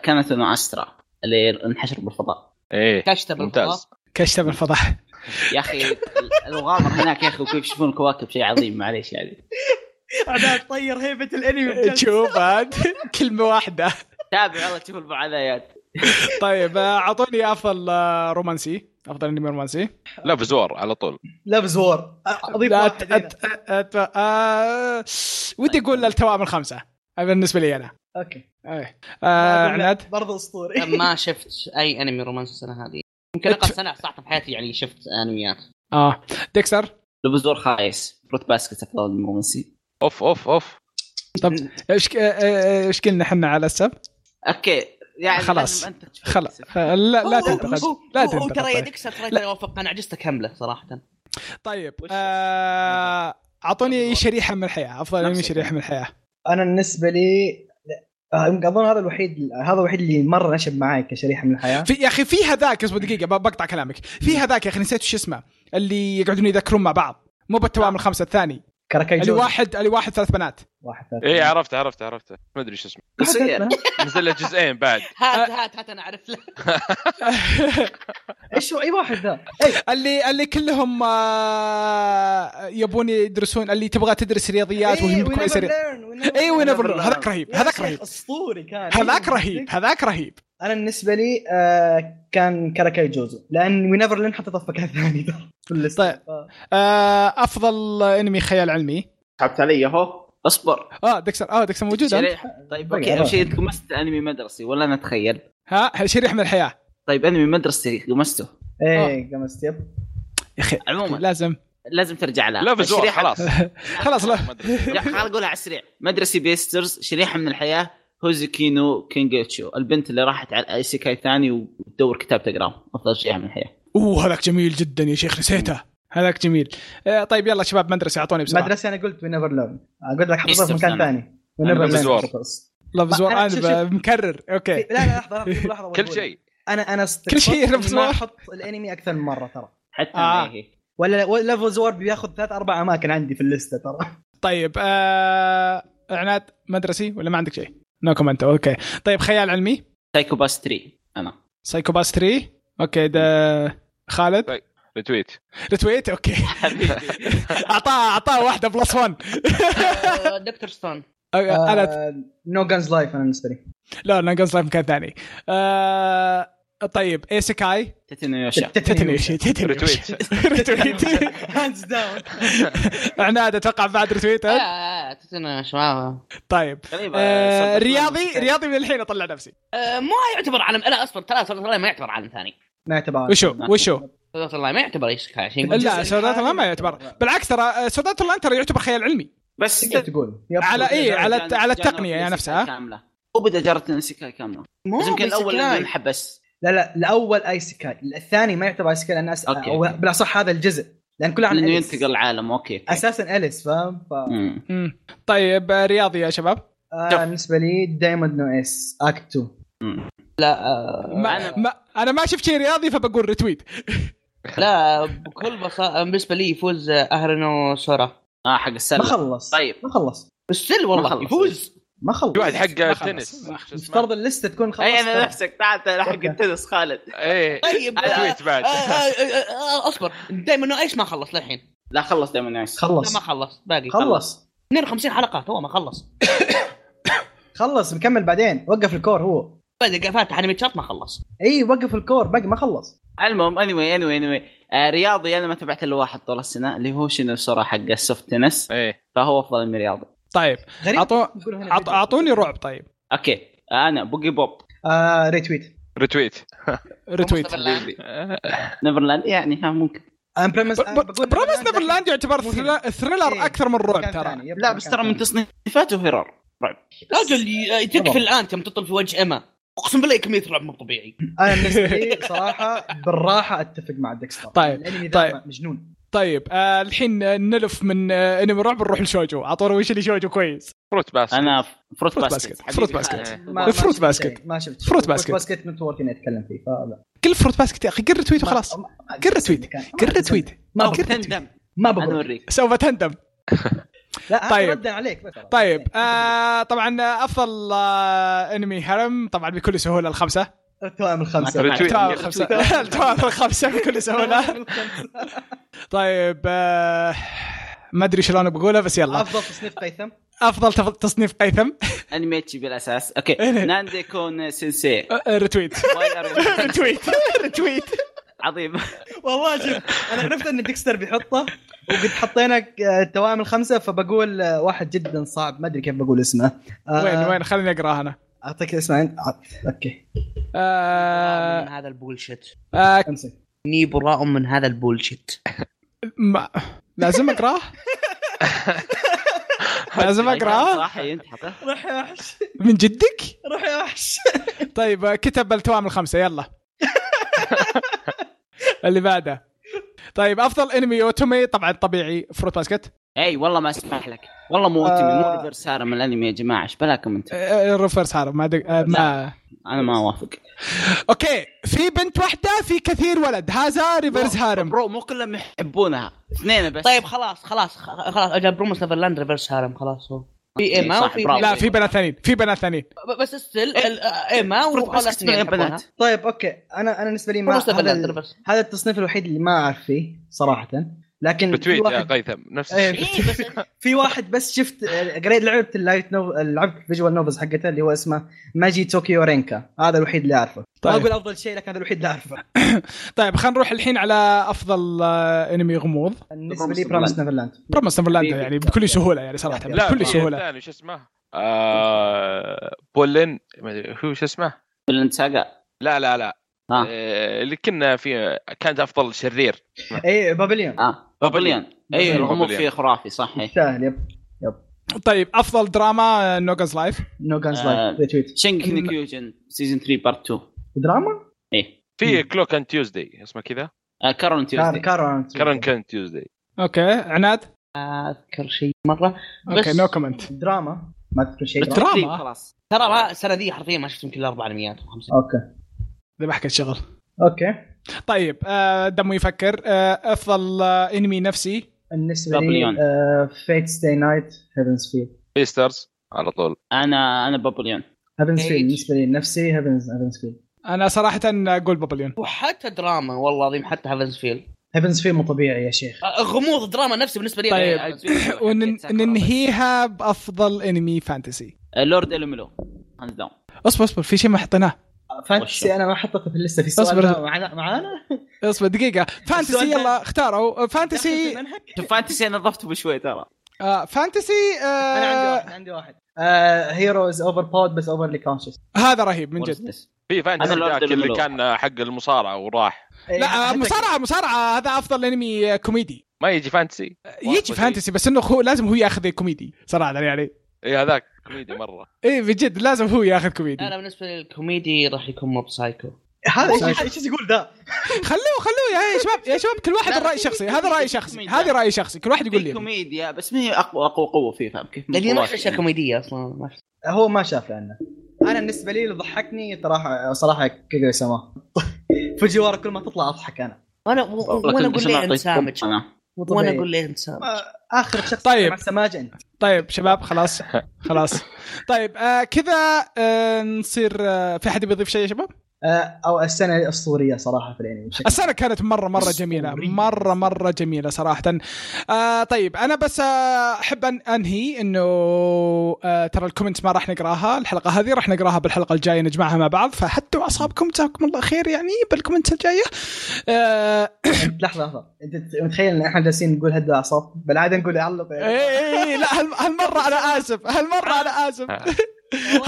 Speaker 4: كانت انه استرا اللي انحشر بالفضاء
Speaker 2: ايه
Speaker 5: كشته بالفضاء
Speaker 2: ممتاز
Speaker 1: كشف الفضاء
Speaker 4: يا اخي ال- المغامره هناك يا اخي وكيف يشوفون الكواكب شيء عظيم معليش يعني
Speaker 3: عناد طير هيبه الانمي
Speaker 1: شوف عاد كلمه واحده
Speaker 4: تابع والله تشوف المعاناه
Speaker 1: طيب آه، اعطوني افضل آه، رومانسي افضل انمي رومانسي
Speaker 2: لا بزور على طول
Speaker 3: لاف زور اضيف
Speaker 1: لا،
Speaker 3: واحد
Speaker 1: أت-
Speaker 3: هنا.
Speaker 1: أت- أت- آه،
Speaker 5: طيب.
Speaker 1: ودي اقول التوائم الخمسه هذا بالنسبه لي انا
Speaker 3: اوكي
Speaker 1: ايه آه، عناد
Speaker 3: برضه اسطوري
Speaker 5: ما شفت اي انمي رومانسي السنه هذه يمكن اقل سنه صراحه في حياتي يعني شفت انميات
Speaker 1: اه ديكسر
Speaker 4: لبزور خايس فروت باسكت افضل من رومانسي
Speaker 2: اوف اوف اوف
Speaker 1: طب ايش آه، ايش قلنا احنا على السب
Speaker 4: اوكي يعني
Speaker 1: خلاص.
Speaker 4: لازم أنت تشوف
Speaker 1: خلاص
Speaker 4: الكسف.
Speaker 1: آه، لا لا
Speaker 5: هو-
Speaker 1: تنتقد
Speaker 5: هو-
Speaker 1: لا
Speaker 5: هو- هو
Speaker 1: تنتقد
Speaker 5: ترى يعني يا
Speaker 1: طيب.
Speaker 5: دكسة ترى يوافق انا عجزت اكمله صراحه
Speaker 1: طيب
Speaker 4: وش-
Speaker 1: آه، اعطوني شريحه من الحياه افضل
Speaker 4: نفس
Speaker 1: انمي
Speaker 4: الشيء.
Speaker 1: شريحه من الحياه
Speaker 3: انا بالنسبه لي لا، آه، يمكن اظن هذا الوحيد هذا الوحيد اللي مره نشب معي كشريحه من الحياه
Speaker 1: في يا اخي في هذاك اصبر دقيقه ب- بقطع كلامك في هذاك يا اخي نسيت وش اسمه اللي يقعدون يذكرون مع بعض مو بالتوائم الخمسه الثاني
Speaker 3: كاراكاي
Speaker 1: اللي
Speaker 3: جوز
Speaker 1: واحد اللي واحد ثلاث بنات
Speaker 3: واحد ثلاثة.
Speaker 2: ايه عرفته عرفته عرفته ما ادري شو اسمه
Speaker 4: قصير
Speaker 2: نزل له جزئين بعد
Speaker 5: هات هات هات انا اعرف له
Speaker 3: ايش هو اي واحد ذا
Speaker 1: اللي اللي كلهم آه، يبون يدرسون اللي تبغى تدرس
Speaker 3: إيه،
Speaker 1: رياضيات وهي إيه، كويسه ري- اي وي
Speaker 4: never
Speaker 1: نيفر
Speaker 4: learn.
Speaker 1: هذاك رهيب
Speaker 3: يا
Speaker 1: هذاك
Speaker 3: شيخ،
Speaker 1: رهيب
Speaker 3: اسطوري كان إيه،
Speaker 1: هذاك رهيب هذاك رهيب
Speaker 3: انا بالنسبه لي آه كان كاراكاي جوزو لان وي نيفر لين حطيته في مكان ثاني ترى في الليستة.
Speaker 1: طيب.
Speaker 3: آه.
Speaker 1: آه، افضل انمي خيال علمي
Speaker 4: سحبت علي اهو اصبر
Speaker 1: اه دكسر اه دكسر موجود أنت؟
Speaker 4: شريح. طيب اوكي اول شيء انت قمست انمي مدرسي ولا انا اتخيل
Speaker 1: ها شريح من الحياه
Speaker 4: طيب انمي مدرسي قمسته
Speaker 1: آه.
Speaker 3: ايه قمصت يب
Speaker 1: يا اخي
Speaker 4: عموما
Speaker 1: لازم
Speaker 4: لازم ترجع لها
Speaker 2: لا فزور
Speaker 4: الشريحة-
Speaker 2: خلاص
Speaker 1: خلاص لا
Speaker 2: ما أدري.
Speaker 4: لا خل اقولها على السريع مدرسه بيسترز شريحه من الحياه هوزكينو كينجيتشو البنت اللي راحت على ايسيكاي ثاني وتدور كتاب تقراه افضل شريحه من الحياه
Speaker 1: اوه هذاك جميل جدا يا شيخ نسيته هذاك جميل آه طيب يلا شباب مدرسه اعطوني بسرعه مدرسه
Speaker 3: مدرسه انا قلت وي نيفر ليرن اقول لك حطيتها في
Speaker 4: Sisters
Speaker 3: مكان
Speaker 4: أنا.
Speaker 3: ثاني وي نيفر
Speaker 2: بزوار.
Speaker 3: ليرن
Speaker 1: لف زور
Speaker 3: أنا- شوف-
Speaker 1: انا
Speaker 3: شوف.
Speaker 1: ب- مكرر
Speaker 3: لا
Speaker 1: اوكي
Speaker 3: لا لحظه لحظه لحظة
Speaker 2: كل
Speaker 3: بقول.
Speaker 2: شيء
Speaker 3: انا انا
Speaker 1: كل شيء
Speaker 3: استغربت
Speaker 1: نفس
Speaker 3: إني ما
Speaker 1: الوقت.
Speaker 3: احط الانمي اكثر من مره ترى
Speaker 4: حتى
Speaker 1: آه.
Speaker 4: آه.
Speaker 3: ولا ولا زوار بياخذ ثلاث اربع اماكن عندي في الليسته ترى
Speaker 1: طيب آه عناد مدرسي ولا ما عندك شيء؟ نو كومنت اوكي طيب خيال علمي
Speaker 4: سايكو باس 3 انا
Speaker 1: سايكو باس 3 اوكي ده خالد
Speaker 2: ريتويت
Speaker 1: ريتويت اوكي
Speaker 4: حبيبي
Speaker 1: اعطاه اعطاه واحده بلس 1
Speaker 5: آه، دكتور ستون
Speaker 3: آه.
Speaker 1: انا
Speaker 3: نو جانز لايف انا بالنسبه لي
Speaker 1: لا انا قصدي مكان ثاني آه طيب ايسكاي
Speaker 4: تتنو يوشا
Speaker 1: تتنيوش تتنيوش
Speaker 2: ريتويت
Speaker 1: ريتويت
Speaker 3: هاندز داون
Speaker 1: عناد اتوقع بعد
Speaker 5: آه،
Speaker 1: ريتويت
Speaker 5: آه، تتنا شباب
Speaker 1: طيب
Speaker 4: غريبة.
Speaker 1: آه
Speaker 4: صدق
Speaker 1: رياضي
Speaker 4: مستحيل.
Speaker 1: رياضي من الحين اطلع نفسي
Speaker 5: آه، مو يعتبر عالم لا اصبر ترى سولدات الله ما يعتبر عالم ثاني
Speaker 3: ما اعتبر
Speaker 1: وشو وشو
Speaker 5: سولدات الله ما يعتبر ايسكاي شيء
Speaker 3: الجزء
Speaker 1: لا
Speaker 3: الحالي
Speaker 1: سودات الله ما
Speaker 3: ما
Speaker 1: يعتبر
Speaker 3: يعتبر.
Speaker 1: بالعكس ترى سودات الله ترى يعتبر خيال علمي
Speaker 4: بس
Speaker 3: تقدر تقول يب.
Speaker 1: على ايه
Speaker 4: جانب-
Speaker 1: على
Speaker 4: جانب-
Speaker 1: على
Speaker 4: جانب
Speaker 1: التقنيه يا
Speaker 4: الإيسيكاي
Speaker 1: نفسها آه.
Speaker 4: كامله هو بدا جرت الانسكاي كامله
Speaker 5: مو
Speaker 4: بس يمكن الاول
Speaker 5: بإيسيكاي.
Speaker 4: لما انحبس
Speaker 3: لا لا الاول اي سكاي الثاني ما يعتبر اي سكاي لان أس...
Speaker 4: أوكي،
Speaker 3: أو
Speaker 4: أوكي.
Speaker 3: بالاصح هذا الجزء لان كله عن
Speaker 4: انه
Speaker 3: أليس.
Speaker 4: ينتقل العالم اوكي أوكي.
Speaker 3: اساسا اليس فاهم ف...
Speaker 4: مم.
Speaker 1: مم. طيب آه، رياضي يا شباب
Speaker 3: آه
Speaker 4: شوف.
Speaker 3: بالنسبه لي دايموند نو اس اكت 2
Speaker 1: ما, ما انا ما شفت شيء رياضي فبقول ريتويت
Speaker 5: لا بكل بساطه بالنسبه لي يفوز اهرنو سورا
Speaker 4: اه حق
Speaker 3: ما
Speaker 4: السله
Speaker 3: خلص
Speaker 4: طيب.
Speaker 3: ما خلص
Speaker 5: بس still والله
Speaker 4: خلص.
Speaker 5: يفوز
Speaker 3: ما خلص
Speaker 2: في واحد حق
Speaker 1: ما خلص.
Speaker 2: التنس
Speaker 1: ما
Speaker 2: شو اسمه؟
Speaker 3: مفترض اللسته تكون خلصت
Speaker 4: اي
Speaker 3: ترى.
Speaker 4: انا نفسك تعال تعال حق التنس خالد
Speaker 2: ايه
Speaker 5: طيب
Speaker 2: ريتويت بعد
Speaker 5: آه، آه، آه، آه، اصبر دائما انه ايش ما خلص للحين
Speaker 4: لا خلص دايما نايس
Speaker 5: لا
Speaker 3: خلص
Speaker 5: ما خلص باقي
Speaker 3: خلص
Speaker 5: 52 حلقه هو ما خلص
Speaker 3: خلص مكمل بعدين وقف الكور هو
Speaker 5: بعد فاتح انمي شرط ما خلص
Speaker 3: اي وقف الكور باقي ما خلص
Speaker 4: المهم اني واي اني واي اني واي آه رياضي انا ما تبعت الا واحد طول السنه اللي هو شنو الصراحه حق السوفت تنس
Speaker 2: ايه
Speaker 4: فهو افضل من رياضي
Speaker 1: طيب
Speaker 3: غريب
Speaker 1: أعطوا-
Speaker 3: يقولوا هنا
Speaker 1: أعط- اعطوني رعب طيب
Speaker 4: اوكي آه انا بوجي بوب
Speaker 3: آه ريتويت
Speaker 2: ريتويت
Speaker 1: ريتويت
Speaker 4: نيفرلاند يعني ها ممكن
Speaker 3: امبرمس
Speaker 1: بروميس نيفرلاند يعتبر ثريل- ثريلر
Speaker 3: إيه.
Speaker 1: اكثر من رعب ترى
Speaker 4: لا بس ترى من تصنيفاته هرر
Speaker 5: رجل ي- تكفي
Speaker 3: طبعاً.
Speaker 5: الان كم تطل في وجه اما اقسم بالله كميه رعب مو طبيعي
Speaker 3: انا بالنسبه لي صراحه بالراحه اتفق مع ديكستر
Speaker 1: طيب،
Speaker 3: الانمي
Speaker 1: طيب.
Speaker 3: ذا مجنون
Speaker 1: طيب آه الحين آه، نلف من آه انمي رعب نروح لشوجو اعطونا وش اللي شوجو كويس
Speaker 2: فروت باس
Speaker 4: انا فروت
Speaker 1: فروت باسكت.
Speaker 4: باسكت حبيبي
Speaker 1: فروت باسكت.
Speaker 4: خالد.
Speaker 3: ما- ما
Speaker 1: الفروت
Speaker 3: شفت
Speaker 1: باسكت.
Speaker 3: شيء، ما شفت شيء.
Speaker 1: فروت
Speaker 3: الفروت
Speaker 1: باسكت.
Speaker 3: باسكت من توركي اتكلم فيه فلا
Speaker 1: كل فرت باسكت يا اخي قل ريتويت وخلاص
Speaker 3: ما- ما-
Speaker 1: قل ريتويت
Speaker 3: كان-
Speaker 1: قل ريتويت
Speaker 3: ما
Speaker 4: أو
Speaker 3: بقول
Speaker 4: تندم
Speaker 3: ما بقول
Speaker 4: انا اوريك
Speaker 1: سوف تندم
Speaker 3: لا
Speaker 1: طيب.
Speaker 3: طيب ردا عليك بس خلاص.
Speaker 1: طيب
Speaker 3: آه...
Speaker 1: آه طبعا آه، افضل آه انمي هرم طبعا بكل سهوله الخمسه
Speaker 3: التوائم الخمسه
Speaker 4: ما
Speaker 2: ريتويت.
Speaker 1: التوائم الخمسه التوائم الخمسه بكل سهوله طيب آه ما ادري شلون بقولها بس يلا
Speaker 3: افضل تصنيف قيثم
Speaker 1: افضل تف- تصنيف قيثم
Speaker 4: انميتشي بالاساس اوكي
Speaker 1: إيه.
Speaker 4: ناندي كون سينسي
Speaker 1: آه، آه، ريتويت
Speaker 4: واي ار يو-
Speaker 1: ريتويت ريتويت
Speaker 4: عظيم
Speaker 3: والله شوف انا عرفت ان ديكستر بيحطه وقد حطينا آه، التوائم الخمسه فبقول آه، واحد جدا صعب ما ادري كيف بقول اسمه آه،
Speaker 1: وين وين خليني اقراها انا
Speaker 3: اعطيك اسمه عند- آه، اوكي
Speaker 5: براء من
Speaker 1: آه
Speaker 5: هذا البولشت
Speaker 1: آه
Speaker 3: امسك
Speaker 5: اني براء من هذا البولشت
Speaker 1: ما لازم اقراه لازم اقراه
Speaker 4: يعني صح ينتحط
Speaker 3: روح يا وحش
Speaker 1: من جدك
Speaker 3: روح يا وحش
Speaker 1: طيب آه، كتب التوام الخمسه يلا اللي بعده طيب افضل انمي اوتومي طبعا طبيعي فروت باسكت
Speaker 4: اي والله ما اسمح لك والله مو اوتمي مو ريفرس هارم الانمي يا جماعه ايش بلاكم انت
Speaker 1: الرفرس هارب ما, دق... آه، ما
Speaker 4: انا ما اوافق
Speaker 1: اوكي في بنت واحده في كثير ولد هذا ريفرس هارم
Speaker 4: برو مو كلهم يحبونها اثنين بس
Speaker 5: طيب خلاص خلاص خ- خلاص اجاب برومس نيفرلاند ريفرس هارم خلاص هو في ايما
Speaker 4: صح،
Speaker 5: وفي
Speaker 4: برافو.
Speaker 1: لا في بنات ثانيين في بنات ثانيين
Speaker 5: ب- بس آه، ستيل ايما
Speaker 4: فروت باسكت من البنات
Speaker 3: طيب اوكي انا انا بالنسبه لي ما
Speaker 5: برومس
Speaker 3: هذا,
Speaker 5: نيفرلاند
Speaker 3: ال-
Speaker 5: ريفرس
Speaker 3: هذا التصنيف الوحيد اللي ما اعرف فيه صراحه لكن في
Speaker 2: ريتويت يا
Speaker 3: واحد
Speaker 2: قيثم نفس
Speaker 3: إيه،
Speaker 2: الشيء
Speaker 5: إيه، بس
Speaker 3: في واحد بس شفت آه، قريت لعبت اللايت نو لعبت فيجوال نوفلز حقته اللي هو اسمه ماجي طوكيو رينكا هذا الوحيد اللي اعرفه
Speaker 1: طيب.
Speaker 3: طيب. اقول افضل شيء لكن هذا الوحيد اللي اعرفه
Speaker 1: طيب خلينا نروح الحين على افضل آه، انمي غموض
Speaker 3: بالنسبه لي برامس نيفرلاند
Speaker 1: برومس نيفرلاند يعني بكل سهوله يعني صراحه
Speaker 2: لا
Speaker 1: بكل
Speaker 2: في
Speaker 1: سهوله
Speaker 2: الثاني شو اسمه آه، بولن ما أدري، هو شو اسمه
Speaker 4: بلند ساقا
Speaker 2: لا لا لا
Speaker 4: آه.
Speaker 2: آه، اللي كنا في كانت افضل شرير
Speaker 3: اي بابليون
Speaker 4: اه بابليون اي
Speaker 2: بابليون.
Speaker 4: الغموض فيه خرافي صحيح
Speaker 3: يستاهل يب
Speaker 1: طيب افضل دراما آه، نوغاز لايف
Speaker 3: نو جانز
Speaker 4: آه.
Speaker 3: لايف ريتويت
Speaker 4: شينجن كيوجن سيزون 3 بارت 2
Speaker 3: دراما؟
Speaker 4: ايه
Speaker 2: في كلوك اند تيوزداي اسمه كذا
Speaker 4: آه كارون
Speaker 3: كار-
Speaker 4: تيوزداي
Speaker 3: كارون
Speaker 2: كارن كان تيوزداي
Speaker 1: اوكي عناد
Speaker 5: اذكر شيء مره
Speaker 1: اوكي
Speaker 5: بس-
Speaker 1: نو كومنت
Speaker 3: دراما ما تذكر شيء
Speaker 1: بس
Speaker 3: دراما.
Speaker 1: دراما.
Speaker 4: تقريباً خلاص
Speaker 5: ترى ما- السنه دي حرفيا ما شفت يمكن الا اربع انميات او خمسه
Speaker 3: اوكي
Speaker 1: ذبحك الشغل
Speaker 3: اوكي
Speaker 1: طيب آه دمو يفكر آه افضل آه انمي نفسي
Speaker 3: بالنسبه
Speaker 4: بابليون.
Speaker 3: لي آه، فيت ستي نايت هيفنز فيل
Speaker 2: بيسترز على طول
Speaker 4: انا انا بابليون
Speaker 3: هيفنز
Speaker 5: Eight.
Speaker 3: فيل بالنسبه لي نفسي هيفنز هيفنز فيل
Speaker 1: انا صراحه اقول بابليون
Speaker 5: وحتى دراما والله العظيم حتى هافنز فيل
Speaker 3: هيفنز فيل مو طبيعي يا شيخ
Speaker 5: آه، غموض دراما نفسي بالنسبه لي
Speaker 1: طيب.
Speaker 5: Heaven's Feel.
Speaker 1: وننهيها بافضل انمي فانتسي
Speaker 4: آه لورد الملو هاند داون
Speaker 1: اصبر اصبر في شيء ما حطيناه
Speaker 3: فانتسي انا ما حطيته في اللسته في سؤال
Speaker 1: اصبر.
Speaker 3: ده معنا معانا
Speaker 1: اصبر دقيقه فانتسي
Speaker 3: السؤال ده-
Speaker 1: يلا اختاروا
Speaker 3: داخل في
Speaker 1: فانتسي
Speaker 3: المنهج؟
Speaker 4: فانتسي انا ضفته بشوي ترى
Speaker 1: آه فانتسي
Speaker 3: انا عندي
Speaker 1: آه
Speaker 3: واحد عندي واحد آه، هيروز اوفر باود بس اوفرلي كونشس
Speaker 1: هذا رهيب من جد
Speaker 2: في فانتسي
Speaker 4: أنا
Speaker 2: ذاك
Speaker 4: الأرض
Speaker 2: اللي
Speaker 4: الملوك.
Speaker 2: كان حق المصارعه وراح
Speaker 3: إيه،
Speaker 4: إيه،
Speaker 1: لا آه، مصارعه مصارعه هذا افضل انمي آه، كوميدي
Speaker 2: ما يجي فانتسي
Speaker 1: آه، يجي فانتسي بس انه هو لازم هو ياخذ كوميدي صراحه يعني
Speaker 2: اي إيه، هذاك كوميدي مره
Speaker 1: ايه بجد لازم هو ياخذ كوميدي
Speaker 5: انا بالنسبه للكوميدي راح يكون موب سايكو
Speaker 3: هذا إيش- ايش يقول ذا؟
Speaker 1: خلوه خلوه يا يا شباب يا شباب كل واحد
Speaker 4: لا،
Speaker 1: الرأي
Speaker 4: في
Speaker 1: شخصي
Speaker 4: كوميديا،
Speaker 1: هذا رأي
Speaker 4: في
Speaker 1: شخصي
Speaker 4: كوميديا.
Speaker 1: هذه رأي شخصي كل واحد يقول
Speaker 4: في
Speaker 1: لي
Speaker 4: كوميديا بس ما هي اقوى اقوى قوه فيه فاهم كيف؟
Speaker 5: لاني ما
Speaker 4: قوات
Speaker 5: أشوف اشياء
Speaker 4: يعني.
Speaker 5: كوميديه اصلا ما أشوف.
Speaker 3: هو ما شاف لانه انا بالنسبه لي اللي ضحكني صراحه صراحه كيكو سما فجوار كل ما تطلع اضحك انا
Speaker 5: وانا وانا
Speaker 4: لكن
Speaker 5: اقول
Speaker 4: عشان
Speaker 5: ليه انت
Speaker 4: أعطيك
Speaker 5: سامج
Speaker 4: أنا.
Speaker 3: مو
Speaker 5: وانا
Speaker 3: طبيعي.
Speaker 5: اقول ليه انت سامج
Speaker 3: ما- اخر آه، شخص
Speaker 1: طيب.
Speaker 3: مع السماج انت
Speaker 1: طيب شباب خلاص خلاص طيب آه كذا آه نصير آه في حد بيضيف شيء يا شباب؟
Speaker 3: آه، او السنه اسطوريه صراحه في الانمي بشكل
Speaker 1: السنة كانت مرة مرة جميلة مرة مرة جميلة صراحة آه طيب أنا بس آه، أحب أن أنهي إنه آه ترى الكومنتس ما راح نقراها الحلقة هذه راح نقراها بالحلقة الجاية نجمعها مع بعض فحتى أصحابكم جزاكم الله خير يعني بالكومنتس الجاية آه
Speaker 3: لحظه لحظه انت متخيل ان احنا جالسين نقول هدوا اعصاب بالعاده نقول طيب. علق
Speaker 1: إيه، اي اي لا هال- هالمره انا اسف هالمره انا اسف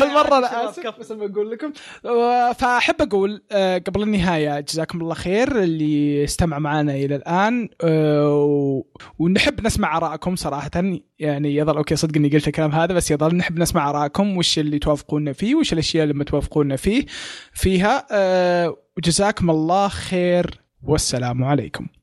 Speaker 1: هالمره انا اسف بس أبى اقول لكم و- فاحب اقول آه، قبل النهايه جزاكم الله خير اللي استمع معنا الى الان آه، و- ونحب نسمع ارائكم صراحه يعني يظل اوكي صدق اني قلت الكلام هذا بس يظل نحب نسمع ارائكم وش اللي توافقونا فيه وش الاشياء اللي ما توافقونا فيه فيها آه، وجزاكم الله خير والسلام عليكم